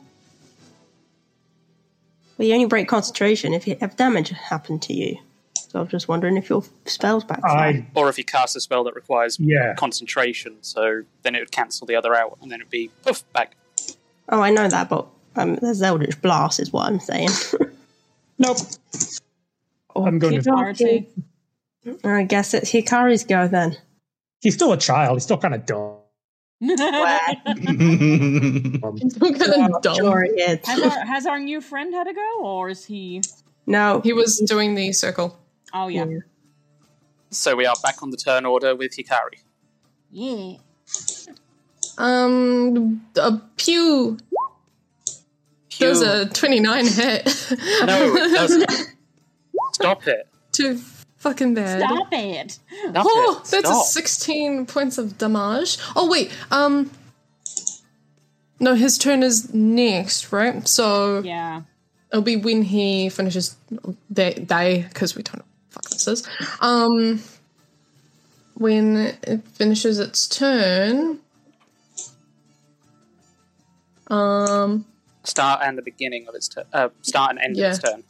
Speaker 1: Well, you only break concentration if, you, if damage happened to you. So I was just wondering if your spell's back.
Speaker 5: Or if he casts a spell that requires
Speaker 8: Yeah.
Speaker 5: concentration, so then it would cancel the other out, and then it'd be poof back.
Speaker 1: Oh, I know that, but um, there's Eldritch Blast, is what I'm saying. Oh,
Speaker 8: nope. I'm going to.
Speaker 6: Artie.
Speaker 1: I guess it's Hikari's go then.
Speaker 8: He's still a child. He's still kind of dumb.
Speaker 1: dumb. Sure he is.
Speaker 6: has, our, has our new friend had a go, or is he?
Speaker 1: No.
Speaker 3: He was doing the circle.
Speaker 6: Oh yeah,
Speaker 5: So we are back on the turn order with Hikari.
Speaker 6: yeah.
Speaker 3: Um, a pew. Does a 29 hit.
Speaker 5: No, it doesn't. Stop it.
Speaker 3: Too fucking bad.
Speaker 6: Stop it.
Speaker 3: oh,
Speaker 5: it.
Speaker 3: that's
Speaker 5: Stop.
Speaker 3: a 16 points of damage. Oh, wait. Um. No, his turn is next, right? So.
Speaker 6: Yeah.
Speaker 3: It'll be when he finishes. They, they, because we don't know what the fuck this is. Um. When it finishes its turn. Um.
Speaker 5: Start and the beginning of its turn. Uh, start and end of its
Speaker 3: Yeah.
Speaker 5: turn.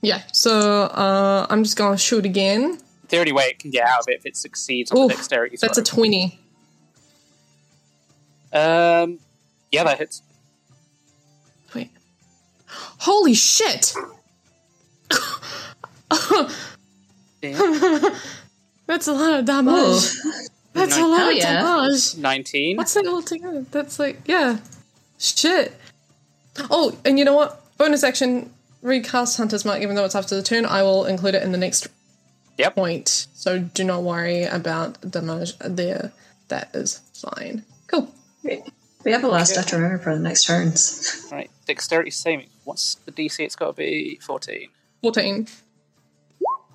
Speaker 3: Yeah, so uh, I'm just gonna shoot again.
Speaker 5: The only way it can get out of it if it succeeds on
Speaker 3: Oof,
Speaker 5: the dexterity
Speaker 3: That's a 20.
Speaker 5: a um, yeah, that hits.
Speaker 3: Holy shit! That's a lot of damage. That's a
Speaker 5: Nine-
Speaker 3: lot
Speaker 5: Hell
Speaker 3: of
Speaker 5: yeah.
Speaker 3: damage.
Speaker 5: Nineteen.
Speaker 3: What's that all together? That's like, yeah. Shit. Oh, and you know what? Bonus action recast Hunter's Mark, even though it's after the turn, I will include it in the next point. So do not worry about damage there. That is fine. Cool.
Speaker 10: We have a last have to remember for the next turns.
Speaker 5: Right. Dexterity saving. What's the DC? It's got to be 14.
Speaker 3: 14.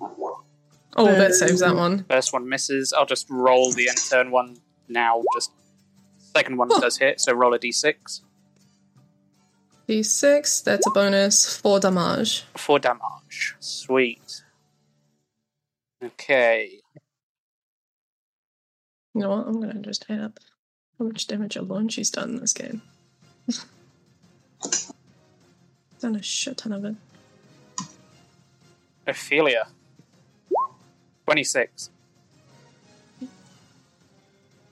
Speaker 3: Oh, that saves that one.
Speaker 5: First one misses. I'll just roll the end turn one now. Just second one does hit, so roll a d6.
Speaker 3: D6, that's a bonus. 4 damage.
Speaker 5: Four damage. Sweet. Okay.
Speaker 3: You know what? I'm going to just add up how much damage alone she's done in this game. done a shit ton of it.
Speaker 5: Ophelia. 26.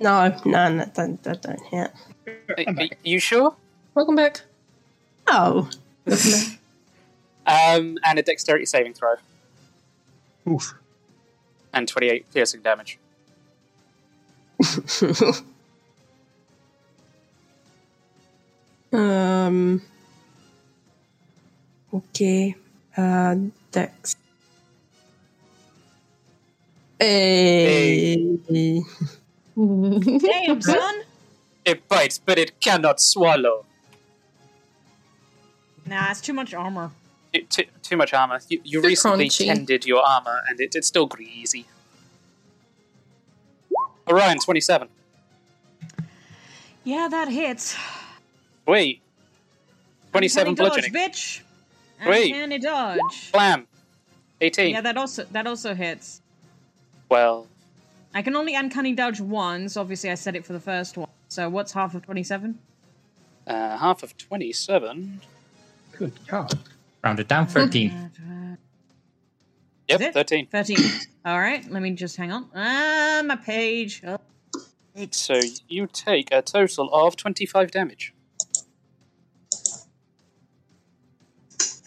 Speaker 1: No, no, no that, that don't hit.
Speaker 5: Are- are you sure?
Speaker 3: Welcome back.
Speaker 1: Oh.
Speaker 5: Um, and a dexterity saving throw.
Speaker 8: Oof.
Speaker 5: And 28 piercing damage.
Speaker 1: Um. Okay. Uh, Dex. Eh.
Speaker 3: Eh.
Speaker 1: Hey.
Speaker 6: Damn, son.
Speaker 5: It bites, but it cannot swallow.
Speaker 6: Nah, it's too much armor.
Speaker 5: Too, too, too much armor. You, you
Speaker 6: Too
Speaker 5: recently
Speaker 6: crunchy.
Speaker 5: tended your armor, and it, it's still greasy. Orion, 27.
Speaker 6: Yeah, that hits.
Speaker 5: Wait. 27
Speaker 3: Oh
Speaker 6: Uncanny
Speaker 5: bludgeoning.
Speaker 6: Dodge, bitch.
Speaker 5: Wait.
Speaker 6: Uncanny dodge.
Speaker 5: Blam. 18.
Speaker 6: Yeah, that also that also hits.
Speaker 5: Well,
Speaker 6: I can only uncanny dodge once. Obviously, I said it for the first one. So what's half of twenty-seven?
Speaker 5: uh, half of 27.
Speaker 8: Good job.
Speaker 9: Rounded down 13.
Speaker 5: Yep, 13.
Speaker 6: 13. All right, let me just hang on. Ah, my page. Oh,
Speaker 5: So you take a total of 25 damage.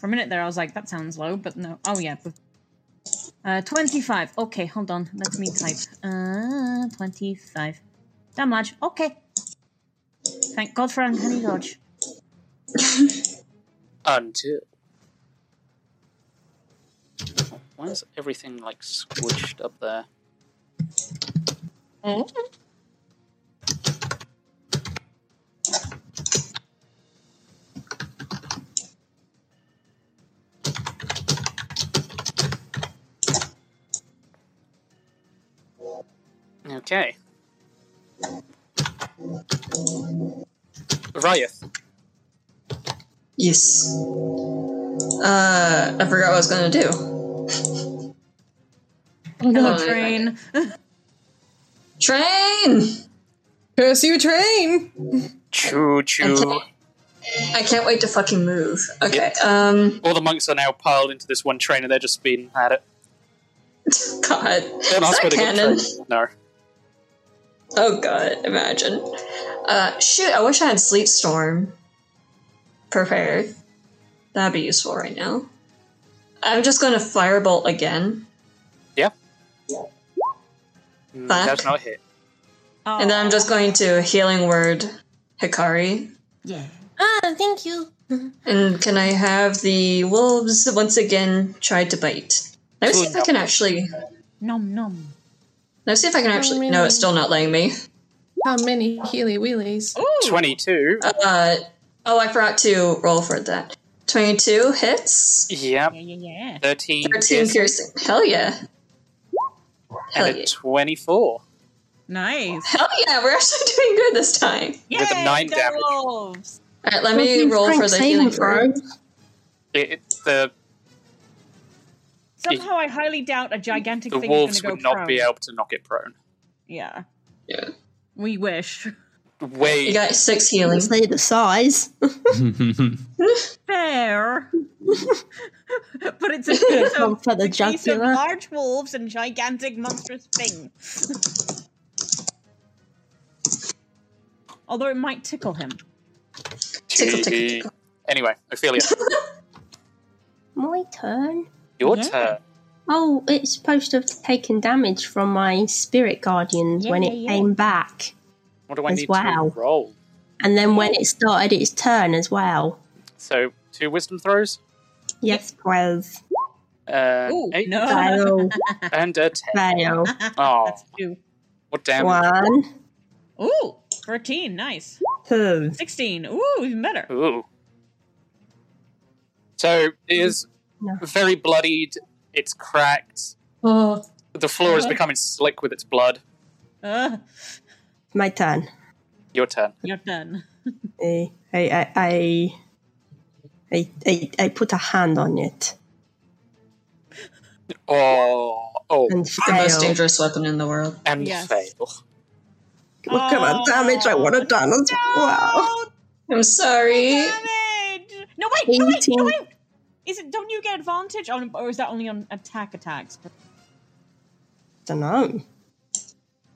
Speaker 6: For a minute there, I was like, that sounds low, but no. Oh, yeah. Uh, 25. Okay, hold on. Let me type. Uh, 25. Damage. Okay. Thank God for Uncanny Dodge.
Speaker 5: Until. Why is everything like squished up there? Okay. Ryeth.
Speaker 10: Yes. Uh, I forgot what I was gonna do.
Speaker 6: Hello, train.
Speaker 10: Train!
Speaker 3: Curse you, train!
Speaker 5: Choo choo.
Speaker 10: I can't wait to fucking move. Okay, um.
Speaker 5: All the monks are now piled into this one train and they're just speeding at it.
Speaker 10: God.
Speaker 5: Don't ask
Speaker 10: Is
Speaker 5: where
Speaker 10: that
Speaker 5: they got
Speaker 10: canon?
Speaker 5: the train. No.
Speaker 10: Oh god, imagine. Uh, shoot, I wish I had Sleet Storm prepared. That'd be useful right now. I'm just going to Firebolt again,
Speaker 5: Mm,
Speaker 10: Fuck.
Speaker 5: That's not a hit.
Speaker 10: and then I'm just going to Healing Word Hikari.
Speaker 6: Yeah.
Speaker 10: Ah, thank you. And can I have the wolves once again try to bite? Let me see if I can actually.
Speaker 6: Nom nom.
Speaker 10: Let me see if I can actually. No, it's still not letting me.
Speaker 3: How many Healy Wheelies?
Speaker 5: 22.
Speaker 10: Uh, oh, I forgot to roll for that. 22 hits.
Speaker 5: Yep.
Speaker 6: Yeah.
Speaker 5: 13,
Speaker 10: 13 piercing. Hell yeah.
Speaker 5: and a 24
Speaker 6: Nice.
Speaker 10: Hell yeah, we're actually doing good this time.
Speaker 5: with a 9 damage.
Speaker 10: Alright, let me roll for the healing word.
Speaker 5: It, it- the
Speaker 6: Somehow I highly doubt a gigantic
Speaker 5: the
Speaker 6: thing
Speaker 5: wolves
Speaker 6: is going
Speaker 5: would
Speaker 6: to go
Speaker 5: not
Speaker 6: prone.
Speaker 5: be able to knock it prone.
Speaker 6: Yeah.
Speaker 10: Yeah.
Speaker 6: We wish.
Speaker 5: Wait.
Speaker 10: You got six healing.
Speaker 1: Say the size.
Speaker 6: Fair. but it's a piece
Speaker 1: Come
Speaker 6: of,
Speaker 1: for the
Speaker 6: it's a piece of
Speaker 1: jugular.
Speaker 6: large wolves and gigantic monstrous thing. Although it might tickle him.
Speaker 5: Anyway, Ophelia,
Speaker 1: My turn.
Speaker 5: your
Speaker 1: Yeah.
Speaker 5: turn.
Speaker 1: Oh, it's supposed to have taken damage from my spirit guardians
Speaker 5: Yeah,
Speaker 1: when
Speaker 5: yeah,
Speaker 1: it
Speaker 5: yeah.
Speaker 1: came back,
Speaker 5: What do I
Speaker 1: As
Speaker 5: need
Speaker 1: well.
Speaker 5: to roll?
Speaker 1: and then when it started its turn as well.
Speaker 5: So two wisdom throws.
Speaker 1: Yes, twelve.
Speaker 5: Uh,
Speaker 1: Ooh,
Speaker 5: eight.
Speaker 1: no. Fail.
Speaker 5: And a ten.
Speaker 1: Fail.
Speaker 5: Oh,
Speaker 6: two.
Speaker 5: what damage?
Speaker 1: One,
Speaker 6: Ooh, 13, nice.
Speaker 1: two,
Speaker 6: 16, ooh, even better.
Speaker 5: Ooh. So it is very bloodied. It's cracked.
Speaker 3: Oh.
Speaker 5: The floor is
Speaker 1: Uh.
Speaker 5: becoming slick with its blood.
Speaker 1: My turn.
Speaker 5: Your turn.
Speaker 6: Your turn.
Speaker 1: I, I, I, I, I, I put a hand on it.
Speaker 5: Oh, oh.
Speaker 10: The most dangerous weapon in the world.
Speaker 5: And
Speaker 1: Yes.
Speaker 5: fail.
Speaker 1: Look at
Speaker 6: Um,
Speaker 1: that damage I would have done as well.
Speaker 10: I'm sorry.
Speaker 6: No wait, no wait, no wait. Is it? Don't you get advantage on, or is that only on attack attacks?
Speaker 1: Don't know.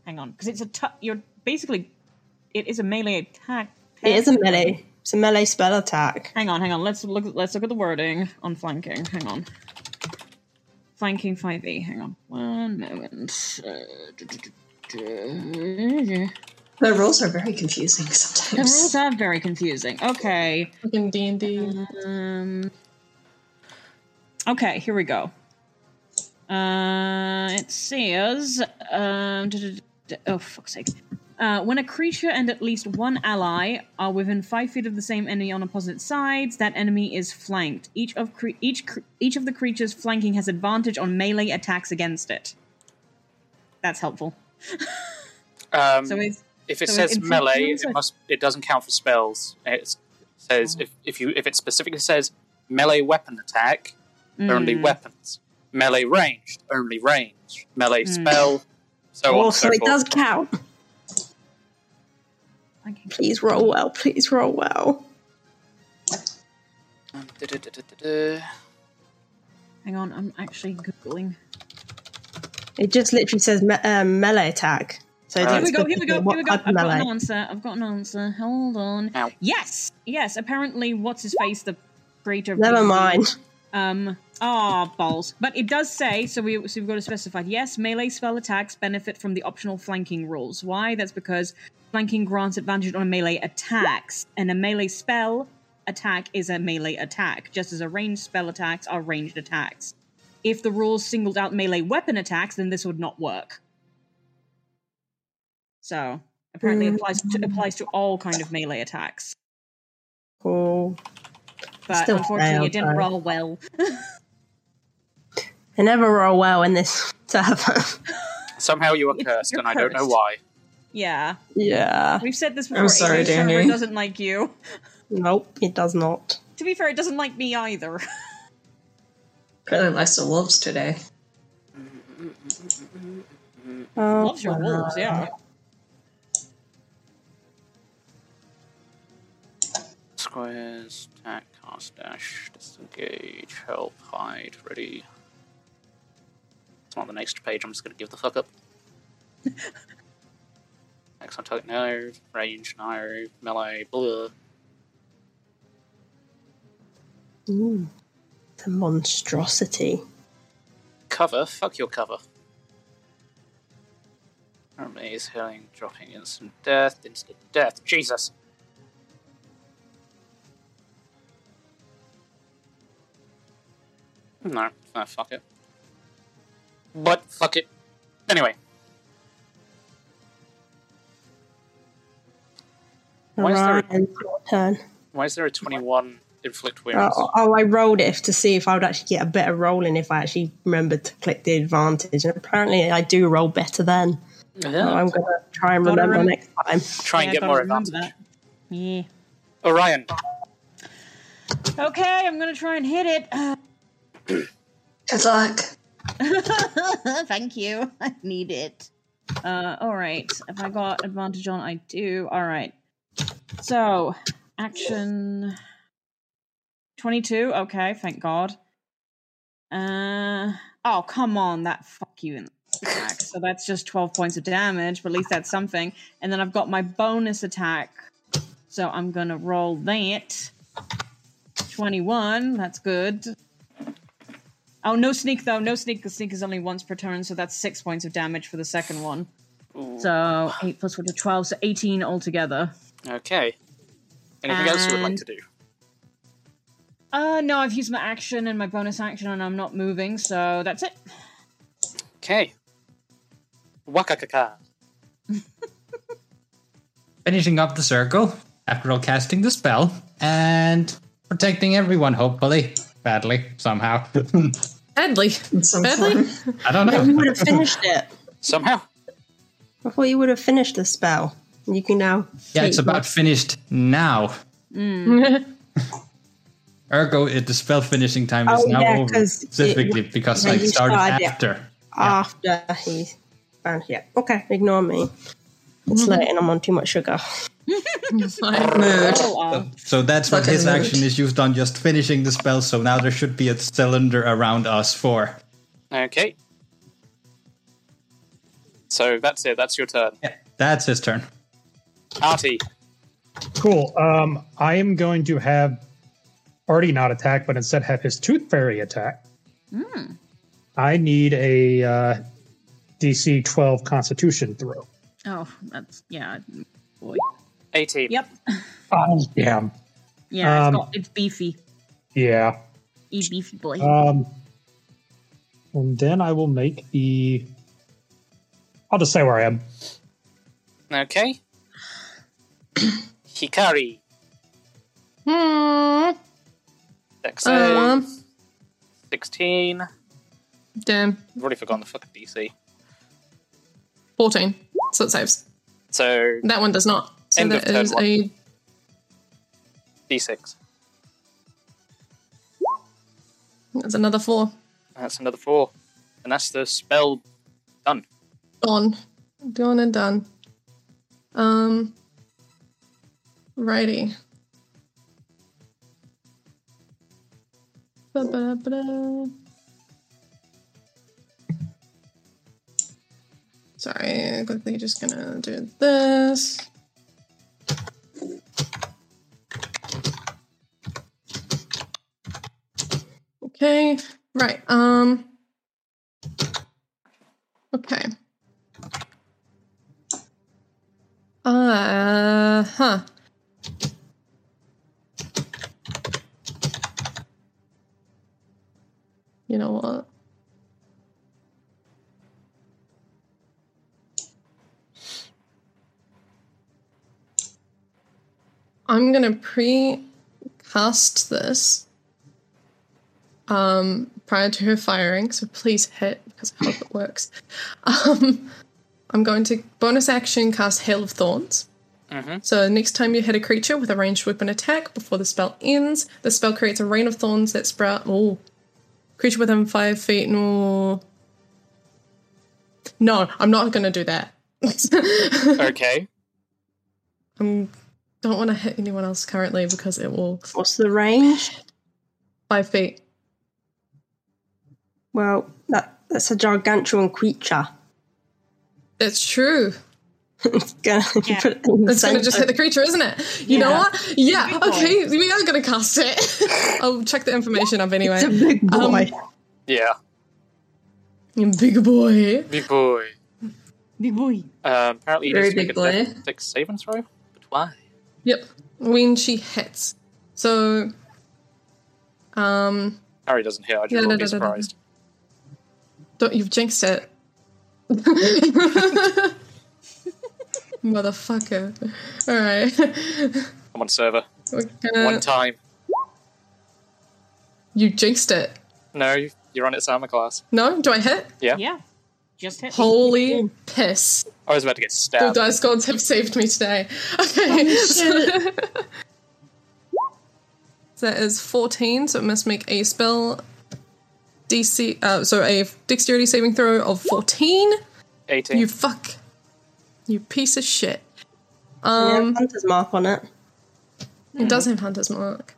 Speaker 6: Hang on, because it's a tu- you're basically it is a melee attack.
Speaker 1: It is a melee. It's a melee spell attack.
Speaker 6: Hang on, hang on. Let's look. Let's look at the wording on flanking. Hang on. Flanking five e. Hang on. One moment. Uh, The
Speaker 10: rules are very confusing
Speaker 6: the
Speaker 10: sometimes.
Speaker 6: rules are very confusing. Okay.
Speaker 3: Fucking D and D.
Speaker 6: Um. Okay, here we go. Uh, it says, um, duh, duh, duh, duh, oh fuck's sake. Uh, when a creature and at least one ally are within five feet of the same enemy on opposite sides, that enemy is flanked. Each of cre- each cr- each of the creatures flanking has advantage on melee attacks against it. That's helpful.
Speaker 5: Um,
Speaker 6: So is-
Speaker 5: if it
Speaker 6: so
Speaker 5: says
Speaker 6: in fact,
Speaker 5: melee,
Speaker 6: rules
Speaker 5: it
Speaker 6: are-
Speaker 5: must it doesn't count for spells. It says if, if you if it specifically says melee weapon attack, only
Speaker 6: Mm.
Speaker 5: weapons. Melee ranged, only range. Melee
Speaker 6: Mm.
Speaker 5: spell, so on.
Speaker 1: oh,
Speaker 5: and
Speaker 1: so
Speaker 5: So
Speaker 1: it
Speaker 5: forth.
Speaker 1: does count. Please roll well. Please roll well.
Speaker 5: Du-du-du-du-du-du.
Speaker 6: Hang on, I'm actually googling.
Speaker 1: It just literally says me- um, melee attack. So
Speaker 6: here
Speaker 1: that's
Speaker 6: we go, here we go,
Speaker 1: what
Speaker 6: here we go. I've
Speaker 1: type
Speaker 6: got
Speaker 1: of
Speaker 6: an
Speaker 1: melee.
Speaker 6: answer. I've got an answer. Hold on.
Speaker 5: Ow.
Speaker 6: Yes, yes. Apparently, what's his face, the creator. of
Speaker 1: Never
Speaker 6: D&D,
Speaker 1: mind.
Speaker 6: Um. Ah, balls. But it does say so. We so we've got it specified. Yes, melee spell attacks benefit from the optional flanking rules. Why? That's because flanking grants advantage on melee attacks, and a melee spell attack is a melee attack, just as a ranged spell attacks are ranged attacks. If the rules singled out melee weapon attacks, then this would not work. So apparently, it applies to,
Speaker 1: Mm-hmm.
Speaker 6: applies to all kind of melee attacks.
Speaker 1: Cool.
Speaker 6: But
Speaker 1: Still
Speaker 6: unfortunately,
Speaker 1: failed,
Speaker 6: it didn't
Speaker 1: though.
Speaker 6: roll well.
Speaker 1: They never roll well in this server.
Speaker 5: Somehow you are cursed,
Speaker 6: you're
Speaker 5: and I don't know
Speaker 6: cursed.
Speaker 5: why.
Speaker 6: Yeah.
Speaker 1: Yeah.
Speaker 6: We've said this
Speaker 1: I'm
Speaker 6: before.
Speaker 1: sorry,
Speaker 6: It sure
Speaker 1: Danny.
Speaker 6: doesn't like you.
Speaker 1: nope, it does not.
Speaker 6: To be fair, it doesn't like me either.
Speaker 10: Apparently likes the wolves today. mm.
Speaker 1: Oh,
Speaker 6: Loves your wolves, yeah.
Speaker 5: Squares, attack, cast, dash, disengage, help, hide, ready. It's not the next page, I'm just going to give the fuck up. Next on target, no. Range, no. Melee, blah.
Speaker 1: Ooh, it's a monstrosity.
Speaker 5: Cover, fuck your cover. Currently is healing, dropping instant death, instant death, Jesus! No, no, fuck it. But fuck it. Anyway, Why is there a-
Speaker 1: Alright, your turn.
Speaker 5: why is there a 21 inflict wounds?
Speaker 1: Oh, oh, I rolled it to see if I would actually get a better roll in if I actually remembered to click the advantage. And apparently, I do roll better then.
Speaker 5: Yeah.
Speaker 1: So I'm going to try and
Speaker 5: Gotta
Speaker 1: remember
Speaker 5: rem-
Speaker 1: next time.
Speaker 5: Try and get more advantage.
Speaker 6: Yeah.
Speaker 5: Orion,
Speaker 6: Okay, I'm gonna try and hit it. Uh,
Speaker 10: Good luck.
Speaker 6: Thank you. I need it. Uh, all right. If I got advantage on, I do. All right. So, action 22. Okay, thank God. Uh, oh, come on. That fuck you in the back. So that's just 12 points of damage, but at least that's something. And then I've got my bonus attack. So I'm going to roll that. 21. That's good. Oh, no sneak though. No sneak. The sneak is only once per turn, so that's six points of damage for the second one. So eight plus one to twelve, so eighteen altogether.
Speaker 5: okay. Anything else you would like
Speaker 6: And-
Speaker 5: to do?
Speaker 6: Uh, no, I've used my action and my bonus action, and I'm not moving, so that's it.
Speaker 5: Okay. Wakakaka.
Speaker 9: Finishing up the circle after all casting the spell and protecting everyone, hopefully. badly somehow.
Speaker 3: Badly.
Speaker 1: Badly?
Speaker 9: I don't know.
Speaker 1: You would have finished it.
Speaker 5: Somehow.
Speaker 1: I thought you would have finished the spell. You can now.
Speaker 9: yeah, it's about finished now. Ergo, it, the spell finishing time is
Speaker 1: Oh,
Speaker 9: now
Speaker 1: yeah,
Speaker 9: over
Speaker 1: 'cause it-
Speaker 9: specifically because
Speaker 1: yeah,
Speaker 9: I
Speaker 1: you
Speaker 9: started
Speaker 1: started it.
Speaker 9: after.
Speaker 1: after he found yeah. Okay, ignore me. It's
Speaker 3: Mhm.
Speaker 1: late and I'm on too much sugar.
Speaker 10: Mood.
Speaker 3: Oh,
Speaker 6: Oh,
Speaker 9: So that's what
Speaker 10: Fucking
Speaker 9: his
Speaker 10: mood.
Speaker 9: action is used on, just finishing the spell. So now there should be a cylinder around us for.
Speaker 5: Okay. So that's it. That's your turn.
Speaker 9: That's his turn.
Speaker 5: Artie.
Speaker 8: Cool. Um, I am going to have Artie not attack, but instead have his Tooth Fairy attack.
Speaker 6: Hmm.
Speaker 7: Mm.
Speaker 8: I need a uh, DC 12 Constitution throw.
Speaker 6: Oh, that's yeah. Boy.
Speaker 5: 18.
Speaker 6: Yep.
Speaker 8: Oh, damn. Um,
Speaker 6: Yeah, it's, got, it's beefy.
Speaker 8: Yeah.
Speaker 6: E beefy boy.
Speaker 8: Um, and then I will make the. I'll just say where I am.
Speaker 5: Okay. Hikari.
Speaker 6: uh,
Speaker 3: Hmm.
Speaker 5: Dex save.
Speaker 3: Um.
Speaker 5: 16.
Speaker 3: Damn.
Speaker 5: I've already forgotten the fucking DC.
Speaker 3: 14. So it saves.
Speaker 5: So
Speaker 3: That one does not. So
Speaker 5: End of
Speaker 3: that
Speaker 5: turn
Speaker 3: is
Speaker 5: one.
Speaker 3: a
Speaker 5: D6.
Speaker 3: that's another four.
Speaker 5: That's another four. And that's the spell done.
Speaker 3: Gone. Gone and done. Um Righty. Ba-ba-da-ba-da. Sorry, I'm quickly just gonna do this. Okay, right. Um. Okay. Uh huh. You know what? I'm gonna pre cast this um, prior to her firing, so please hit because I hope it works. Um, I'm going to bonus action cast Hail of Thorns.
Speaker 5: Mm-hmm.
Speaker 3: So next time you hit a creature with a ranged weapon attack before the spell ends, the spell creates a rain of thorns that sprout. Oh, creature within five feet. No, no, I'm not going to do that.
Speaker 5: okay.
Speaker 3: I don't want to hit anyone else currently because it will. What's the range? Five feet.
Speaker 1: Well, that that's a gargantuan creature.
Speaker 3: That's true.
Speaker 1: it's gonna
Speaker 3: Yeah.
Speaker 1: put it in the
Speaker 3: It's going to just
Speaker 1: centre.
Speaker 3: hit the creature, isn't it? You know
Speaker 1: Yeah.
Speaker 3: what? Yeah,
Speaker 1: Big boy.
Speaker 3: okay, we are going to cast it. I'll check the information up anyway. It's a big boy.
Speaker 5: Yeah.
Speaker 3: big boy.
Speaker 5: Big boy.
Speaker 6: Big boy.
Speaker 5: Um, apparently, you
Speaker 3: Very
Speaker 5: need to make a
Speaker 3: big
Speaker 5: dex- dex saving throw. But why?
Speaker 3: Yep, when she hits. So, um,
Speaker 5: Harry doesn't hear. I just
Speaker 3: Yeah,
Speaker 5: wouldn't
Speaker 3: no,
Speaker 5: be
Speaker 3: no, no, no, no.
Speaker 5: surprised.
Speaker 3: don't you've jinxed it. Motherfucker. Alright.
Speaker 5: Come on, server.
Speaker 3: We're gonna-
Speaker 5: One time.
Speaker 3: You jinxed it.
Speaker 5: No, you're on its armor class.
Speaker 3: No? Do I hit?
Speaker 5: Yeah.
Speaker 6: Yeah. Just hit.
Speaker 3: Holy piss.
Speaker 5: I was about to get
Speaker 3: The
Speaker 5: stabbed.
Speaker 3: dice Oh, gods have saved me today. Okay. so that is 14, so it must make a spell DC, uh, so a dexterity saving throw of 14.
Speaker 5: 18.
Speaker 3: You fuck. You piece of shit.
Speaker 1: yeah,
Speaker 3: Um,
Speaker 1: hunter's mark on it.
Speaker 6: Hmm.
Speaker 3: It does have Hunter's Mark.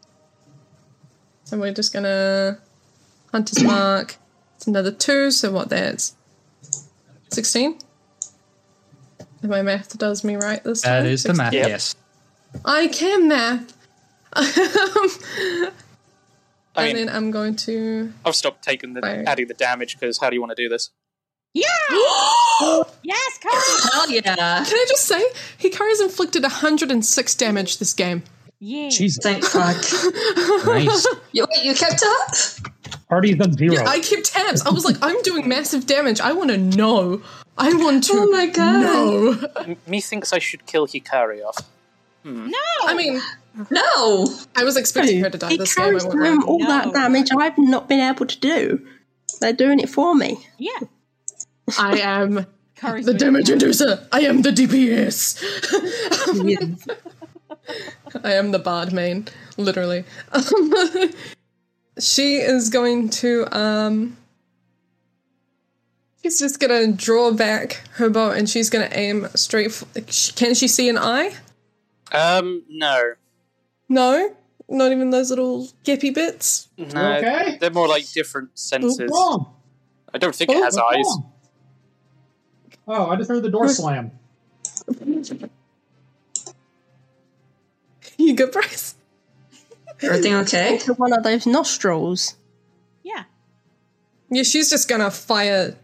Speaker 3: So we're just gonna Hunter's Mark. It's another two, so what that's sixteen? If my math does me right this time.
Speaker 9: That is the math,
Speaker 3: 16.
Speaker 9: yes.
Speaker 3: I can math.
Speaker 5: I
Speaker 3: and
Speaker 5: mean-
Speaker 3: then I'm going to
Speaker 5: I've stopped taking the
Speaker 3: Fire.
Speaker 5: adding the damage because how do you want to do this?
Speaker 3: Yeah!
Speaker 6: yes, Carl!
Speaker 10: Hell yeah.
Speaker 3: Can I just say Hikari's inflicted 106 damage this game.
Speaker 6: Yeah.
Speaker 8: Jesus.
Speaker 10: Thank fuck.
Speaker 8: Nice.
Speaker 10: You, wait, you kept up?
Speaker 8: Artie's done zero.
Speaker 3: Yeah, I kept tabs. I was like, I'm doing massive damage. I want to know. I want to. Oh my god.
Speaker 5: M- Methinks I should kill Hikari off. Hmm.
Speaker 3: No. I mean,
Speaker 10: No!
Speaker 3: I was expecting her to die
Speaker 1: It
Speaker 3: this game. I
Speaker 1: carries
Speaker 3: won't
Speaker 1: them
Speaker 3: lie.
Speaker 1: all that damage I've not been able to do. They're doing it for me.
Speaker 6: Yeah.
Speaker 3: I am the damage inducer. I am the DPS. I am the bard main, literally. Um, she is going to um she's just going to draw back her bow and she's going to aim straight for, can she see an eye?
Speaker 5: Um, no.
Speaker 3: No? Not even those little gappy bits?
Speaker 5: No. They're more like different senses.
Speaker 3: wrong?
Speaker 5: I don't think it
Speaker 3: Oh,
Speaker 5: has
Speaker 3: what's
Speaker 5: eyes.
Speaker 3: wrong?
Speaker 8: Oh, I just heard the door slam.
Speaker 3: You good, Bryce?
Speaker 10: Everything okay?
Speaker 1: To one of those nostrils.
Speaker 3: Yeah, she's just gonna fire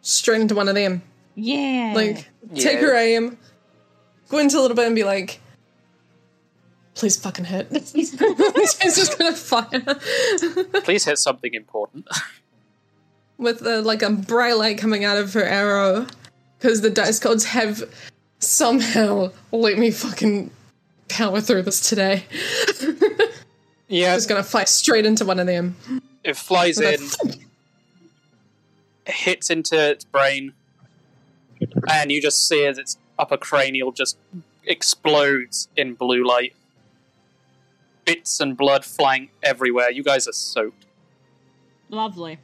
Speaker 3: straight into one of them.
Speaker 6: Yeah.
Speaker 3: Like,
Speaker 6: Yeah.
Speaker 3: take her aim, go into a little bit and be like, please fucking hit. she's just gonna fire
Speaker 5: Please hit something important.
Speaker 3: with uh like a bright light coming out of her arrow. Because the dice gods have somehow let me fucking power through this today.
Speaker 5: yeah.
Speaker 3: Just gonna fire straight into one of them.
Speaker 5: It flies in, hits into its brain, and you just see as its upper cranial just explodes in blue light. Bits and blood flying everywhere. You guys are soaked.
Speaker 6: Lovely.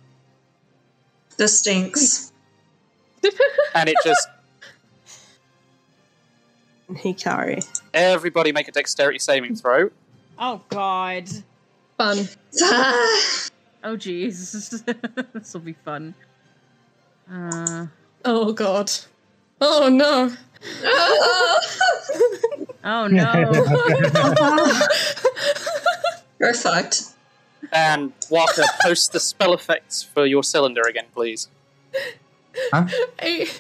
Speaker 10: This stinks.
Speaker 5: And it just.
Speaker 1: Hikari.
Speaker 5: Everybody make a dexterity saving throw.
Speaker 6: Oh god.
Speaker 3: Fun.
Speaker 6: oh jeez. this will be fun. Uh,
Speaker 3: oh god. Oh no.
Speaker 6: Oh no.
Speaker 10: You're fucked.
Speaker 5: And Walker, post the spell effects for your cylinder again, please.
Speaker 3: I-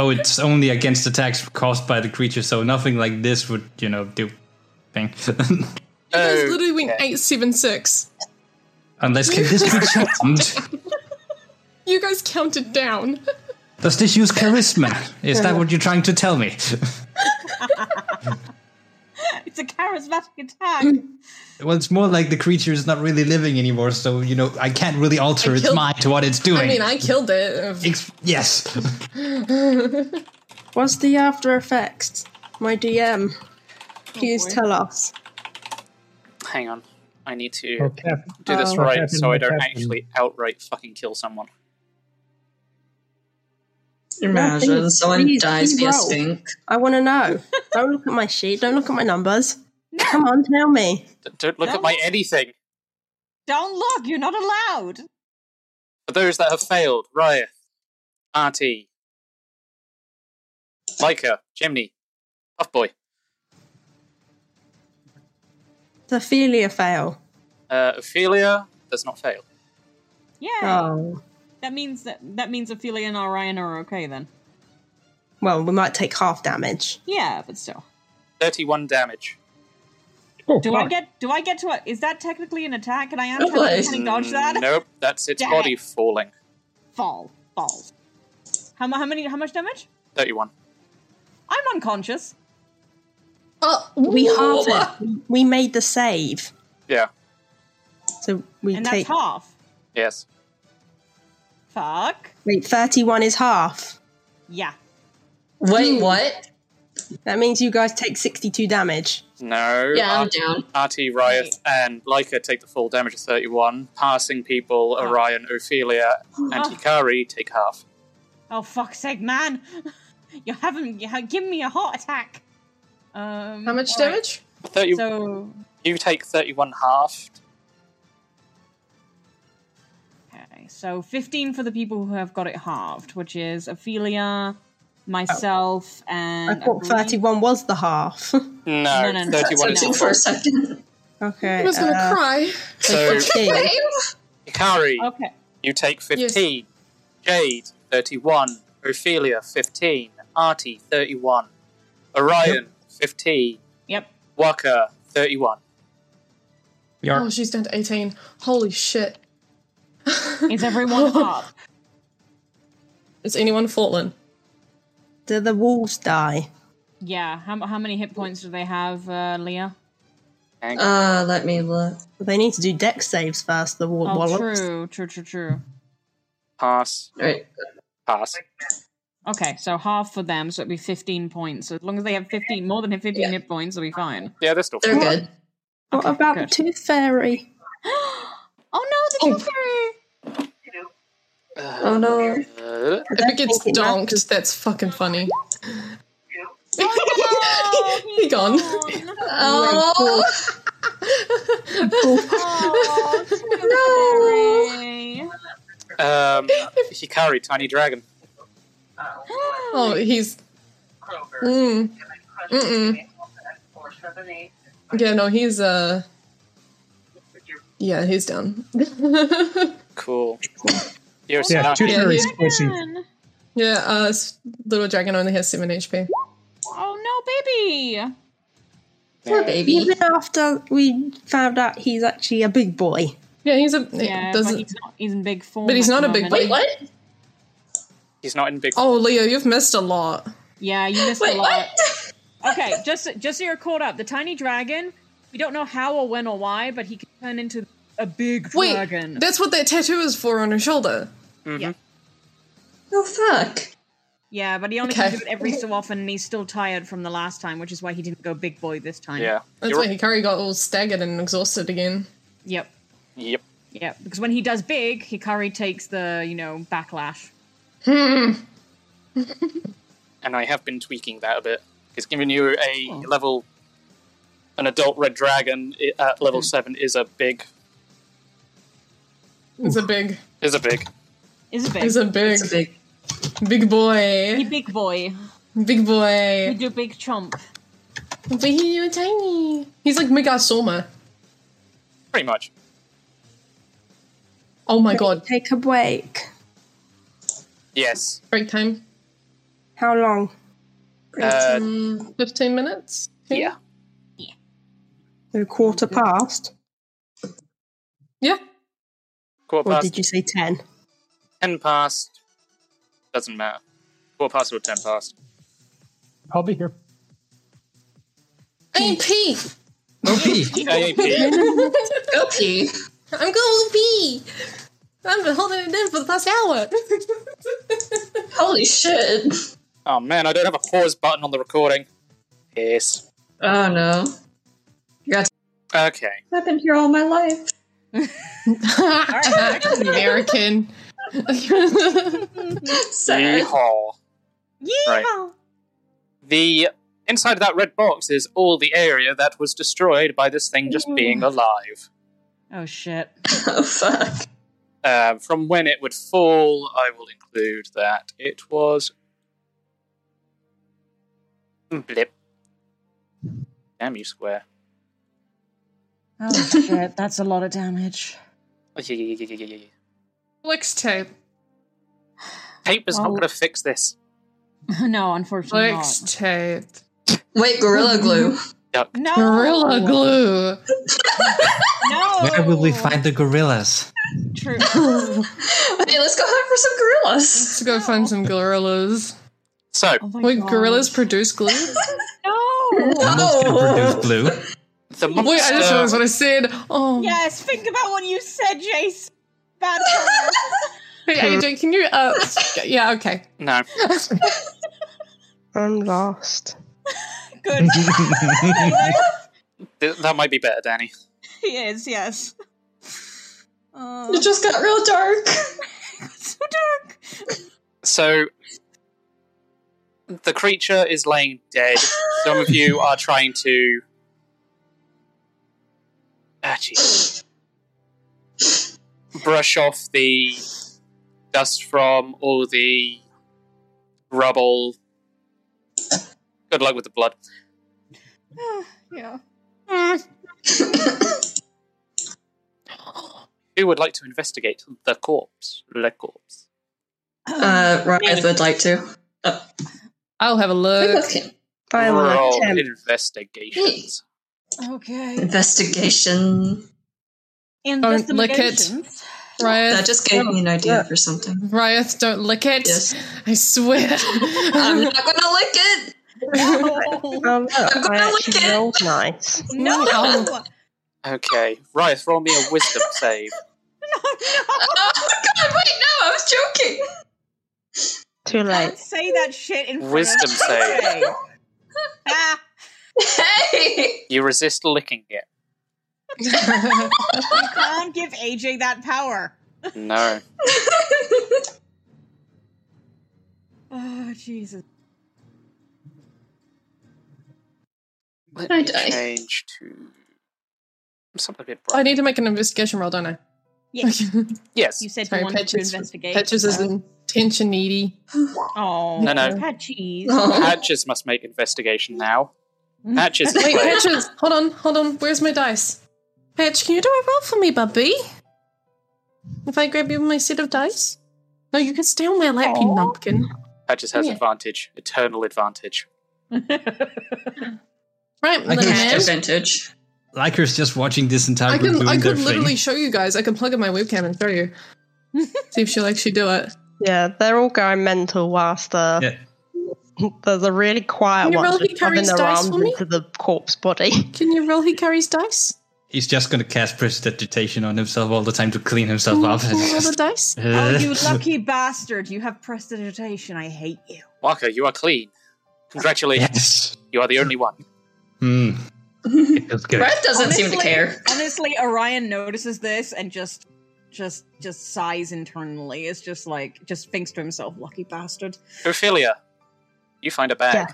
Speaker 9: Oh, it's only against attacks caused by the creature, so nothing like this would, you know, do thing.
Speaker 3: It's literally went 876.
Speaker 9: Unless can this be charmed?
Speaker 3: You guys counted down.
Speaker 9: Does this use charisma? Is that what you're trying to tell me?
Speaker 6: it's a charismatic attack.
Speaker 9: well, it's more like the creature is not really living anymore, so you know I can't really alter
Speaker 3: I
Speaker 9: its
Speaker 3: killed-
Speaker 9: mind to what it's doing.
Speaker 3: I mean, I killed it.
Speaker 9: Ex- yes.
Speaker 1: What's the after effects? My DM. Please
Speaker 6: Oh,
Speaker 1: tell us.
Speaker 5: Hang on. I need to
Speaker 1: Oh, Captain.
Speaker 5: do this
Speaker 1: Oh.
Speaker 5: right
Speaker 1: Captain,
Speaker 5: so I don't
Speaker 1: Captain.
Speaker 5: actually outright fucking kill someone.
Speaker 10: Imagine
Speaker 1: Please,
Speaker 10: someone
Speaker 1: please,
Speaker 10: dies
Speaker 1: please
Speaker 10: via
Speaker 1: roll.
Speaker 10: stink.
Speaker 1: I want to know. don't look at my sheet. Don't look at my numbers. Come on, tell me.
Speaker 5: D- Don't look at my anything.
Speaker 6: Don't look, you're not allowed.
Speaker 5: For those that have failed, Raya, Auntie, Micah, Jimny, Puffboy,
Speaker 1: The Ophelia fail.
Speaker 5: uh, Ophelia does not fail.
Speaker 6: Yeah.
Speaker 1: Oh.
Speaker 6: That means that that means Ophelia and Orion are okay then.
Speaker 1: Well, we might take half damage.
Speaker 6: Yeah, but still.
Speaker 5: 31 damage.
Speaker 6: do I get do I get to a is that technically an attack? Can I ask
Speaker 5: No
Speaker 6: how I can dodge
Speaker 5: Mm,
Speaker 6: that?
Speaker 5: Nope, that's its
Speaker 6: Damn
Speaker 5: body
Speaker 6: it.
Speaker 5: falling.
Speaker 6: Fall. Falls. How, mu- how many how much damage?
Speaker 5: 31.
Speaker 6: I'm unconscious.
Speaker 3: Oh,
Speaker 1: We halved it. We made the save.
Speaker 5: Yeah.
Speaker 1: So we
Speaker 6: and
Speaker 1: take.
Speaker 6: that's half.
Speaker 5: Yes.
Speaker 6: Fuck.
Speaker 1: Wait, 31 is half. Hmm.
Speaker 6: Yeah.
Speaker 10: Wait, what?
Speaker 1: That means you guys take 62 damage.
Speaker 5: No.
Speaker 1: Yeah, I'm
Speaker 5: Ar-
Speaker 1: down.
Speaker 5: Artie, Raya, and Leica take the full damage of 31. Passing people, Orion, Ophelia, and
Speaker 6: Ah.
Speaker 5: Hikari take half.
Speaker 6: Oh fuck's sake, man! You haven't you ha- given me a heart attack. Um,
Speaker 3: How much
Speaker 6: all right.
Speaker 3: damage?
Speaker 5: 30,
Speaker 6: So
Speaker 5: You take 31 half.
Speaker 6: okay, so fifteen for the people who have got it halved, which is Ophelia, myself,
Speaker 1: Oh. I
Speaker 6: and
Speaker 1: thought 31 was the half.
Speaker 5: No,
Speaker 6: No, no, no. 31 is
Speaker 10: For a second.
Speaker 1: Okay.
Speaker 3: I was gonna
Speaker 1: uh,
Speaker 3: cry.
Speaker 5: So, Hikari,
Speaker 8: Oh.
Speaker 6: Okay.
Speaker 5: you take 15. Jade, 31. Ophelia, 15. Artie, 31. Orion, 15.
Speaker 6: Yep.
Speaker 5: Waka, 31.
Speaker 3: Oh, she's down to 18. Holy shit.
Speaker 6: Is everyone up?
Speaker 3: Is anyone fallen?
Speaker 1: Do the wolves die?
Speaker 6: Yeah. How, how many hit points do they have, uh, Leah?
Speaker 5: Hang on.
Speaker 10: Uh, let me look.
Speaker 1: They need to do deck saves first, the wa-
Speaker 6: Oh,
Speaker 1: wallops.
Speaker 6: true, true, true, true.
Speaker 5: Pass.
Speaker 10: Right.
Speaker 5: Pass.
Speaker 6: Okay, so half for them, so it'd be fifteen points. So as long as they have fifteen, more than fifteen hit points, they'll be fine.
Speaker 5: Yeah, they're still
Speaker 10: They're good.
Speaker 1: What about the Tooth Fairy?
Speaker 6: Oh no, the Tooth Fairy!
Speaker 10: Oh no.
Speaker 3: If it gets donked, that's fucking funny. he gone.
Speaker 10: Oh.
Speaker 6: Oh, no.
Speaker 5: Um, Hikari, tiny dragon.
Speaker 3: Oh, he's. Mm. Mm-mm. Yeah, no, he's uh. Yeah, he's down.
Speaker 5: Cool. You're so
Speaker 8: Yeah,
Speaker 5: lucky.
Speaker 8: two fairies squishy.
Speaker 3: yeah, uh, s- little dragon only has seven HP.
Speaker 6: Oh no, baby!
Speaker 1: Poor
Speaker 10: baby.
Speaker 1: Even after we found out he's actually a big boy.
Speaker 3: Yeah, he's a
Speaker 6: Yeah, but
Speaker 3: doesn't-
Speaker 6: he's not. He's in big form,
Speaker 3: But he's
Speaker 6: at
Speaker 3: not
Speaker 6: the
Speaker 3: a big.
Speaker 6: moment.
Speaker 5: He's not in big.
Speaker 3: Oh, Leo, you've missed a lot.
Speaker 6: Yeah, you missed a lot. okay, just just so you're caught up, the tiny dragon. We don't know how or when or why, but he can turn into a big
Speaker 3: Wait,
Speaker 6: dragon.
Speaker 3: that's what that tattoo is for on her shoulder.
Speaker 5: Mm-hmm.
Speaker 6: Yeah.
Speaker 10: Oh fuck!
Speaker 6: Yeah, but he only
Speaker 3: Okay.
Speaker 6: can do it every so often, and he's still tired from the last time, which is why he didn't go big boy this time.
Speaker 3: that's why Hikari got all staggered and exhausted again.
Speaker 6: Yep.
Speaker 5: Yep.
Speaker 6: Yep. Because when he does big, Hikari takes the you know backlash.
Speaker 3: Hmm.
Speaker 5: and I have been tweaking that a bit. It's giving you a
Speaker 8: Oh.
Speaker 5: level, an adult red dragon i- at
Speaker 8: Hmm.
Speaker 5: level seven is a big,
Speaker 3: It's a big.
Speaker 5: is a big.
Speaker 6: Is a big.
Speaker 3: It's a big.
Speaker 10: It's a big.
Speaker 3: Big boy. He
Speaker 6: big boy.
Speaker 3: Big boy.
Speaker 6: You do big chomp.
Speaker 3: But he you tiny. He's like Megasoma.
Speaker 5: Pretty much.
Speaker 3: Oh my god.
Speaker 1: Take a break.
Speaker 5: Yes.
Speaker 3: Break time.
Speaker 1: How long?
Speaker 5: Uh,
Speaker 3: Um, Fifteen minutes. Yeah.
Speaker 1: A quarter past.
Speaker 3: Yeah.
Speaker 5: Quarter
Speaker 1: Or
Speaker 5: past,
Speaker 1: did you say ten?
Speaker 5: ten past, doesn't matter. Quarter past or ten past.
Speaker 8: I'll be here.
Speaker 3: Hey, pee.
Speaker 9: Go pee.
Speaker 3: Go
Speaker 10: pee.
Speaker 3: I'm going pee. I've been holding it in for the past hour.
Speaker 10: Holy shit!
Speaker 5: Oh man, I don't have a pause button on the recording. Yes.
Speaker 10: Oh no.
Speaker 5: Okay.
Speaker 10: I've been here all my life.
Speaker 3: American.
Speaker 5: Yeehaw. Right. The inside of that red box is all the area that was destroyed by this thing just being alive.
Speaker 6: Oh shit.
Speaker 10: oh fuck.
Speaker 5: Um, from when it would fall, I will include that it was. Blip. Damn you, Square.
Speaker 6: Oh shit. That's a lot of damage.
Speaker 5: Oh, yeah, yeah, yeah, yeah, yeah, yeah.
Speaker 3: Flex tape.
Speaker 5: Tape is not
Speaker 6: Oh.
Speaker 5: going to fix this.
Speaker 6: no, unfortunately
Speaker 3: Flex tape.
Speaker 10: Wait, gorilla glue.
Speaker 5: Yuck.
Speaker 6: No.
Speaker 3: Gorilla glue.
Speaker 6: No.
Speaker 9: Where will we find the gorillas?
Speaker 6: True.
Speaker 10: Hey, let's go hunt for some gorillas. Oh
Speaker 3: Let's go find some gorillas.
Speaker 5: So,
Speaker 3: Wait, gorillas produce glue?
Speaker 9: Animals
Speaker 10: Oh.
Speaker 9: can produce glue.
Speaker 5: the monster.
Speaker 3: Wait, I just realized what I said. Oh.
Speaker 6: Yes. Think about what you said, Jace. Bad.
Speaker 3: Hey, AJ, can you? Uh, yeah, okay.
Speaker 5: No.
Speaker 1: I'm lost.
Speaker 6: Good.
Speaker 5: Th- that might be better, Danny.
Speaker 6: he is. Yes. Uh,
Speaker 10: It just got real dark.
Speaker 6: so dark.
Speaker 5: So, the creature is laying dead. Some of you are trying to. Ah, jeez. Brush off the dust from all the rubble. Good luck with the blood.
Speaker 6: yeah.
Speaker 5: Who would like to investigate the corpse? Le corpse.
Speaker 10: Uh, Ryan would like to.
Speaker 3: I'll have a look.
Speaker 5: Roll investigations.
Speaker 6: Okay.
Speaker 10: Investigation.
Speaker 3: Don't lick it. Riot.
Speaker 10: That just gave me an idea for something.
Speaker 3: Riot, don't lick it. I swear.
Speaker 10: I'm not gonna lick it.
Speaker 1: Oh, no. I actually rolled nice.
Speaker 7: No!
Speaker 1: Oh.
Speaker 5: Okay, Rias, roll me a wisdom save.
Speaker 10: Oh god, wait, no, I was joking.
Speaker 1: Too late.
Speaker 6: Say that shit in front
Speaker 5: Wisdom
Speaker 6: of
Speaker 5: save.
Speaker 6: Ah. Jose.
Speaker 10: Hey!
Speaker 5: You resist licking it.
Speaker 6: You can't give AJ that power.
Speaker 5: No.
Speaker 6: Oh Jesus.
Speaker 5: Let
Speaker 3: I
Speaker 5: me
Speaker 3: die.
Speaker 5: change to something a bit
Speaker 3: I
Speaker 5: brighter.
Speaker 3: need to make an investigation roll, don't I?
Speaker 6: Yes.
Speaker 5: Yes. Uh-huh.
Speaker 6: You said you
Speaker 3: Sorry,
Speaker 6: wanted
Speaker 3: Patches-
Speaker 6: to investigate.
Speaker 3: Patches is
Speaker 6: so-
Speaker 3: intention needy. Oh.
Speaker 6: Oh,
Speaker 5: No, no.
Speaker 6: Patches.
Speaker 1: Oh.
Speaker 5: Patches must make investigation now. Patches is
Speaker 3: Wait,
Speaker 5: played.
Speaker 3: Patches, hold on, hold on. Where's my dice? Patch, can you do a roll for me, Bubby? If I grab you my set of dice? No, you can stay on my lap, you numpkin.
Speaker 5: Patches has
Speaker 3: Yeah.
Speaker 5: advantage. Eternal advantage.
Speaker 3: Right,
Speaker 9: I
Speaker 3: little
Speaker 9: can-
Speaker 3: man.
Speaker 10: Advantage.
Speaker 9: Liker's just watching this entire
Speaker 3: I
Speaker 9: group
Speaker 3: can
Speaker 9: doing
Speaker 3: I
Speaker 9: their
Speaker 3: could
Speaker 9: thing.
Speaker 3: literally show you guys. I can plug in my webcam and show you. See if she'll actually do it.
Speaker 1: Yeah, they're all going mental whilst the there's a really quiet
Speaker 3: Can you
Speaker 1: one
Speaker 3: roll
Speaker 1: just rubbing
Speaker 3: Hikaru's
Speaker 1: their
Speaker 3: dice
Speaker 1: arms
Speaker 3: for me?
Speaker 1: into the corpse body.
Speaker 3: Can you roll Hikari's dice?
Speaker 9: He's just going to cast prestidigitation on himself all the time to clean himself up.
Speaker 3: Can you roll the dice?
Speaker 6: oh, you lucky bastard! You have prestidigitation. I hate you.
Speaker 5: Waka, you are clean. Congratulations. You are the only one.
Speaker 9: Hmm. It feels good.
Speaker 6: Honestly- Honestly, Orion notices this and just, just, just sighs internally. It's just like, just thinks to himself, "Lucky bastard."
Speaker 5: Ophelia, you find a bag.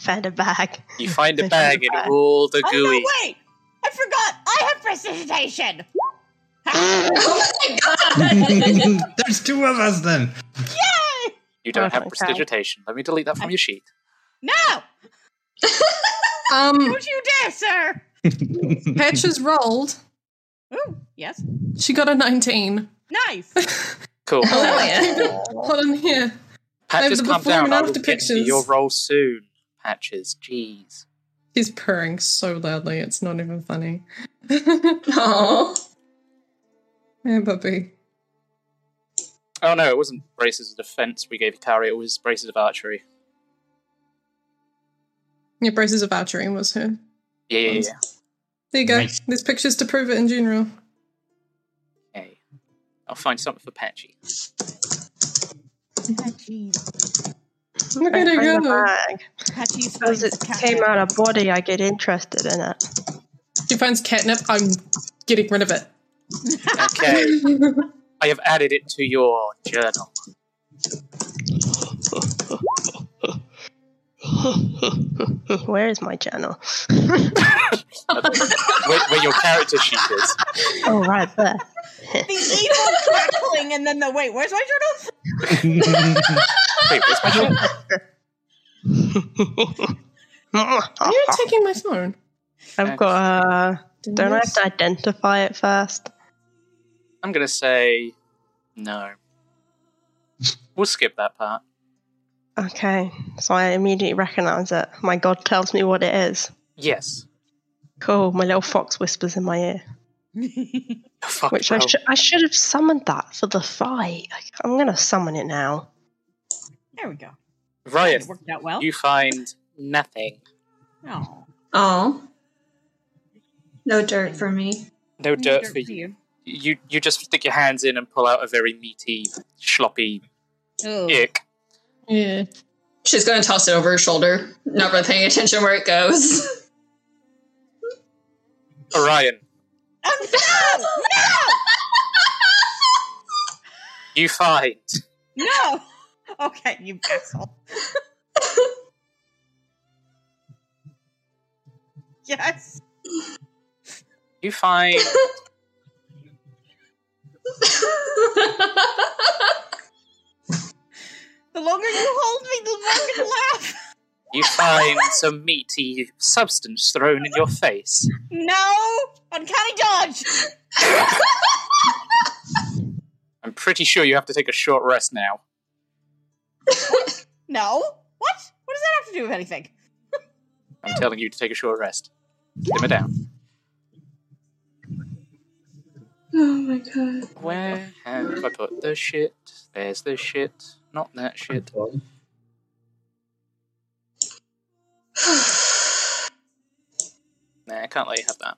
Speaker 1: Found a bag.
Speaker 5: You find a
Speaker 1: I found
Speaker 5: bag
Speaker 1: a
Speaker 5: in
Speaker 1: bag.
Speaker 5: all the
Speaker 1: Oh, no,
Speaker 5: gooey.
Speaker 6: Wait, I forgot. I have prestidigitation.
Speaker 9: There's two of us then.
Speaker 5: You don't have
Speaker 3: Okay.
Speaker 5: prestidigitation. Let me delete that from your sheet.
Speaker 6: No.
Speaker 3: Um,
Speaker 6: Don't you dare, sir.
Speaker 3: Patches rolled.
Speaker 6: Ooh, yes.
Speaker 3: She got a 19.
Speaker 6: Nice.
Speaker 5: Cool.
Speaker 3: Oh, Hold on here.
Speaker 5: Patches,
Speaker 3: Over the
Speaker 5: calm
Speaker 3: before
Speaker 5: down.
Speaker 3: and
Speaker 5: I will
Speaker 3: after
Speaker 5: get to
Speaker 3: pictures.
Speaker 5: your role soon. Patches, jeez.
Speaker 3: She's purring so loudly, it's not even funny.
Speaker 10: Aww.
Speaker 3: Hey, puppy.
Speaker 5: Oh no, it wasn't braces of defense we gave Ikari. It was braces of archery.
Speaker 3: Your braces of archery was her.
Speaker 5: Yeah, yeah, yeah.
Speaker 3: There you go.
Speaker 5: Nice.
Speaker 3: There's pictures to prove it in general.
Speaker 5: Okay. I'll find something for Patchy.
Speaker 3: Look at her
Speaker 1: Found a
Speaker 3: go.
Speaker 1: bag. Because it came out of body, I get interested in it.
Speaker 3: She finds catnip. I'm getting rid of it.
Speaker 5: Okay. I have added it to your journal.
Speaker 1: Where is my journal?
Speaker 5: where, where your character sheet is.
Speaker 1: Oh, right there.
Speaker 6: the evil crackling, and then the wait. Where's my journal?
Speaker 5: Wait, where's my journal?
Speaker 3: You're taking my phone.
Speaker 1: I've got. Uh, don't I have to identify it first?
Speaker 5: I'm gonna say no. We'll skip that part.
Speaker 1: Okay, so I immediately recognize it. My god tells me what it is.
Speaker 5: Yes.
Speaker 1: Cool. My little fox whispers in my ear.
Speaker 5: Fuck
Speaker 1: Which I,
Speaker 5: bro.
Speaker 1: should I should have summoned that for the fight. I- I'm gonna summon it now.
Speaker 6: There we go.
Speaker 5: Riot,
Speaker 6: Worked out well.
Speaker 5: you find nothing.
Speaker 6: Oh,
Speaker 10: Oh. No dirt for me.
Speaker 5: No dirt for you. You you just stick your hands in and pull out a very meaty, schloppy ick.
Speaker 3: Yeah.
Speaker 10: She's going to toss it over her shoulder, not really paying attention where it goes.
Speaker 5: Orion,
Speaker 6: Oh,
Speaker 5: you find
Speaker 6: no, no, no. Okay, you asshole. yes.
Speaker 5: you find
Speaker 6: The longer you hold me, the more I'm gonna laugh.
Speaker 5: you find some meaty substance thrown in your face.
Speaker 6: No, uncanny dodge.
Speaker 5: I'm pretty sure you have to take a short rest now.
Speaker 6: No. What? What does that have to do with anything?
Speaker 5: I'm telling you to take a short rest. Simmer down.
Speaker 10: oh my god.
Speaker 5: Where have I put the shit? There's the shit. Not that shit. can't let you have that.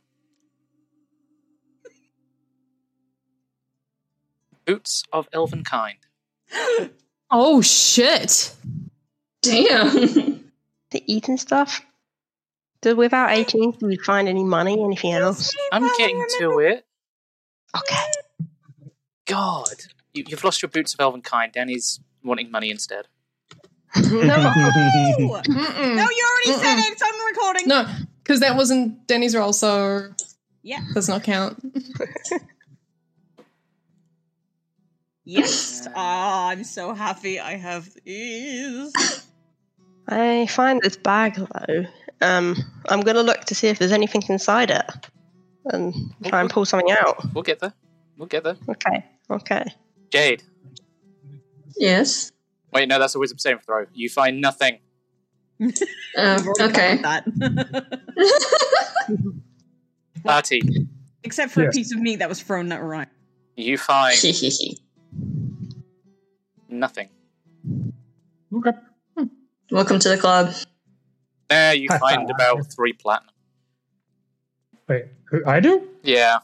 Speaker 5: Boots of elven kind.
Speaker 3: Oh shit!
Speaker 1: Damn. to eat and stuff. So without 18, do you find any money, anything else?
Speaker 5: I'm getting to it. Okay. God, you, you've lost your boots of elven kind. Danny's wanting money instead.
Speaker 3: No,
Speaker 7: No, you already said it. It's on the recording.
Speaker 3: No, because that wasn't Danny's role, so
Speaker 7: Yeah.
Speaker 3: does not count.
Speaker 6: Yes. Ah, I'm so happy I have these.
Speaker 1: I find this bag though. Um, I'm gonna look to see if there's anything inside it, and try and pull something out.
Speaker 5: We'll get there. We'll get there.
Speaker 1: Okay. Okay.
Speaker 5: Jade.
Speaker 10: Yes.
Speaker 5: Wait, no, that's a wisdom saving throw. You find nothing.
Speaker 10: Uh, okay.
Speaker 5: Artie,
Speaker 6: Except for
Speaker 5: Yeah.
Speaker 6: a piece of meat that was thrown at Ryan.
Speaker 5: you find nothing.
Speaker 10: Hmm. Welcome to the club.
Speaker 5: There, you find about three platinum.
Speaker 8: Wait, who- I do?
Speaker 5: Yeah.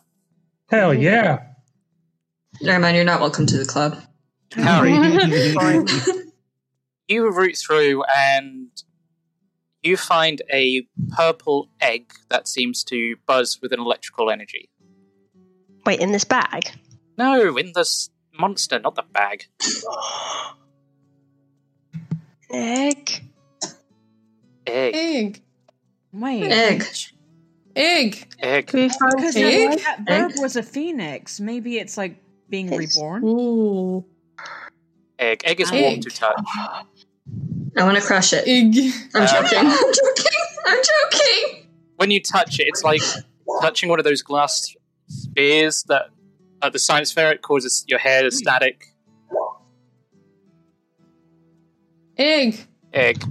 Speaker 8: Hell yeah.
Speaker 10: Mm-hmm. Never mind, you're not welcome to the club.
Speaker 5: Harry. you root through and you find a purple egg that seems to buzz with an electrical energy.
Speaker 1: Wait, in this bag?
Speaker 5: No, in this monster, not the bag.
Speaker 1: Egg.
Speaker 5: Egg.
Speaker 3: Egg.
Speaker 6: Wait.
Speaker 10: Egg.
Speaker 3: Egg.
Speaker 5: Egg.
Speaker 6: Because
Speaker 3: Egg?
Speaker 6: that bird was a phoenix. Maybe it's like being reborn.
Speaker 3: Ooh.
Speaker 5: Egg. Egg is warm to touch.
Speaker 10: I want to crush it.
Speaker 5: Um,
Speaker 10: I'm joking. I'm joking. I'm joking.
Speaker 5: When you touch it, it's like touching one of those glass spheres that at the science fair it causes your hair to static.
Speaker 3: Egg.
Speaker 5: Egg.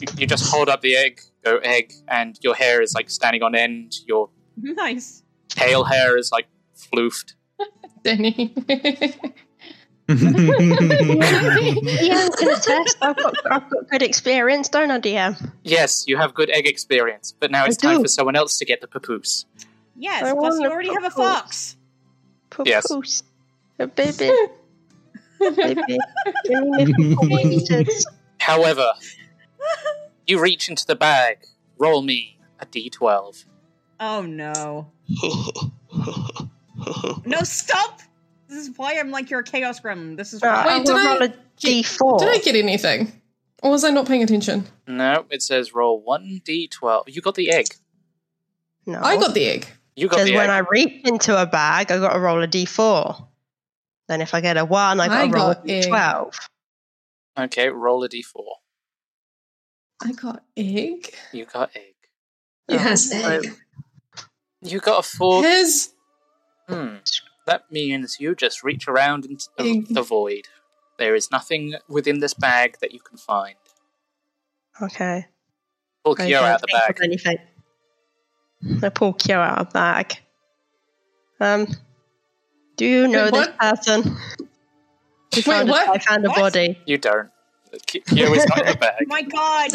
Speaker 5: You- You just hold up the egg, go egg, and your hair is like standing on end. Your
Speaker 6: Nice.
Speaker 5: tail hair is like floofed.
Speaker 3: Danny.
Speaker 1: Yeah, I'm gonna test. I've got, I've got good experience, don't I, DM?
Speaker 5: Yes, you have good egg experience, but now it's
Speaker 1: I do.
Speaker 5: time for someone else to get the papoose.
Speaker 6: Yes,
Speaker 1: I
Speaker 6: plus
Speaker 1: want
Speaker 6: you
Speaker 1: a
Speaker 6: already have a
Speaker 1: purple.
Speaker 6: fox.
Speaker 5: Yes.
Speaker 1: Papoose. A baby. baby. Give me little pieces.
Speaker 5: However, you reach into the bag. Roll me a d12.
Speaker 6: Oh no. No, stop! This is why I'm like you're a chaos gremlin. This is why
Speaker 3: Wait, did I D4? Did I get anything? Or was I not paying attention?
Speaker 5: No, it says roll one d12. You got the egg.
Speaker 1: No.
Speaker 3: I got the egg.
Speaker 5: You got
Speaker 1: Because
Speaker 5: the
Speaker 1: when
Speaker 5: egg.
Speaker 1: I reach into a bag, I got to roll a d4. Then if I get a one, I got
Speaker 3: I
Speaker 1: to roll a
Speaker 3: got egg.
Speaker 1: d12.
Speaker 5: Okay, roll a d4.
Speaker 3: I got egg. Oh.
Speaker 5: You got egg.
Speaker 1: Oh.
Speaker 3: Yes,
Speaker 5: egg. You got a four.
Speaker 3: His
Speaker 5: Hmm. That means you just reach around into the,
Speaker 3: Egg.
Speaker 5: the void. There is nothing within this bag that you can find.
Speaker 1: Okay.
Speaker 5: Pull
Speaker 1: I
Speaker 5: Kyo out of the
Speaker 1: can't think
Speaker 5: bag.
Speaker 1: of Anything. I pull Kyo out of the bag. Um, do you know this person? Who found a- I found a body.
Speaker 5: You don't. Ki- Kyo is not in the bag.
Speaker 6: my god.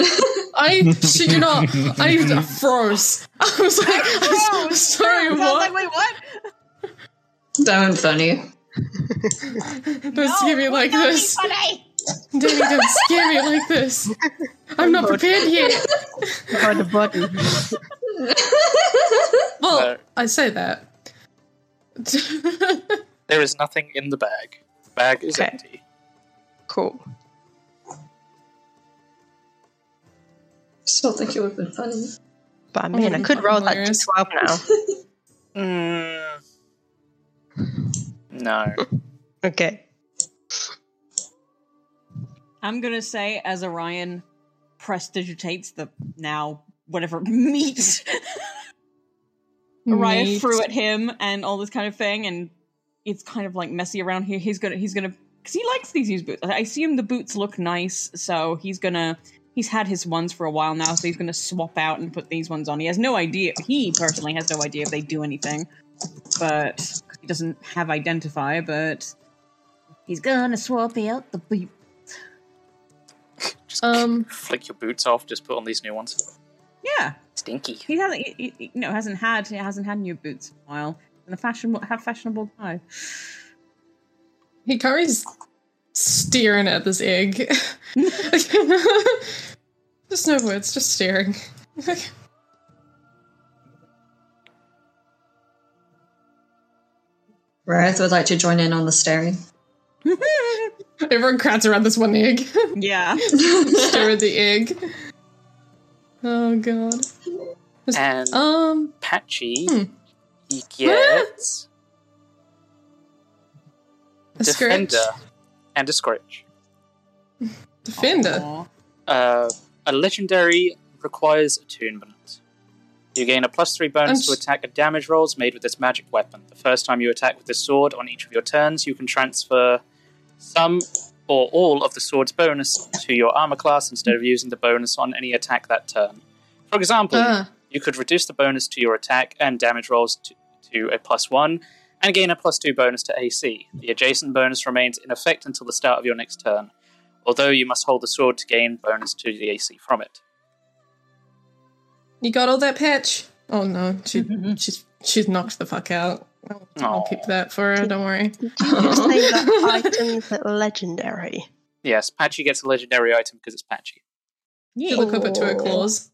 Speaker 3: I shit you not. I froze. I was like, I'm so- sorry,
Speaker 6: I was
Speaker 3: what?
Speaker 6: like, wait, what?
Speaker 10: That was funny.
Speaker 3: Don't scare me like this.
Speaker 6: Funny.
Speaker 3: Danny, don't scare me like this. I'm not prepared yet.
Speaker 1: Find a body.
Speaker 3: Well, I say that.
Speaker 5: There is nothing in the bag. The bag is
Speaker 1: Okay.
Speaker 5: empty.
Speaker 1: Cool.
Speaker 10: Still think it would have been funny.
Speaker 1: But I mean,
Speaker 3: Oh,
Speaker 1: I could roll that d12 now.
Speaker 5: Mm. No.
Speaker 1: Okay.
Speaker 6: I'm gonna say as Orion prestidigitates the now whatever meat Orion
Speaker 7: Meat.
Speaker 6: threw at him and all this kind of thing, and it's kind of like messy around here. He's gonna he's gonna because he likes these used boots. I see him the boots look nice, so he's gonna he's had his ones for a while now, so he's gonna swap out and put these ones on. He has no idea. He personally has no idea if they do anything, but 'cause he doesn't have identifier, but. He's gonna swap out the boot.
Speaker 5: Flick your boots off, just put on these new ones.
Speaker 6: Yeah.
Speaker 5: Stinky.
Speaker 6: He hasn't. He, he- no, hasn't had. He hasn't had new boots in a while. And a fashionable, have fashionable tie.
Speaker 3: Hikari's staring at this egg. There's no words, just staring.
Speaker 10: Wraith would like to join in on the staring.
Speaker 3: Everyone crowds around this one egg.
Speaker 6: Yeah.
Speaker 3: Stare at the egg. Oh god. Just-
Speaker 5: And
Speaker 3: um
Speaker 5: Patchy he gets
Speaker 3: A scratch.
Speaker 5: defender and a scratch.
Speaker 3: Defender.
Speaker 5: Uh, a legendary requires attunement. You gain a plus three bonus
Speaker 3: I'm
Speaker 5: to attack and damage rolls made with this magic weapon. The first time you attack with the sword on each of your turns, you can transfer some or all of the sword's bonus to your armor class instead of using the bonus on any attack that turn. For example,
Speaker 3: Ah.
Speaker 5: you could reduce the bonus to your attack and damage rolls to, to a plus one and gain a plus two bonus to AC. The adjacent bonus remains in effect until the start of your next turn, although you must hold the sword to gain bonus to the AC from it.
Speaker 3: You got all that patch? Oh no, she
Speaker 10: Mm-hmm.
Speaker 3: she's she's knocked the fuck out. I'll, I'll keep that for her. Don't worry.
Speaker 1: Just say that item's legendary.
Speaker 5: Yes, Patchy gets a legendary item because it's Patchy.
Speaker 3: She'll equip it to her claws.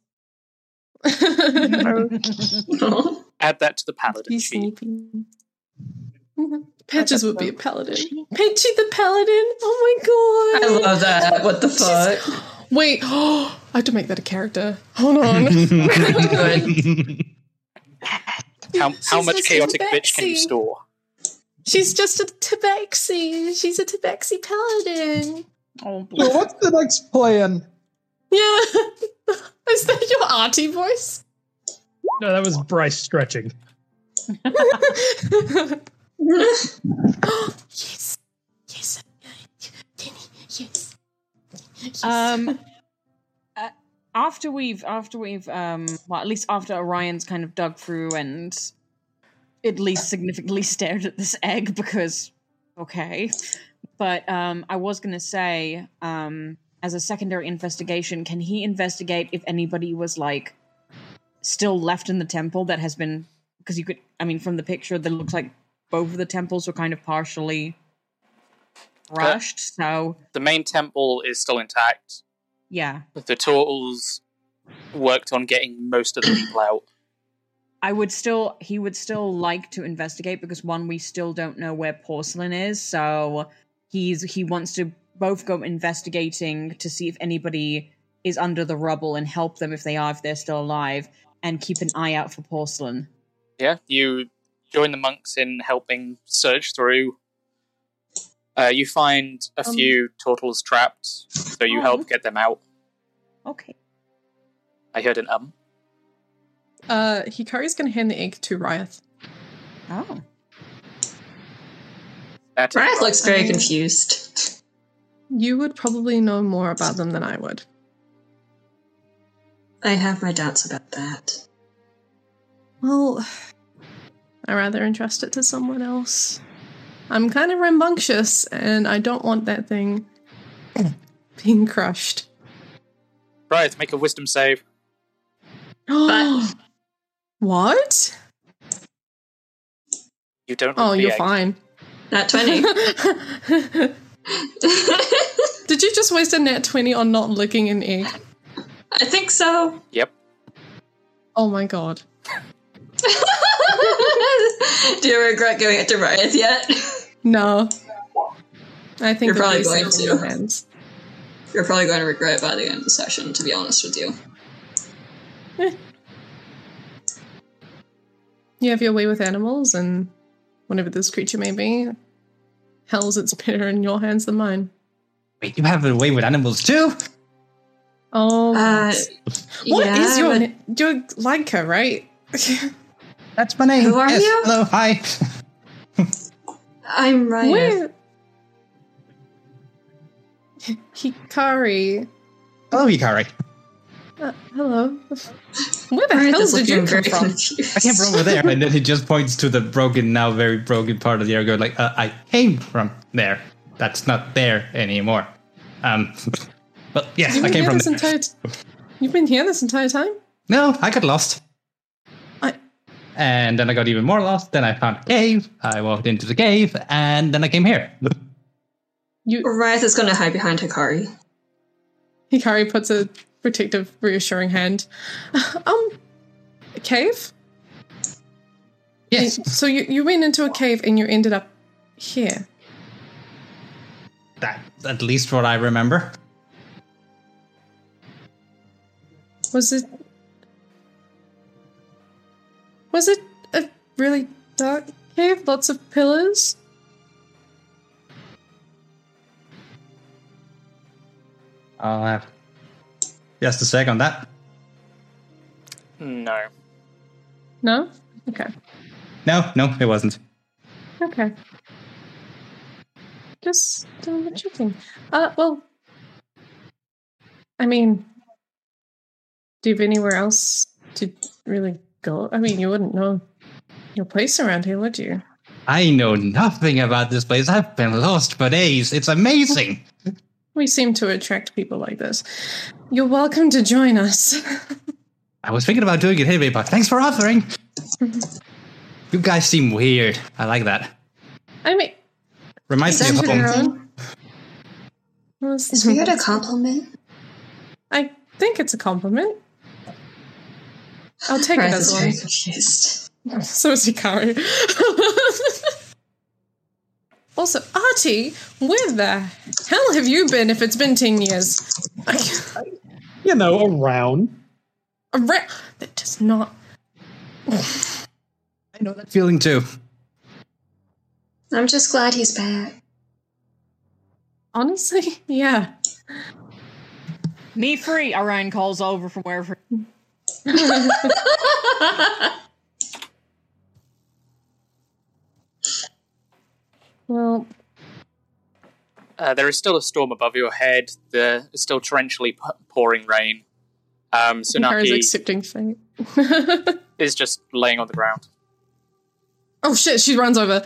Speaker 5: Add that to the paladin
Speaker 3: He's
Speaker 5: sheet.
Speaker 3: Patches would be a paladin. Patchy the paladin. Oh my god.
Speaker 10: I love that. What the fuck?
Speaker 3: Wait, I have to make that a character. Hold on.
Speaker 5: How, how
Speaker 3: She's
Speaker 5: much
Speaker 3: Mrs.
Speaker 5: chaotic bitch can you
Speaker 3: Betsy.
Speaker 5: store?
Speaker 3: She's just a tabaxi. She's a tabaxi paladin.
Speaker 6: Oh,
Speaker 14: So what's the next plan?
Speaker 3: Yeah. Is that your auntie voice?
Speaker 8: No, that was Bryce stretching.
Speaker 3: yes. Yes. Danny, yes.
Speaker 6: Um, uh, after we've after we've um, well, at least after Orion's kind of dug through and at least significantly stared at this egg because okay, but um, I was gonna say um, as a secondary investigation, can he investigate if anybody was like still left in the temple that has been because you could I mean from the picture that looks like both of the temples were kind of partially rushed, so
Speaker 5: The main temple is still intact.
Speaker 6: yeah.
Speaker 5: The turtles worked on getting most of the people out.
Speaker 6: I would still, he would still like to investigate because one, we still don't know where porcelain is, so he's he wants to both go investigating to see if anybody is under the rubble and help them if they are, if they're still alive, and keep an eye out for porcelain.
Speaker 5: Yeah, you join the monks in helping search through. Uh, you find a
Speaker 6: Um.
Speaker 5: few turtles trapped, so
Speaker 3: Oh.
Speaker 5: you help get them out.
Speaker 6: Okay.
Speaker 5: I heard an um.
Speaker 3: Uh, Hikari's gonna hand the egg to Riot.
Speaker 6: Oh.
Speaker 5: That is
Speaker 10: Wraith looks very
Speaker 3: Um,
Speaker 10: confused.
Speaker 3: You would probably know more about them than I would.
Speaker 10: I have my doubts about that.
Speaker 3: Well, I rather entrust it to someone else. I'm kind of rambunctious, and I don't want that thing being crushed.
Speaker 5: Right, make a wisdom save.
Speaker 3: Oh, what?
Speaker 5: You don't.
Speaker 3: Oh,
Speaker 5: look the
Speaker 3: you're
Speaker 5: egg.
Speaker 3: fine.
Speaker 10: Nat 20.
Speaker 3: Did you just waste a nat 20 on not licking an egg?
Speaker 10: I think so.
Speaker 5: Yep.
Speaker 3: Oh my god.
Speaker 10: Do you regret giving it to Wraith yet?
Speaker 3: No. I
Speaker 10: You're
Speaker 3: think it'd
Speaker 10: probably
Speaker 3: be
Speaker 10: going
Speaker 3: safe in
Speaker 10: to.
Speaker 3: your hands.
Speaker 10: You're probably going to regret it by the end of the session, to be honest with you.
Speaker 3: You have your way with animals, and whatever this creature may be, hell's it's better in your hands than mine.
Speaker 9: Wait, you have a way with animals too?
Speaker 3: Oh,
Speaker 10: Uh,
Speaker 3: What
Speaker 10: yeah,
Speaker 3: is your
Speaker 10: but-
Speaker 3: na- you're Leica, right?
Speaker 9: That's my name.
Speaker 10: Who are
Speaker 9: Yes,
Speaker 10: you?
Speaker 9: Hello, hi.
Speaker 10: I'm Ryan.
Speaker 3: Where? Hikari.
Speaker 9: Hello, Hikari.
Speaker 3: Uh, hello. Where the hell
Speaker 10: does
Speaker 3: did
Speaker 10: look
Speaker 3: you come
Speaker 10: very
Speaker 3: from?
Speaker 10: confused.
Speaker 9: I came from over there, and then he just points to the broken, now very broken part of the air. Go like, uh, I came from there. That's not there anymore. Um, but yes,
Speaker 3: You've
Speaker 9: I
Speaker 3: been
Speaker 9: came
Speaker 3: here
Speaker 9: from
Speaker 3: this
Speaker 9: there.
Speaker 3: entire. T- You've been here this entire time.
Speaker 9: No, I got lost. And then I got even more lost. Then I found a cave. I walked into the cave, and then I came here.
Speaker 3: You,
Speaker 10: Wrath is going to hide behind Hikari.
Speaker 3: Hikari puts a protective, reassuring hand. Um, a cave?
Speaker 9: Yes.
Speaker 3: So you, you went into a cave and you ended up here.
Speaker 9: That, at least what I remember.
Speaker 3: Was it. Was it a really dark cave? Lots of pillars?
Speaker 9: I'll have just a sec on that.
Speaker 5: No.
Speaker 3: No? Okay.
Speaker 9: No, no, it wasn't.
Speaker 3: Okay. Just double checking. Uh, well, I mean, do you have anywhere else to really go? I mean, you wouldn't know your place around here, would you?
Speaker 9: I know nothing about this place. I've been lost for days. It's amazing.
Speaker 3: We seem to attract people like this. You're welcome to join us.
Speaker 9: I was thinking about doing it anyway, but thanks for offering. You guys seem weird. I like that.
Speaker 3: I mean,
Speaker 9: Reminds me of home.
Speaker 3: Is
Speaker 10: Is weird a compliment?
Speaker 3: I think it's a compliment. I'll take it
Speaker 10: Wrath
Speaker 3: as
Speaker 10: is
Speaker 3: one.
Speaker 10: very confused.
Speaker 3: So is Hikari. also, Artie, where the hell have you been if it's been 10 years?
Speaker 8: You know, around.
Speaker 3: A ra- that does not.
Speaker 9: I know that feeling too.
Speaker 10: I'm just glad he's back.
Speaker 3: Honestly, yeah.
Speaker 6: Me free. Orion calls over from wherever.
Speaker 3: Well,
Speaker 5: Uh, there is still a storm above your head. There is still torrentially p- pouring rain. Um,
Speaker 3: Hikari's
Speaker 5: Tsunaki
Speaker 3: accepting fate.
Speaker 5: is just laying on the ground.
Speaker 3: Oh shit, she runs over.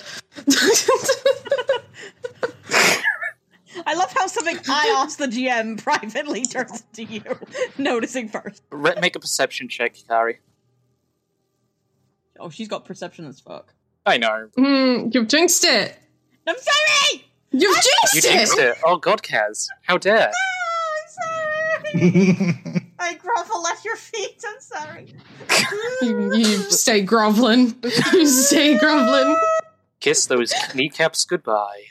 Speaker 6: I love how something I asked the GM privately turns to you, noticing first.
Speaker 5: Re- make a perception check, Hikari.
Speaker 6: Oh, she's got perception as fuck.
Speaker 5: I know.
Speaker 3: Mm, you've jinxed it.
Speaker 6: I'm sorry.
Speaker 3: You've
Speaker 5: You
Speaker 3: jinxed
Speaker 5: jinxed
Speaker 3: it.
Speaker 5: it. Oh God, Kaz, how dare!
Speaker 6: I grovel at your feet. I'm sorry.
Speaker 3: You, you stay groveling. You stay groveling.
Speaker 5: Kiss those kneecaps goodbye.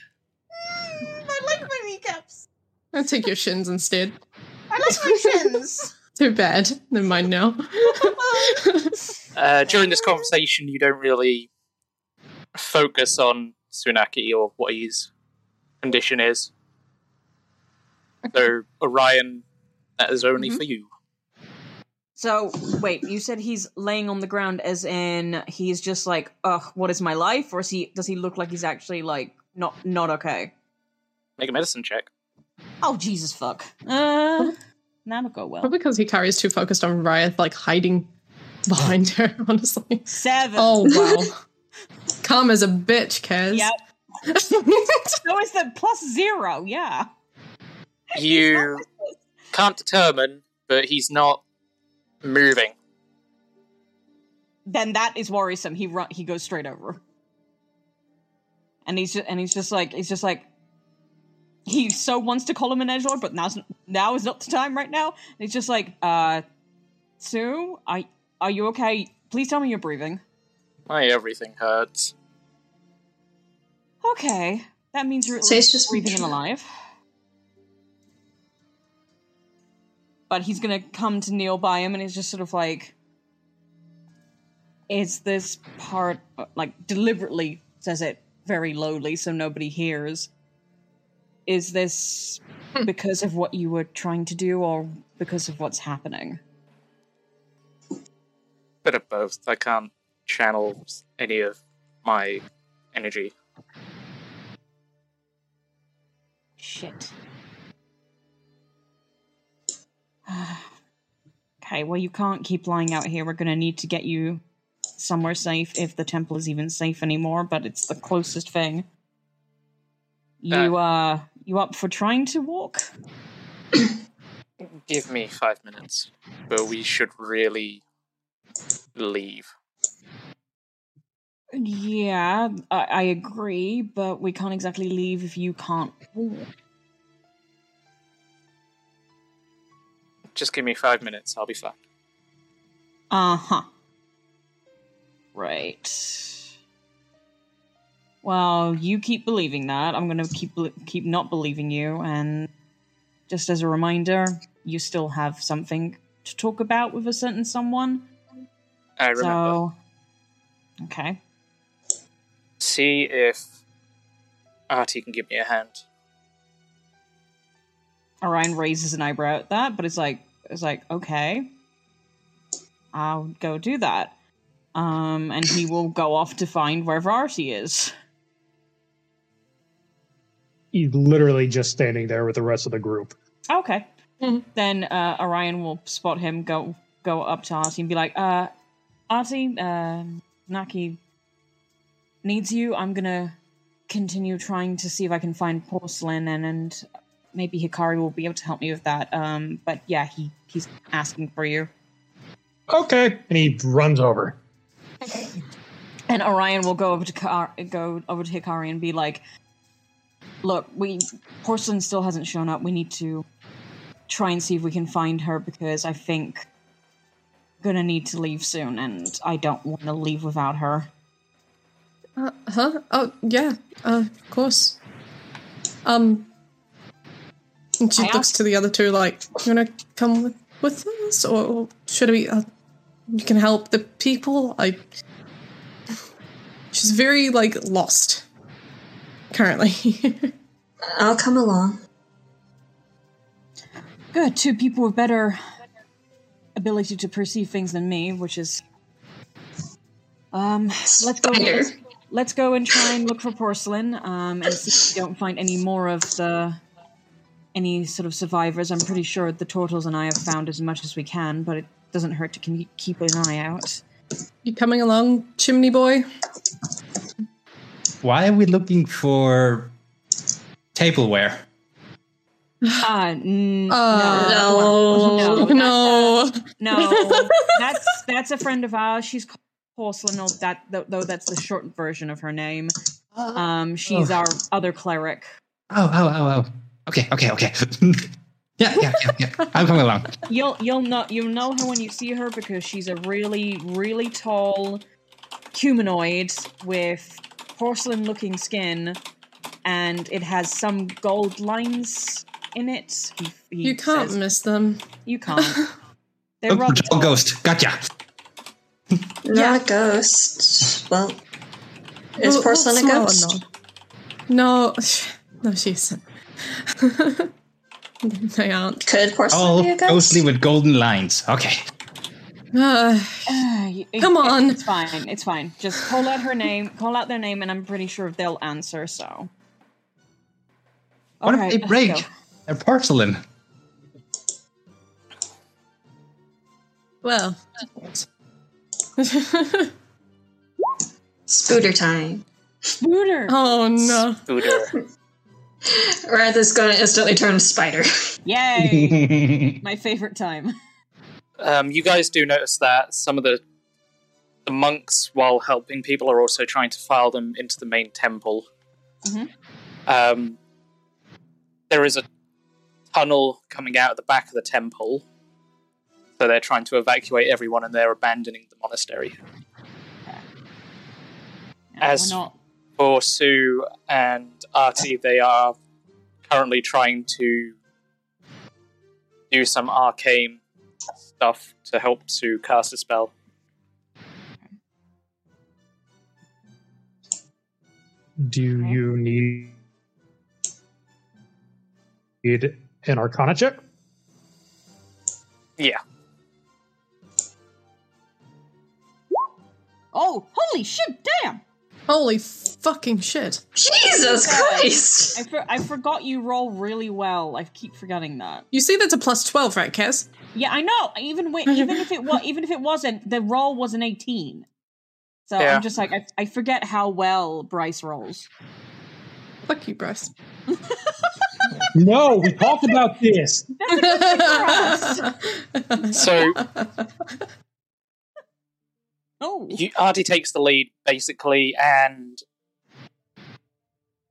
Speaker 3: I like my kneecaps. I'll take your shins instead.
Speaker 6: I like my shins.
Speaker 3: Too bad. Never mind now.
Speaker 5: Uh, during this conversation, you don't really focus on Tsunaki or what his condition is. So, Orion, that is only for you.
Speaker 6: So wait, you said he's laying on the ground, as in he's just like, ugh, what is my life? Or is he? Does he look like he's actually like not not okay?
Speaker 5: Make a medicine check.
Speaker 6: Oh Jesus fuck. Uh, that'll go well.
Speaker 3: Probably because Hikari's too focused on Riot, like hiding behind her, honestly.
Speaker 6: Seven.
Speaker 3: Oh, wow. Calm as a bitch, Kaz.
Speaker 6: Yep. so is the plus zero? Yeah.
Speaker 5: You can't determine, but he's not moving.
Speaker 6: Then that is worrisome. He run. He goes straight over. And he's just and he's just like he's just like. He so wants to call him an edgelord, but now's now is not the time right now. And he's just like, uh, Sue, are are you okay? Please tell me you're breathing.
Speaker 5: My everything hurts.
Speaker 6: Okay, that means you're at
Speaker 10: So it's
Speaker 6: least
Speaker 10: just-
Speaker 6: breathing and alive. But he's gonna come to kneel by him, and he's just sort of like, "Is this part like deliberately says it very lowly so nobody hears? Is this
Speaker 10: Hmm.
Speaker 6: because of what you were trying to do, or because of what's happening?"
Speaker 5: Bit of both. I can't channel any of my energy.
Speaker 6: Shit. okay, well, you can't keep lying out here. We're going to need to get you somewhere safe if the temple is even safe anymore, but it's the closest thing. You, uh, you up for trying to walk?
Speaker 5: Give me five minutes, but we should really leave.
Speaker 6: Yeah, I, I agree, but we can't exactly leave if you can't walk.
Speaker 5: Just give me five minutes. I'll be fine.
Speaker 6: Uh huh. Right. Well, you keep believing that. I'm gonna keep bel- keep not believing you, and just as a reminder, you still have something to talk about with a certain someone.
Speaker 5: I remember.
Speaker 6: So, okay.
Speaker 5: See if Artie can give me a hand.
Speaker 6: Orion raises an eyebrow at that, but it's like it's like okay, I'll go do that. Um, and he will go off to find wherever Artie is.
Speaker 8: He's literally just standing there with the rest of the group.
Speaker 6: Okay. Then uh, Orion will spot him, go go up to Artie and be like, uh, Artie, uh, Naki needs you. I'm gonna continue trying to see if I can find porcelain and, and maybe Hikari will be able to help me with that. Um, but yeah, he, he's asking for you.
Speaker 8: Okay. And he runs over.
Speaker 6: And Orion will go over to Car- go over to Hikari and be like, "Look, we porcelain still hasn't shown up. We need to try and see if we can find her because I think we're gonna need to leave soon, and I don't want to leave without her."
Speaker 3: Uh, huh? Oh, yeah. Uh, of course. Um. and She
Speaker 6: I
Speaker 3: looks to the other two like, "You wanna come with, with us, or, or should we? Uh, you can help the people." I. She's very like lost. Currently.
Speaker 10: I'll come along.
Speaker 6: Good. Two people with better ability to perceive things than me, which is. Um, let's go. Let's, let's go and try and look for porcelain. Um, and see if we don't find any more of the any sort of survivors. I'm pretty sure the turtles and I have found as much as we can, but it doesn't hurt to con- keep an eye out.
Speaker 3: You coming along, chimney boy?
Speaker 9: Why are we looking for tableware?
Speaker 6: Uh, n- no,
Speaker 3: Oh, no.
Speaker 6: no, no. That's that's a friend of ours. She's called Porcelain. Though that though that's the short version of her name. Um, she's
Speaker 9: Oh.
Speaker 6: our other cleric.
Speaker 9: Oh, oh, oh, oh. Okay, okay, okay. yeah, yeah, yeah, yeah. I'm coming along.
Speaker 6: You'll you'll know you'll know her when you see her because she's a really really tall humanoid with porcelain looking skin, and it has some gold lines in it. He- he
Speaker 3: You can't
Speaker 6: says-
Speaker 3: miss them.
Speaker 6: You can't. They're
Speaker 9: Oh,
Speaker 6: rather
Speaker 9: oh, ghost. Gotcha.
Speaker 10: Not a ghost. Well, is
Speaker 3: Well,
Speaker 10: porcelain a
Speaker 3: well,
Speaker 10: ghost?
Speaker 3: small or not? No, no, she isn't. they aren't.
Speaker 10: Could
Speaker 9: All ghostly with golden lines. Okay.
Speaker 6: Come on. It's fine. It's fine. Just call out her name. Call out their name, and I'm pretty sure they'll answer. So.
Speaker 9: What if
Speaker 6: Alright,
Speaker 9: they
Speaker 6: let's
Speaker 9: break?
Speaker 6: go.
Speaker 9: They're porcelain.
Speaker 3: Well,
Speaker 10: Spooter time.
Speaker 6: Spooter.
Speaker 3: Oh no.
Speaker 5: Spooter.
Speaker 10: Wrath is going to instantly turn spider.
Speaker 6: Yay! My favorite time.
Speaker 5: Um, you guys do notice that some of the the monks, while helping people, are also trying to file them into the main temple.
Speaker 6: Mhm.
Speaker 5: Um, there is a tunnel coming out of the back of the temple, so they're trying to evacuate everyone, and they're abandoning the monastery. As
Speaker 6: we're not-
Speaker 5: for Sue and Artie, they are currently trying to do some arcane stuff to help Sue cast a spell.
Speaker 8: Do you need need an Arcana check?
Speaker 5: Yeah.
Speaker 6: Oh, holy shit! Damn.
Speaker 3: Holy fucking shit.
Speaker 10: Jesus Christ!
Speaker 6: I, for- I forgot you roll really well. I keep forgetting that.
Speaker 3: You see, that's a plus twelve, right, Kaz?
Speaker 6: Yeah, I know. Even when, even if it was, even if it wasn't, the roll was an eighteen. So
Speaker 3: Yeah.
Speaker 6: I'm just like, I, I forget how well Bryce rolls.
Speaker 3: Fuck you, Bryce.
Speaker 8: No, we talked about this.
Speaker 5: So
Speaker 6: Oh.
Speaker 5: you, Artie takes the lead basically and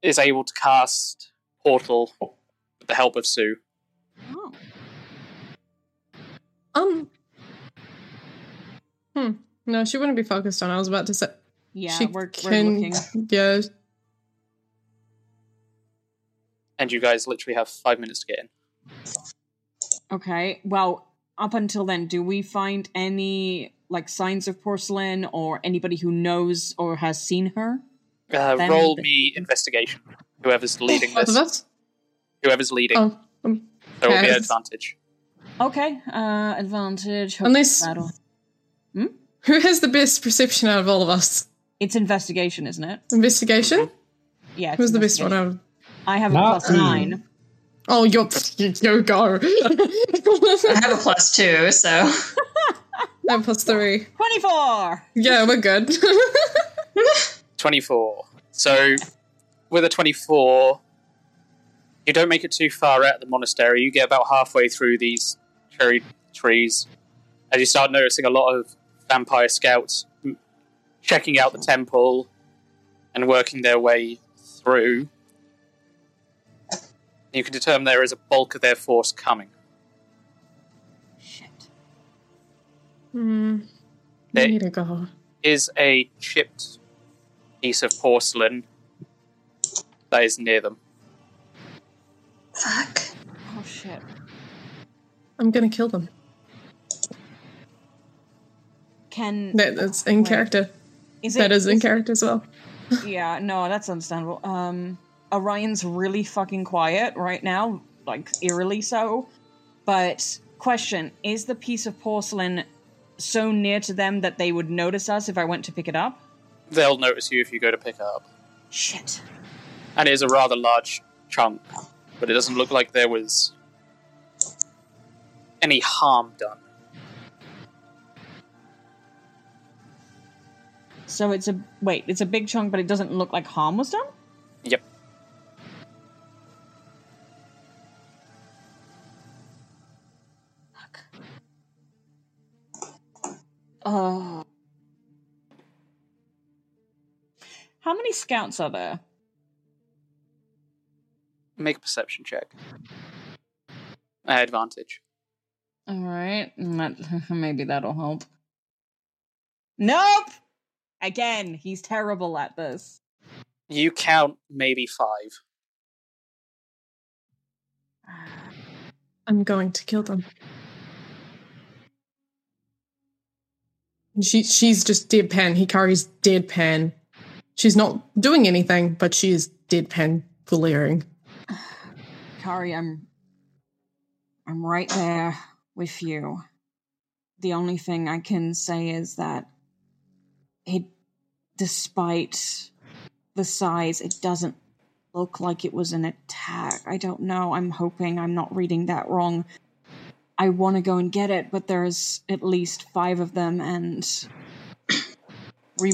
Speaker 5: is able to cast Portal with the help of Sue.
Speaker 3: Um. Hmm. No, she wouldn't be focused on. I was about to say.
Speaker 6: Yeah,
Speaker 3: she
Speaker 6: we're- we're
Speaker 3: can. yeah.
Speaker 5: And you guys literally have five minutes to get in.
Speaker 6: Okay. Well, up until then, do we find any like signs of porcelain or anybody who knows or has seen her?
Speaker 5: Uh,
Speaker 6: Then-
Speaker 5: roll me investigation. Whoever's leading
Speaker 6: Both of
Speaker 5: this.
Speaker 6: us?
Speaker 5: Whoever's leading.
Speaker 6: Oh,
Speaker 5: there will be
Speaker 6: okay.
Speaker 5: an advantage.
Speaker 6: Okay. Uh, advantage. hope
Speaker 3: Unless.
Speaker 6: battle.
Speaker 3: Who has the best perception out of all of us?
Speaker 6: It's investigation, isn't it?
Speaker 3: Investigation.
Speaker 6: Yeah. it's
Speaker 3: Who's the best
Speaker 6: investigation.
Speaker 3: one out? Of-
Speaker 6: I have a
Speaker 3: Not
Speaker 6: plus
Speaker 3: me.
Speaker 6: nine.
Speaker 3: oh, you're you go. I
Speaker 10: have a plus two, so.
Speaker 3: I'm plus three.
Speaker 6: Twenty-four.
Speaker 3: Yeah, we're good.
Speaker 5: 24. So, with a 24, you don't make it too far out of the monastery. You get about halfway through these cherry trees, and you start noticing a lot of vampire scouts m- checking out the temple and working their way through. You can determine there is a bulk of their force coming.
Speaker 3: Hmm.
Speaker 5: They-
Speaker 3: I need to go.
Speaker 5: Is a chipped piece of porcelain that is near them.
Speaker 6: Oh shit.
Speaker 3: I'm gonna kill them.
Speaker 6: Can
Speaker 3: That, that's in character.
Speaker 6: Is
Speaker 3: that
Speaker 6: it-
Speaker 3: is in
Speaker 6: is-
Speaker 3: character as well.
Speaker 6: yeah, no, that's understandable. Um, Orion's really fucking quiet right now, like eerily so. But question: Is the piece of porcelain so near to them that they would notice us if I went to pick it up?
Speaker 5: They'll notice you if you go to pick it up.
Speaker 6: Shit.
Speaker 5: And it is a rather large chunk, but it doesn't look like there was any harm done.
Speaker 6: So it's a wait, it's a big chunk, but it doesn't look like harm was done.
Speaker 5: Yep.
Speaker 6: Uh, how many scouts are there?
Speaker 5: Make a perception check. I had advantage.
Speaker 6: All right, that- maybe that'll help. Nope. Again, he's terrible at this.
Speaker 5: You count maybe five.
Speaker 3: I'm going to kill them. And She she's just deadpan. Hikari's deadpan. She's not doing anything, but she is deadpan glaring.
Speaker 6: Kari, I'm I'm right there with you. The only thing I can say is that it despite the size, it doesn't look like it was an attack. I don't know. I'm hoping I'm not reading that wrong. I want to go and get it, but there's at least five of them, and we,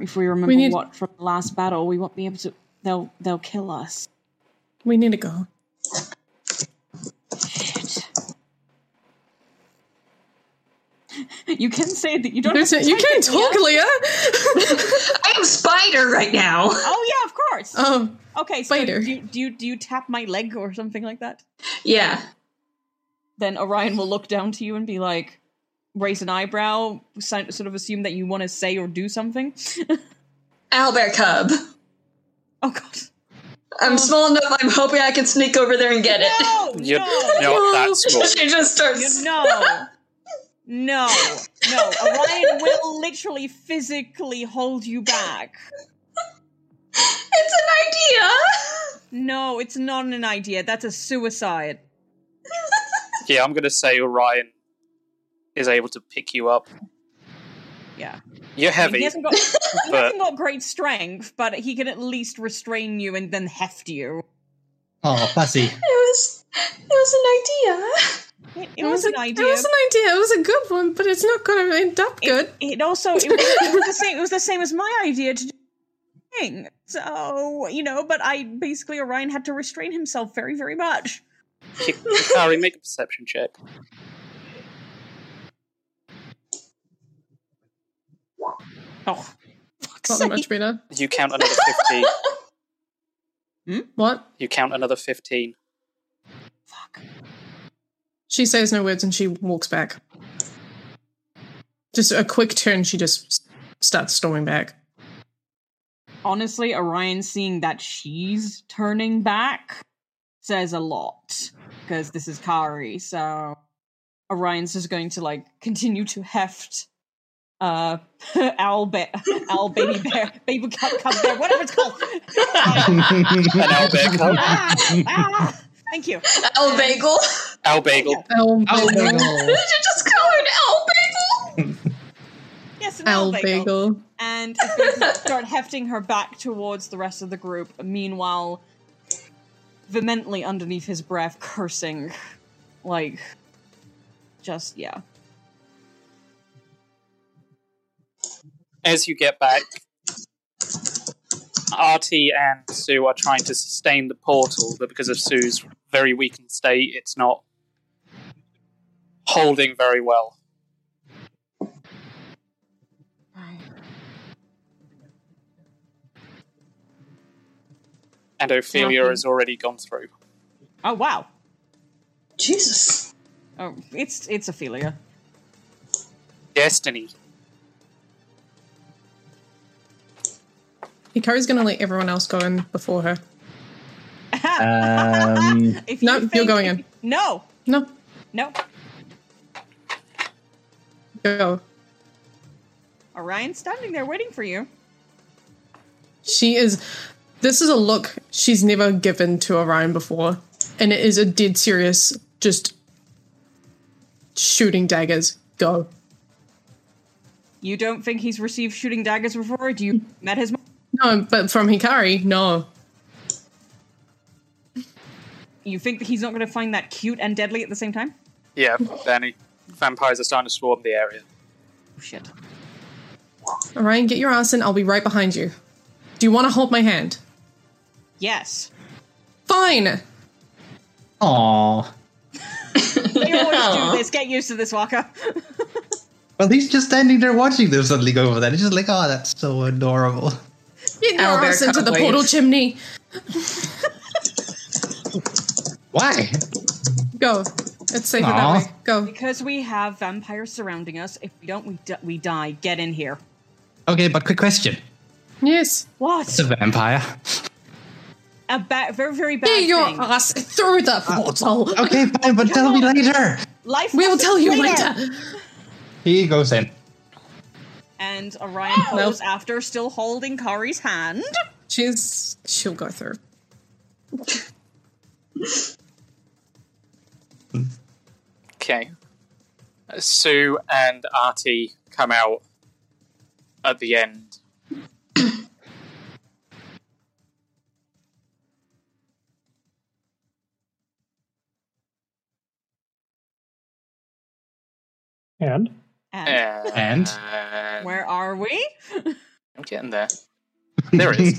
Speaker 6: if we remember
Speaker 3: need-
Speaker 6: what from the last battle, we won't be able to. They'll they'll kill us.
Speaker 3: We need to go.
Speaker 6: You can say that you don't.
Speaker 3: You
Speaker 6: have to
Speaker 3: can- you
Speaker 6: type
Speaker 3: can
Speaker 6: it,
Speaker 3: talk, Leah.
Speaker 6: I
Speaker 10: am spider right now.
Speaker 6: Oh yeah, of course.
Speaker 3: Oh,
Speaker 6: okay. So
Speaker 10: spider.
Speaker 6: Do, you- do you do you tap my leg or something like that?
Speaker 10: Yeah.
Speaker 6: Then Orion will look down to you and be like, raise an eyebrow, si- sort of assume that you want to say or do something.
Speaker 10: Albert Cub.
Speaker 6: Oh god. Oh.
Speaker 10: I'm small enough. I'm hoping I can sneak over there and get it.
Speaker 5: You're not that small.
Speaker 10: she just starts.
Speaker 6: You- no. No, no. Orion will literally physically hold you back.
Speaker 10: It's an idea.
Speaker 6: No, it's not an idea. That's a suicide.
Speaker 5: Yeah, I'm going to say Orion is able to pick you up.
Speaker 6: Yeah.
Speaker 5: You're heavy.
Speaker 6: He hasn't got, he
Speaker 5: but-
Speaker 6: hasn't got great strength, but he can at least restrain you and then heft you.
Speaker 9: Oh, Fuzzy.
Speaker 10: It was. It was
Speaker 6: an idea. It, was, an idea.
Speaker 3: It was an idea. It was a good one, but it's not going to end up good.
Speaker 6: It also it was, it was the same. It was the same as my idea to thing. So, you know, but I basically, Orion had to restrain himself very, very much.
Speaker 5: Sorry, make a perception check.
Speaker 6: Oh, fuck's
Speaker 3: Not that much better.
Speaker 5: You count another 15.
Speaker 6: Hmm?
Speaker 3: What?
Speaker 5: You count another 15.
Speaker 3: She says no words and she walks back. Just a quick turn, she just starts storming back.
Speaker 6: Honestly, Orion seeing that she's turning back says a lot because this is Kari. So Orion's just going to like continue to heft uh owl bear owl baby bear baby cub, cub bear whatever it's called Ah, ah, thank you
Speaker 10: Owl bagel.
Speaker 5: Owl bagel.
Speaker 3: Owl
Speaker 10: Did you just call it owl bagel?
Speaker 6: Yes, an owl bagel. and is going to start hefting her back towards the rest of the group. Meanwhile, vehemently underneath his breath, cursing, like, just yeah.
Speaker 5: As you get back, Artie and Sue are trying to sustain the portal, but because of Sue's very weakened state, it's not holding very well. And Ophelia has already gone through.
Speaker 6: Oh wow!
Speaker 10: Jesus.
Speaker 6: Oh, it's it's Ophelia.
Speaker 5: Destiny.
Speaker 3: Hikari's gonna let everyone else go in before her.
Speaker 9: Um,
Speaker 6: If
Speaker 3: no, you are going in.
Speaker 6: No,
Speaker 3: no,
Speaker 6: no.
Speaker 3: Go.
Speaker 6: Orion's standing there waiting for you.
Speaker 3: She is. This is a look she's never given to Orion before, and it is a dead serious, just shooting daggers. Go.
Speaker 6: You don't think he's received shooting daggers before? Do you met his? mom?
Speaker 3: No, but from Hikari, no.
Speaker 6: You think that he's not going to find that cute and deadly at the same time?
Speaker 5: Yeah, Danny. Vampires are starting to swarm the area.
Speaker 6: Shit.
Speaker 3: Orion, get your ass in. I'll be right behind you. Do you want to hold my hand?
Speaker 6: Yes.
Speaker 3: Fine.
Speaker 9: Aw.
Speaker 6: You always do this. Get used to this, Walker.
Speaker 9: Well, he's just standing there watching. There's something over that. He's just like, oh, that's so adorable.
Speaker 3: Get your
Speaker 9: Owlbear
Speaker 3: ass into the
Speaker 9: Cutwaves.
Speaker 3: portal chimney.
Speaker 9: Why?
Speaker 3: Go. It's safer
Speaker 9: Aw.
Speaker 3: that way. Go.
Speaker 6: Because we have vampires surrounding us. If we don't, we, di- we die. Get in here.
Speaker 9: Okay, but quick question.
Speaker 3: Yes.
Speaker 6: What?
Speaker 9: It's a vampire.
Speaker 6: A ba- very, very bad
Speaker 3: Get your
Speaker 6: thing.
Speaker 3: ass through the portal.
Speaker 9: Uh, Okay, fine, but tell me later.
Speaker 6: Life
Speaker 3: We'll tell you later.
Speaker 9: He goes in.
Speaker 6: And Orion follows after, still holding Kari's hand.
Speaker 3: She's she'll go through.
Speaker 5: Okay. Sue and Artie come out at the end.
Speaker 8: And
Speaker 5: And,
Speaker 8: And?
Speaker 6: Where are we?
Speaker 5: Uh, I'm getting there.
Speaker 9: There is.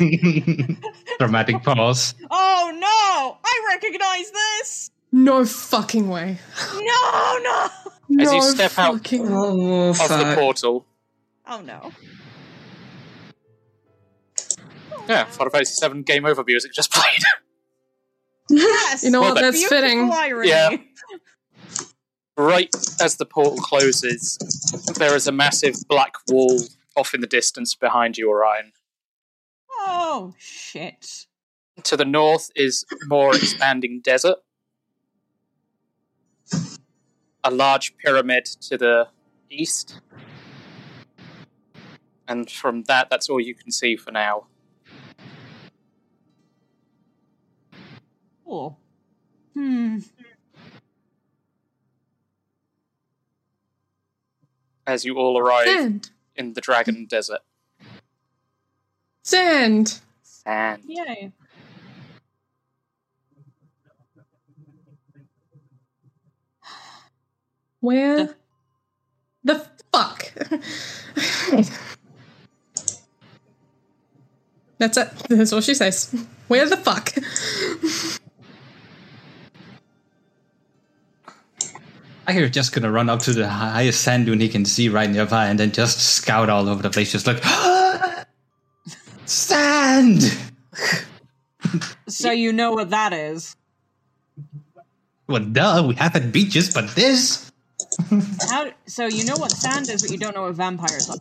Speaker 9: Dramatic pause.
Speaker 6: Oh no! I recognize this!
Speaker 3: No fucking way.
Speaker 6: No, no!
Speaker 5: As you step out
Speaker 3: Oh,
Speaker 5: of the
Speaker 3: fuck.
Speaker 5: portal,
Speaker 6: Oh no.
Speaker 5: yeah, Final Fantasy Seven game over music just played.
Speaker 6: Yes!
Speaker 3: You know
Speaker 5: Well,
Speaker 3: what?
Speaker 5: that's
Speaker 3: That's fitting.
Speaker 5: Yeah. Right as the portal closes, there is a massive black wall off in the distance behind you, Orion.
Speaker 6: Oh shit.
Speaker 5: To the north is more expanding desert. A large pyramid to the east. And from that, that's all you can see for now.
Speaker 6: Cool. Hmm.
Speaker 5: As you all arrive
Speaker 3: Sand.
Speaker 5: in the Dragon Desert.
Speaker 3: Sand.
Speaker 5: Sand.
Speaker 6: Yay.
Speaker 3: Where the fuck? That's it. That's all she says. Where the fuck?
Speaker 9: I hear just gonna run up to the highest sand dune he can see right nearby and then just scout all over the place, just like sand.
Speaker 6: So you know what that is.
Speaker 9: Well, duh, we have had beaches, but this.
Speaker 6: How, so you know what sand is, but you don't know what vampires are.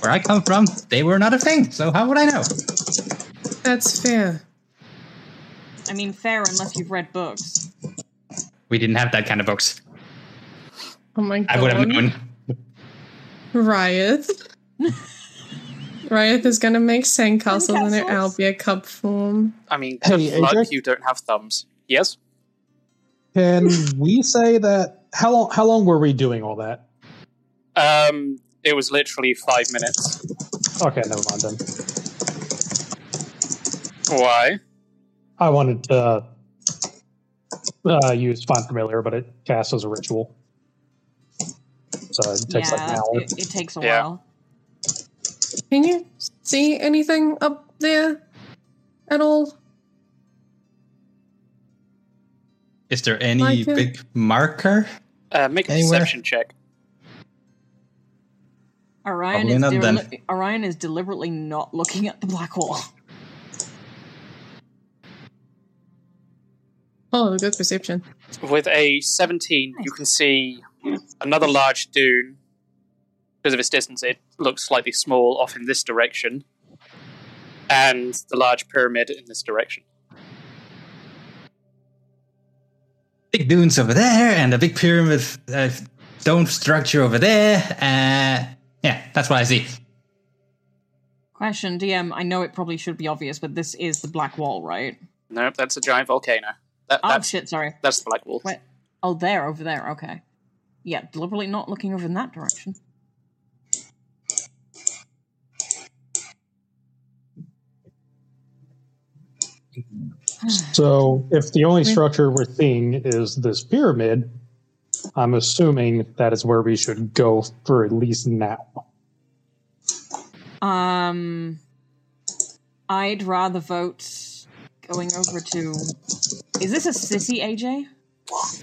Speaker 9: Where I come from, they were not a thing, so how would I know?
Speaker 3: That's fair.
Speaker 6: I mean, fair unless you've read books.
Speaker 9: We didn't have that kind of books.
Speaker 3: Oh my god.
Speaker 9: I would have known.
Speaker 3: Riot. Riot is gonna make sandcastles in her Albia cub form.
Speaker 5: I mean,
Speaker 14: Hey,
Speaker 5: good luck
Speaker 14: Ajax?
Speaker 5: you don't have thumbs. Yes?
Speaker 14: Can we say that? How long? How long were we doing all that?
Speaker 5: Um, it was literally five minutes.
Speaker 14: Okay, never mind then.
Speaker 5: Why?
Speaker 14: I wanted to uh, use find familiar, but it casts as a ritual, so it takes like an
Speaker 6: yeah,
Speaker 14: hour.
Speaker 6: it, it takes a
Speaker 14: Yeah.
Speaker 6: while.
Speaker 3: Can you see anything up there at all?
Speaker 9: Is there any
Speaker 3: Like, uh,
Speaker 9: big marker?
Speaker 5: Uh, make a
Speaker 9: Anywhere?
Speaker 5: perception check.
Speaker 6: Orion
Speaker 9: Probably
Speaker 6: is,
Speaker 9: not
Speaker 6: deli-
Speaker 9: then.
Speaker 6: Orion is deliberately not looking at the black wall.
Speaker 3: Oh, good perception.
Speaker 5: With a 17, you can see another large dune. Because of its distance, it looks slightly small off in this direction, and the large pyramid in this direction.
Speaker 9: Big dunes over there and a big pyramid uh, dome structure over there. Uh, yeah, that's what I see.
Speaker 6: Question, DM. I know it probably should be obvious, but this is the black wall, right?
Speaker 5: Nope, that's a giant volcano. That,
Speaker 6: Oh,
Speaker 5: that's,
Speaker 6: shit, sorry.
Speaker 5: That's the Black Wall.
Speaker 6: Wait. Oh, there, over there. Okay. Yeah, deliberately not looking over in that direction.
Speaker 14: So, if the only structure we're seeing is this pyramid, I'm assuming that is where we should go for at least now.
Speaker 6: Um, I'd rather vote going over to. Is this a city, AJ?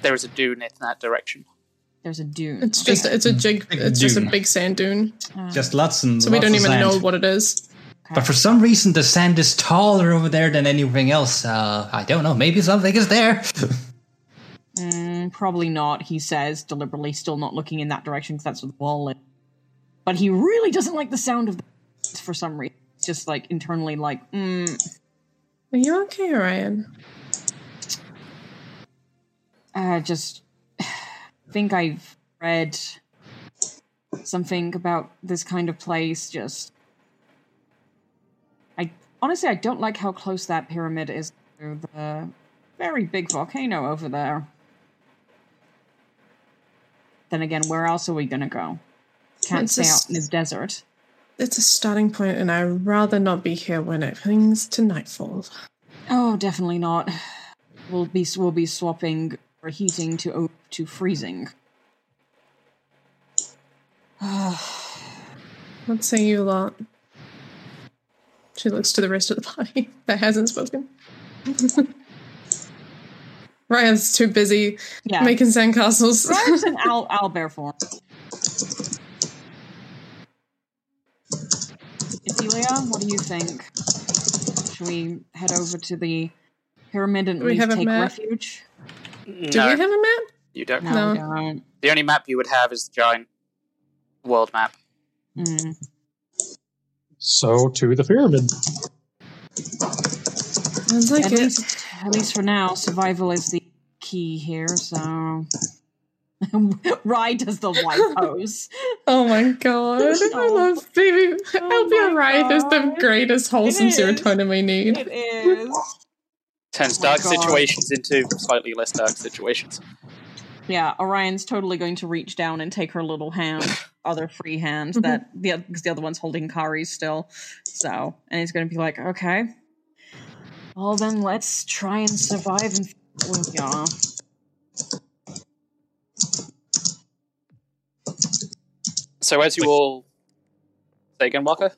Speaker 5: There is a dune in that direction.
Speaker 6: There's a dune.
Speaker 3: It's just it's a jig it's just a big sand dune.
Speaker 6: Ah.
Speaker 9: Just lots and
Speaker 3: So we
Speaker 9: lots
Speaker 3: don't
Speaker 9: of
Speaker 3: even
Speaker 9: sand.
Speaker 3: know what it is.
Speaker 9: But for some reason, the sand is taller over there than anything else. Uh, I don't know. Maybe something is there.
Speaker 6: Mm, probably not, he says, deliberately still not looking in that direction because that's where the wall is. But he really doesn't like the sound of the for some reason. It's just like internally, like, mm.
Speaker 3: Are you okay, Orion?
Speaker 6: I just think I've read something about this kind of place. Just, I honestly, I don't like how close that pyramid is to the very big volcano over there. Then again, where else are we gonna go? Can't
Speaker 3: It's
Speaker 6: stay
Speaker 3: just-
Speaker 6: out in the desert.
Speaker 3: It's a starting point, and I'd rather not be here when it hangs to nightfall.
Speaker 6: Oh, definitely not. We'll be we'll be swapping or heating to o- to freezing.
Speaker 3: What say you lot? She looks to the rest of the party that hasn't spoken. Ryan's too busy
Speaker 6: Yeah.
Speaker 3: making sandcastles.
Speaker 6: Perhaps in owl, owl bear form. Adelia, what do you think? Should we head over to the pyramid and
Speaker 3: Do
Speaker 6: at
Speaker 3: we
Speaker 6: least
Speaker 3: have a
Speaker 6: take
Speaker 3: map?
Speaker 6: refuge?
Speaker 3: Do we have a map?
Speaker 5: You don't.
Speaker 6: No, we don't.
Speaker 5: The only map you would have is the giant world map.
Speaker 6: Mm.
Speaker 14: So, to the pyramid.
Speaker 3: Sounds like
Speaker 6: at
Speaker 3: it.
Speaker 6: least, at least for now, survival is the key here. So, Rye does the white pose.
Speaker 3: Oh my god. I
Speaker 6: Oh.
Speaker 3: love baby. Albia Riot is the greatest wholesome
Speaker 6: is.
Speaker 3: serotonin we need.
Speaker 6: It is.
Speaker 5: Turns
Speaker 6: Oh my
Speaker 5: dark
Speaker 6: God.
Speaker 5: situations into slightly less dark situations.
Speaker 6: Yeah, Orion's totally going to reach down and take her little hand, other free
Speaker 10: Mm-hmm.
Speaker 6: hand that the because the other one's holding Kari's still. So, and he's going to be like, okay, well then let's try and survive. And well, yeah,
Speaker 5: So as you all say again, Walker.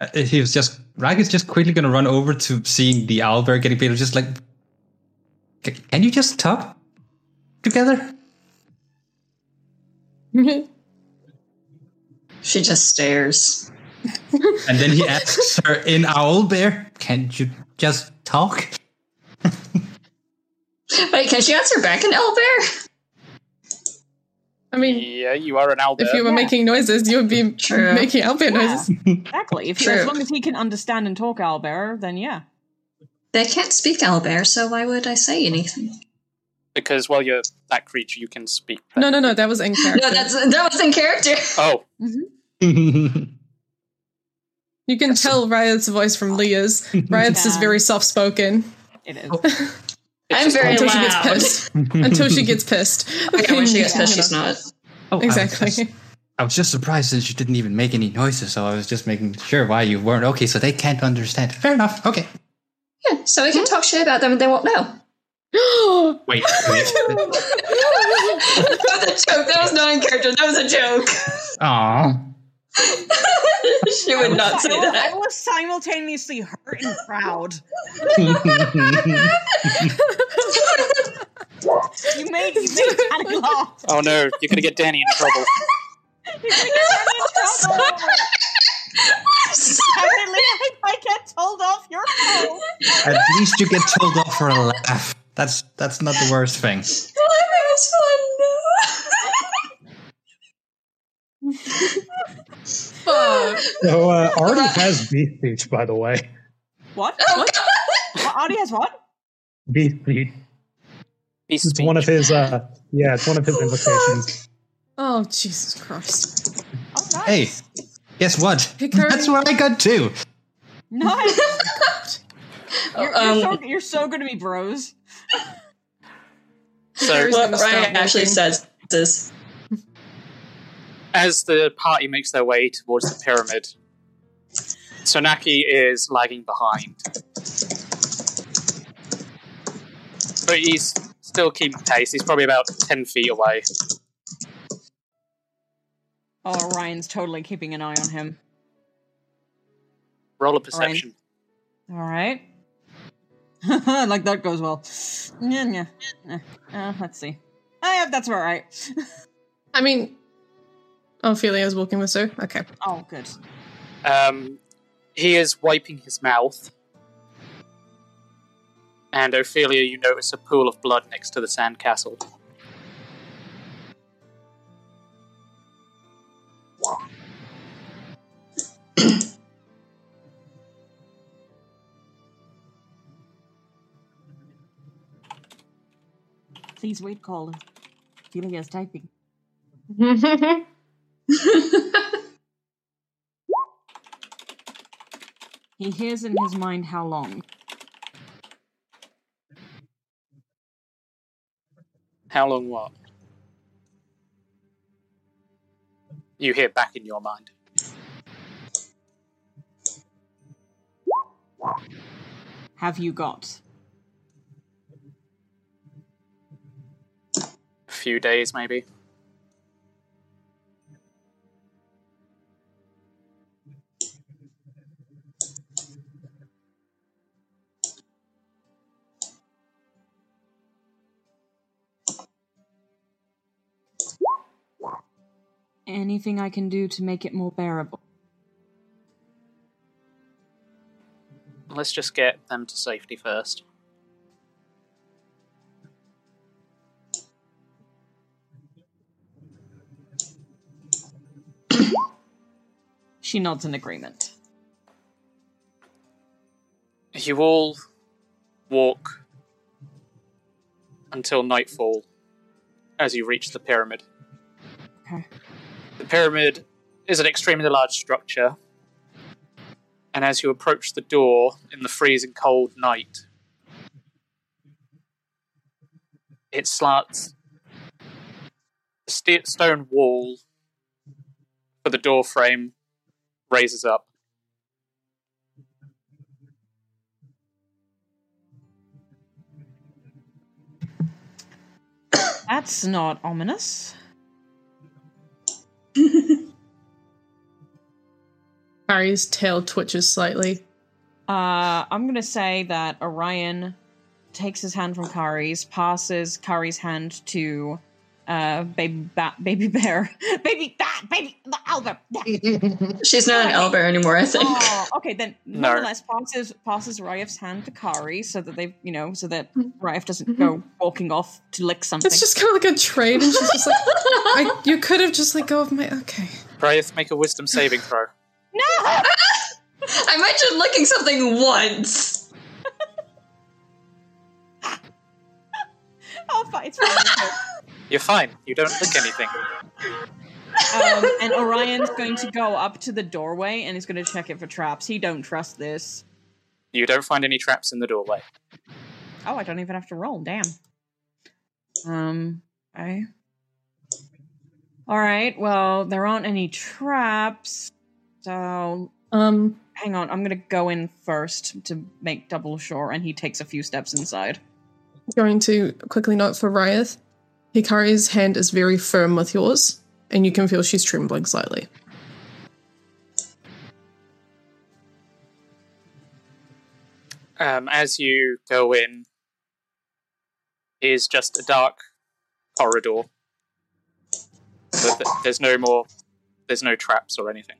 Speaker 9: Uh, He was just Rag is just quickly gonna run over to seeing the owlbear getting paid. Just like, "C- can you just talk together?
Speaker 10: She just stares.
Speaker 9: And then he asks her in owlbear, "Can you just talk?"
Speaker 10: Wait, can she answer back in Owlbear?
Speaker 3: I mean,
Speaker 5: yeah, you are an owlbear.
Speaker 3: If you were making noises, you would be
Speaker 5: True.
Speaker 3: making owlbear
Speaker 6: Yeah.
Speaker 3: noises.
Speaker 6: Exactly. If
Speaker 3: True.
Speaker 6: as long as he can understand and talk owlbearer, then yeah.
Speaker 10: They can't speak Owlbear, so why would I say anything?
Speaker 5: because while you're that creature, you can speak.
Speaker 3: No, no, no, that was in character.
Speaker 10: No, that's that was in character.
Speaker 5: Oh,
Speaker 3: You can tell Riot's voice from Leah's. Riot's is very soft spoken.
Speaker 6: It is.
Speaker 10: I'm very
Speaker 3: until she gets
Speaker 10: loud.
Speaker 3: pissed. until she gets pissed.
Speaker 10: Okay, when she gets pissed, she's
Speaker 3: Yeah.
Speaker 10: not.
Speaker 9: Oh,
Speaker 3: exactly.
Speaker 9: I was just surprised that you didn't even make any noises, so I was just making sure why you weren't. Okay, so they can't understand. Fair enough. Okay.
Speaker 10: Yeah, so we can talk shit about them and they won't know.
Speaker 9: Wait.
Speaker 10: that was a joke. That was not in character. That was a joke.
Speaker 9: Aw.
Speaker 10: she would not say that.
Speaker 6: I "Oh, was simultaneously hurt and proud. You made you made Danny laugh.
Speaker 5: oh no, you're gonna get Danny in trouble.
Speaker 6: Apparently, if I get told off your phone.
Speaker 9: At least you get told off for a laugh. That's that's not the worst thing.
Speaker 8: So uh, Artie has beef beach, by the way.
Speaker 6: What? What? what? Audie has what?
Speaker 8: Beef beach. It's one of his. Uh, yeah, it's one of his invocations.
Speaker 3: Oh, Jesus Christ.
Speaker 9: Hey, guess what? That's what I got too.
Speaker 6: No. you're, you're,
Speaker 10: Um,
Speaker 6: so, you're so good at me, bros.
Speaker 5: So
Speaker 10: what Ryan actually says is,
Speaker 5: as the party makes their way towards the pyramid, Sonaki is lagging behind. But he's still keeping pace. He's probably about 10 feet away.
Speaker 6: Oh, Ryan's totally keeping an eye on him.
Speaker 5: Roll a perception.
Speaker 6: All right. like that goes well. Yeah, yeah. yeah. Uh, let's see. I have that's all right.
Speaker 3: I mean, Ophelia's walking with Sue. Okay.
Speaker 6: Oh, good.
Speaker 5: Um, he is wiping his mouth. And Ophelia, you notice a pool of blood next to the sandcastle.
Speaker 6: Please wait, caller. Feeling is typing. He hears in his mind how long.
Speaker 5: How long what? You hear back in your mind.
Speaker 6: Have you got?
Speaker 5: A few days, maybe.
Speaker 6: Anything I can do to make it more bearable?
Speaker 5: Let's just get them to safety first.
Speaker 6: She nods in agreement.
Speaker 5: You all walk until nightfall as you reach the pyramid.
Speaker 6: Okay.
Speaker 5: The pyramid is an extremely large structure, and as you approach the door in the freezing cold night, it slants. The st- stone wall for the door frame raises up.
Speaker 6: That's not ominous.
Speaker 3: Harry's tail twitches slightly.
Speaker 6: Uh, I'm gonna say that Orion takes his hand from Kari's, passes Kari's hand to uh, baby ba- baby bear. baby that baby the elder.
Speaker 10: She's not an elder anymore, I think.
Speaker 6: Oh, okay, then
Speaker 10: No.
Speaker 6: nonetheless passes passes Ryef's hand to Kari so that they you know so that Ryef doesn't go
Speaker 10: Mm-hmm.
Speaker 6: walking off to lick something.
Speaker 3: It's just kind of like a trade, and she's just like, I, you could have just let go of my. Okay.
Speaker 5: Bryeth, make a wisdom saving throw.
Speaker 6: No!
Speaker 10: I mentioned licking something once.
Speaker 6: oh, fine, it's fine.
Speaker 5: You're fine. You don't lick anything.
Speaker 6: um, and Orion's going to go up to the doorway and he's going to check it for traps. He don't trust this.
Speaker 5: You don't find any traps in the doorway.
Speaker 6: Oh, I don't even have to roll. Damn. Um. Okay. All right. Well, there aren't any traps, so
Speaker 3: um.
Speaker 6: Hang on. I'm going to go in first to make double sure, and he takes a few steps inside.
Speaker 3: Going to quickly note for Ryeth, Hikari's hand is very firm with yours, and you can feel she's trembling slightly.
Speaker 5: Um, as you go in, is just a dark corridor. But th- there's no more. There's no traps or anything.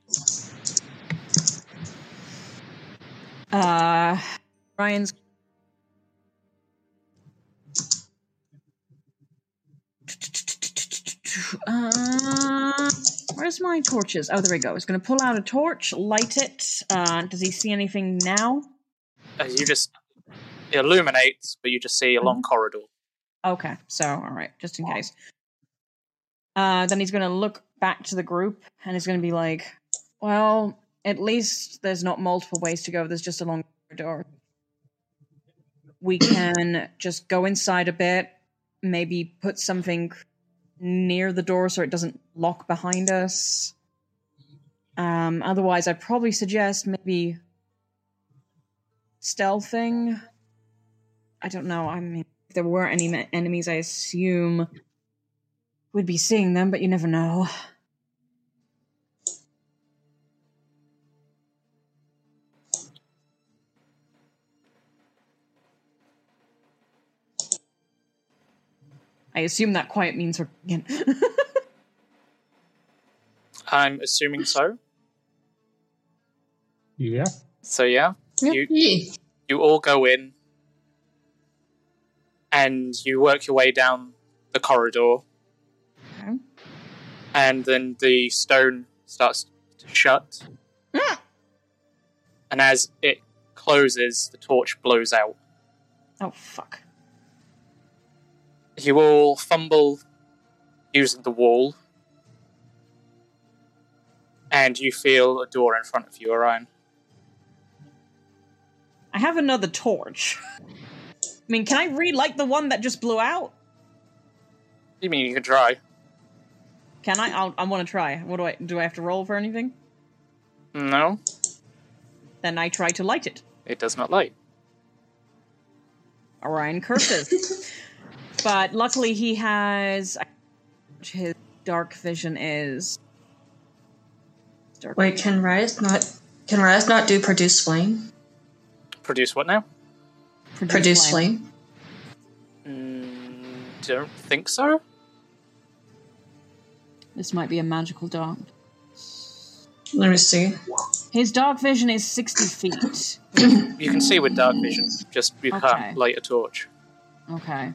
Speaker 6: Uh, Ryan's. Uh, where's my torches? Oh, there we go. He's going to pull out a torch, light it. Uh, does he see anything now?
Speaker 5: Uh, you just it illuminates, but you just see a long corridor.
Speaker 6: Okay, so all right, just in case. Uh, then he's going to look back to the group and he's going to be like, "Well, at least there's not multiple ways to go. There's just a long corridor. We can just go inside a bit, maybe put something near the door so it doesn't lock behind us. Um, otherwise, I'd probably suggest maybe stealthing. I don't know. I mean, if there were any me- enemies, I assume we'd be seeing them, but you never know. I assume that quiet means we're. Again.
Speaker 5: I'm assuming so.
Speaker 8: Yeah.
Speaker 5: So yeah, you you all go in, and you work your way down the corridor,
Speaker 6: Okay.
Speaker 5: and then the stone starts to shut, and as it closes, the torch blows out.
Speaker 6: oh fuck!
Speaker 5: You all fumble using the wall, and you feel a door in front of you, Orion.
Speaker 6: I have another torch. I mean, can I relight the one that just blew out?
Speaker 5: You mean you can try?
Speaker 6: Can I? I'll, I want to try. What do I do? I have to roll for anything?
Speaker 5: No,
Speaker 6: Then I try to light it.
Speaker 5: it does not light.
Speaker 6: Orion curses. but luckily, he has his dark vision is. Dark
Speaker 10: Wait, can Ryas not? Can Ryas not do produce flame?
Speaker 5: Produce what now?
Speaker 10: Produce,
Speaker 5: flame.
Speaker 10: flame.
Speaker 5: Mm, don't think so.
Speaker 6: This might be a magical dark.
Speaker 10: Let me see.
Speaker 6: His dark vision is sixty feet.
Speaker 5: You can see with dark vision. Just you
Speaker 6: Okay.
Speaker 5: can't light a torch.
Speaker 6: Okay.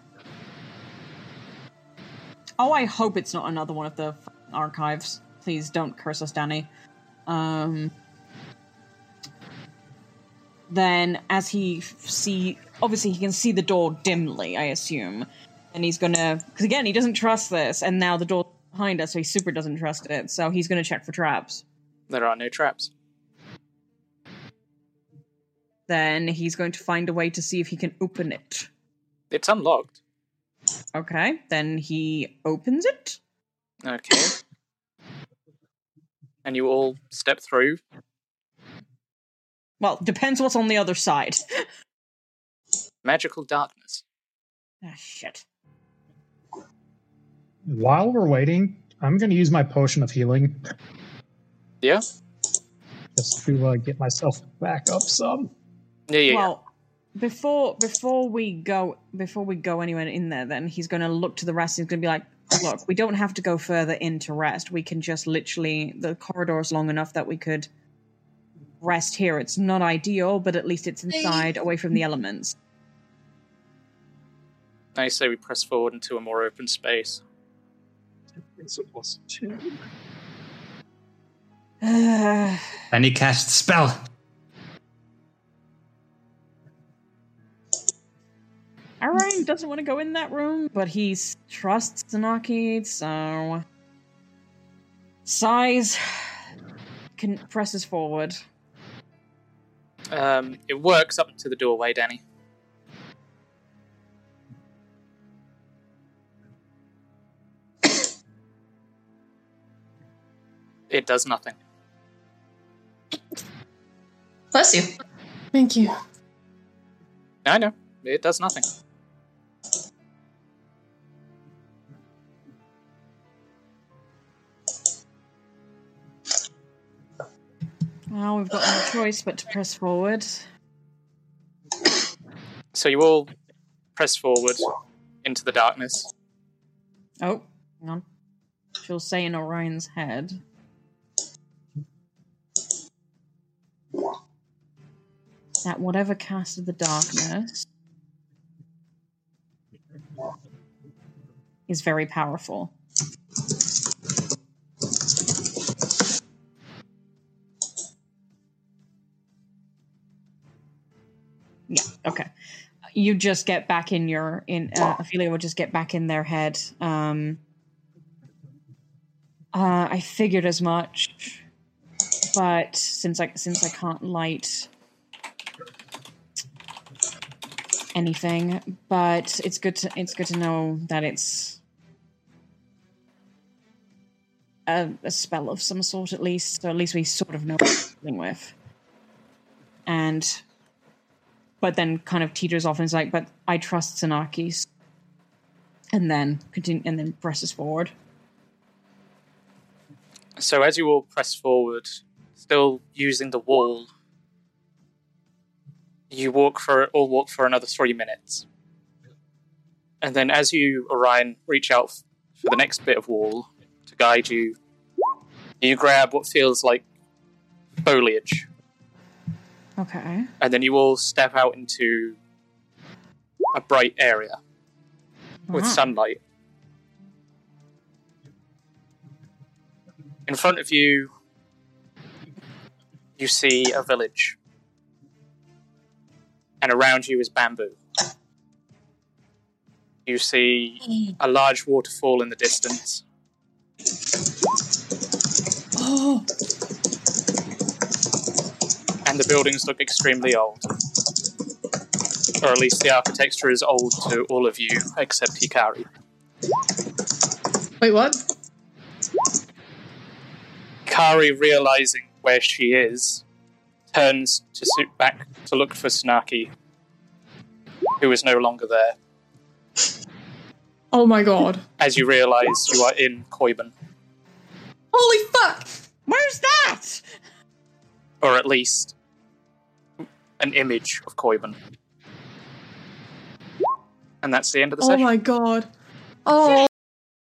Speaker 6: Oh, I hope it's not another one of the f- archives. Please don't curse us, Danny. Um. Then, as he f- see, obviously he can see the door dimly. I assume, and he's gonna because again he doesn't trust this, and now the door behind us, so he super doesn't trust it. So he's gonna check for traps.
Speaker 5: There are no traps.
Speaker 6: Then he's going to find a way to see if he can open it.
Speaker 5: It's unlocked.
Speaker 6: Okay, then he opens it.
Speaker 5: Okay. and you all step through.
Speaker 6: Well, depends what's on the other side.
Speaker 5: Magical darkness.
Speaker 6: Ah, shit.
Speaker 8: While we're waiting, I'm going to use my potion of healing.
Speaker 5: Yeah.
Speaker 14: just to uh, get myself back up some.
Speaker 5: Yeah, yeah,
Speaker 6: well, before before we go before we go anywhere in there, then he's going to look to the rest. He's going to be like, "Look, we don't have to go further in to rest. We can just literally the corridor is long enough that we could rest here. It's not ideal, but at least it's inside, away from the elements."
Speaker 5: I say we press forward into a more open space.
Speaker 9: And he casts spell.
Speaker 6: Arain doesn't want to go in that room, but he s- trusts Tsunaki, so. Sighs. Can presses forward.
Speaker 5: Um, it works up to the doorway, Danny. it does nothing.
Speaker 10: Bless you.
Speaker 3: Thank you.
Speaker 5: I know. It does nothing.
Speaker 6: Well, we've got no choice but to press forward.
Speaker 5: So you all press forward into the darkness.
Speaker 6: Oh, hang on. She'll say in Orion's head. That whatever casted the darkness is very powerful. Yeah. Okay. You just get back in your in. Uh, Ophelia will just get back in their head. Um, uh, I figured as much, but since I since I can't light anything, but it's good to it's good to know that it's a, a spell of some sort at least. So at least we sort of know what we're dealing with. And but then kind of teeters off and is like, "But I trust Tsunaki's," and then continue and then presses forward.
Speaker 5: So as you all press forward, still using the wall, you walk for all walk for another three minutes, and then as you Orion reach out f- for the next bit of wall to guide you, you grab what feels like foliage,
Speaker 6: Okay.
Speaker 5: and then you all step out into a bright area with
Speaker 6: Ah.
Speaker 5: sunlight. In front of you, you see a village, and around you is bamboo. You see a large waterfall in the distance.
Speaker 7: Oh.
Speaker 5: and the buildings look extremely old. Or at least the architecture is old to all of you except Hikari.
Speaker 3: Wait, what?
Speaker 5: Kari, realizing where she is, turns to suit back to look for Snarky, who is no longer there,
Speaker 3: Oh my god.
Speaker 5: as you realize you are in Koiban,
Speaker 3: Holy fuck!
Speaker 6: Where's that?
Speaker 5: or at least an image of Koiban. And that's the end of the
Speaker 3: Oh
Speaker 5: session.
Speaker 3: my god. Oh.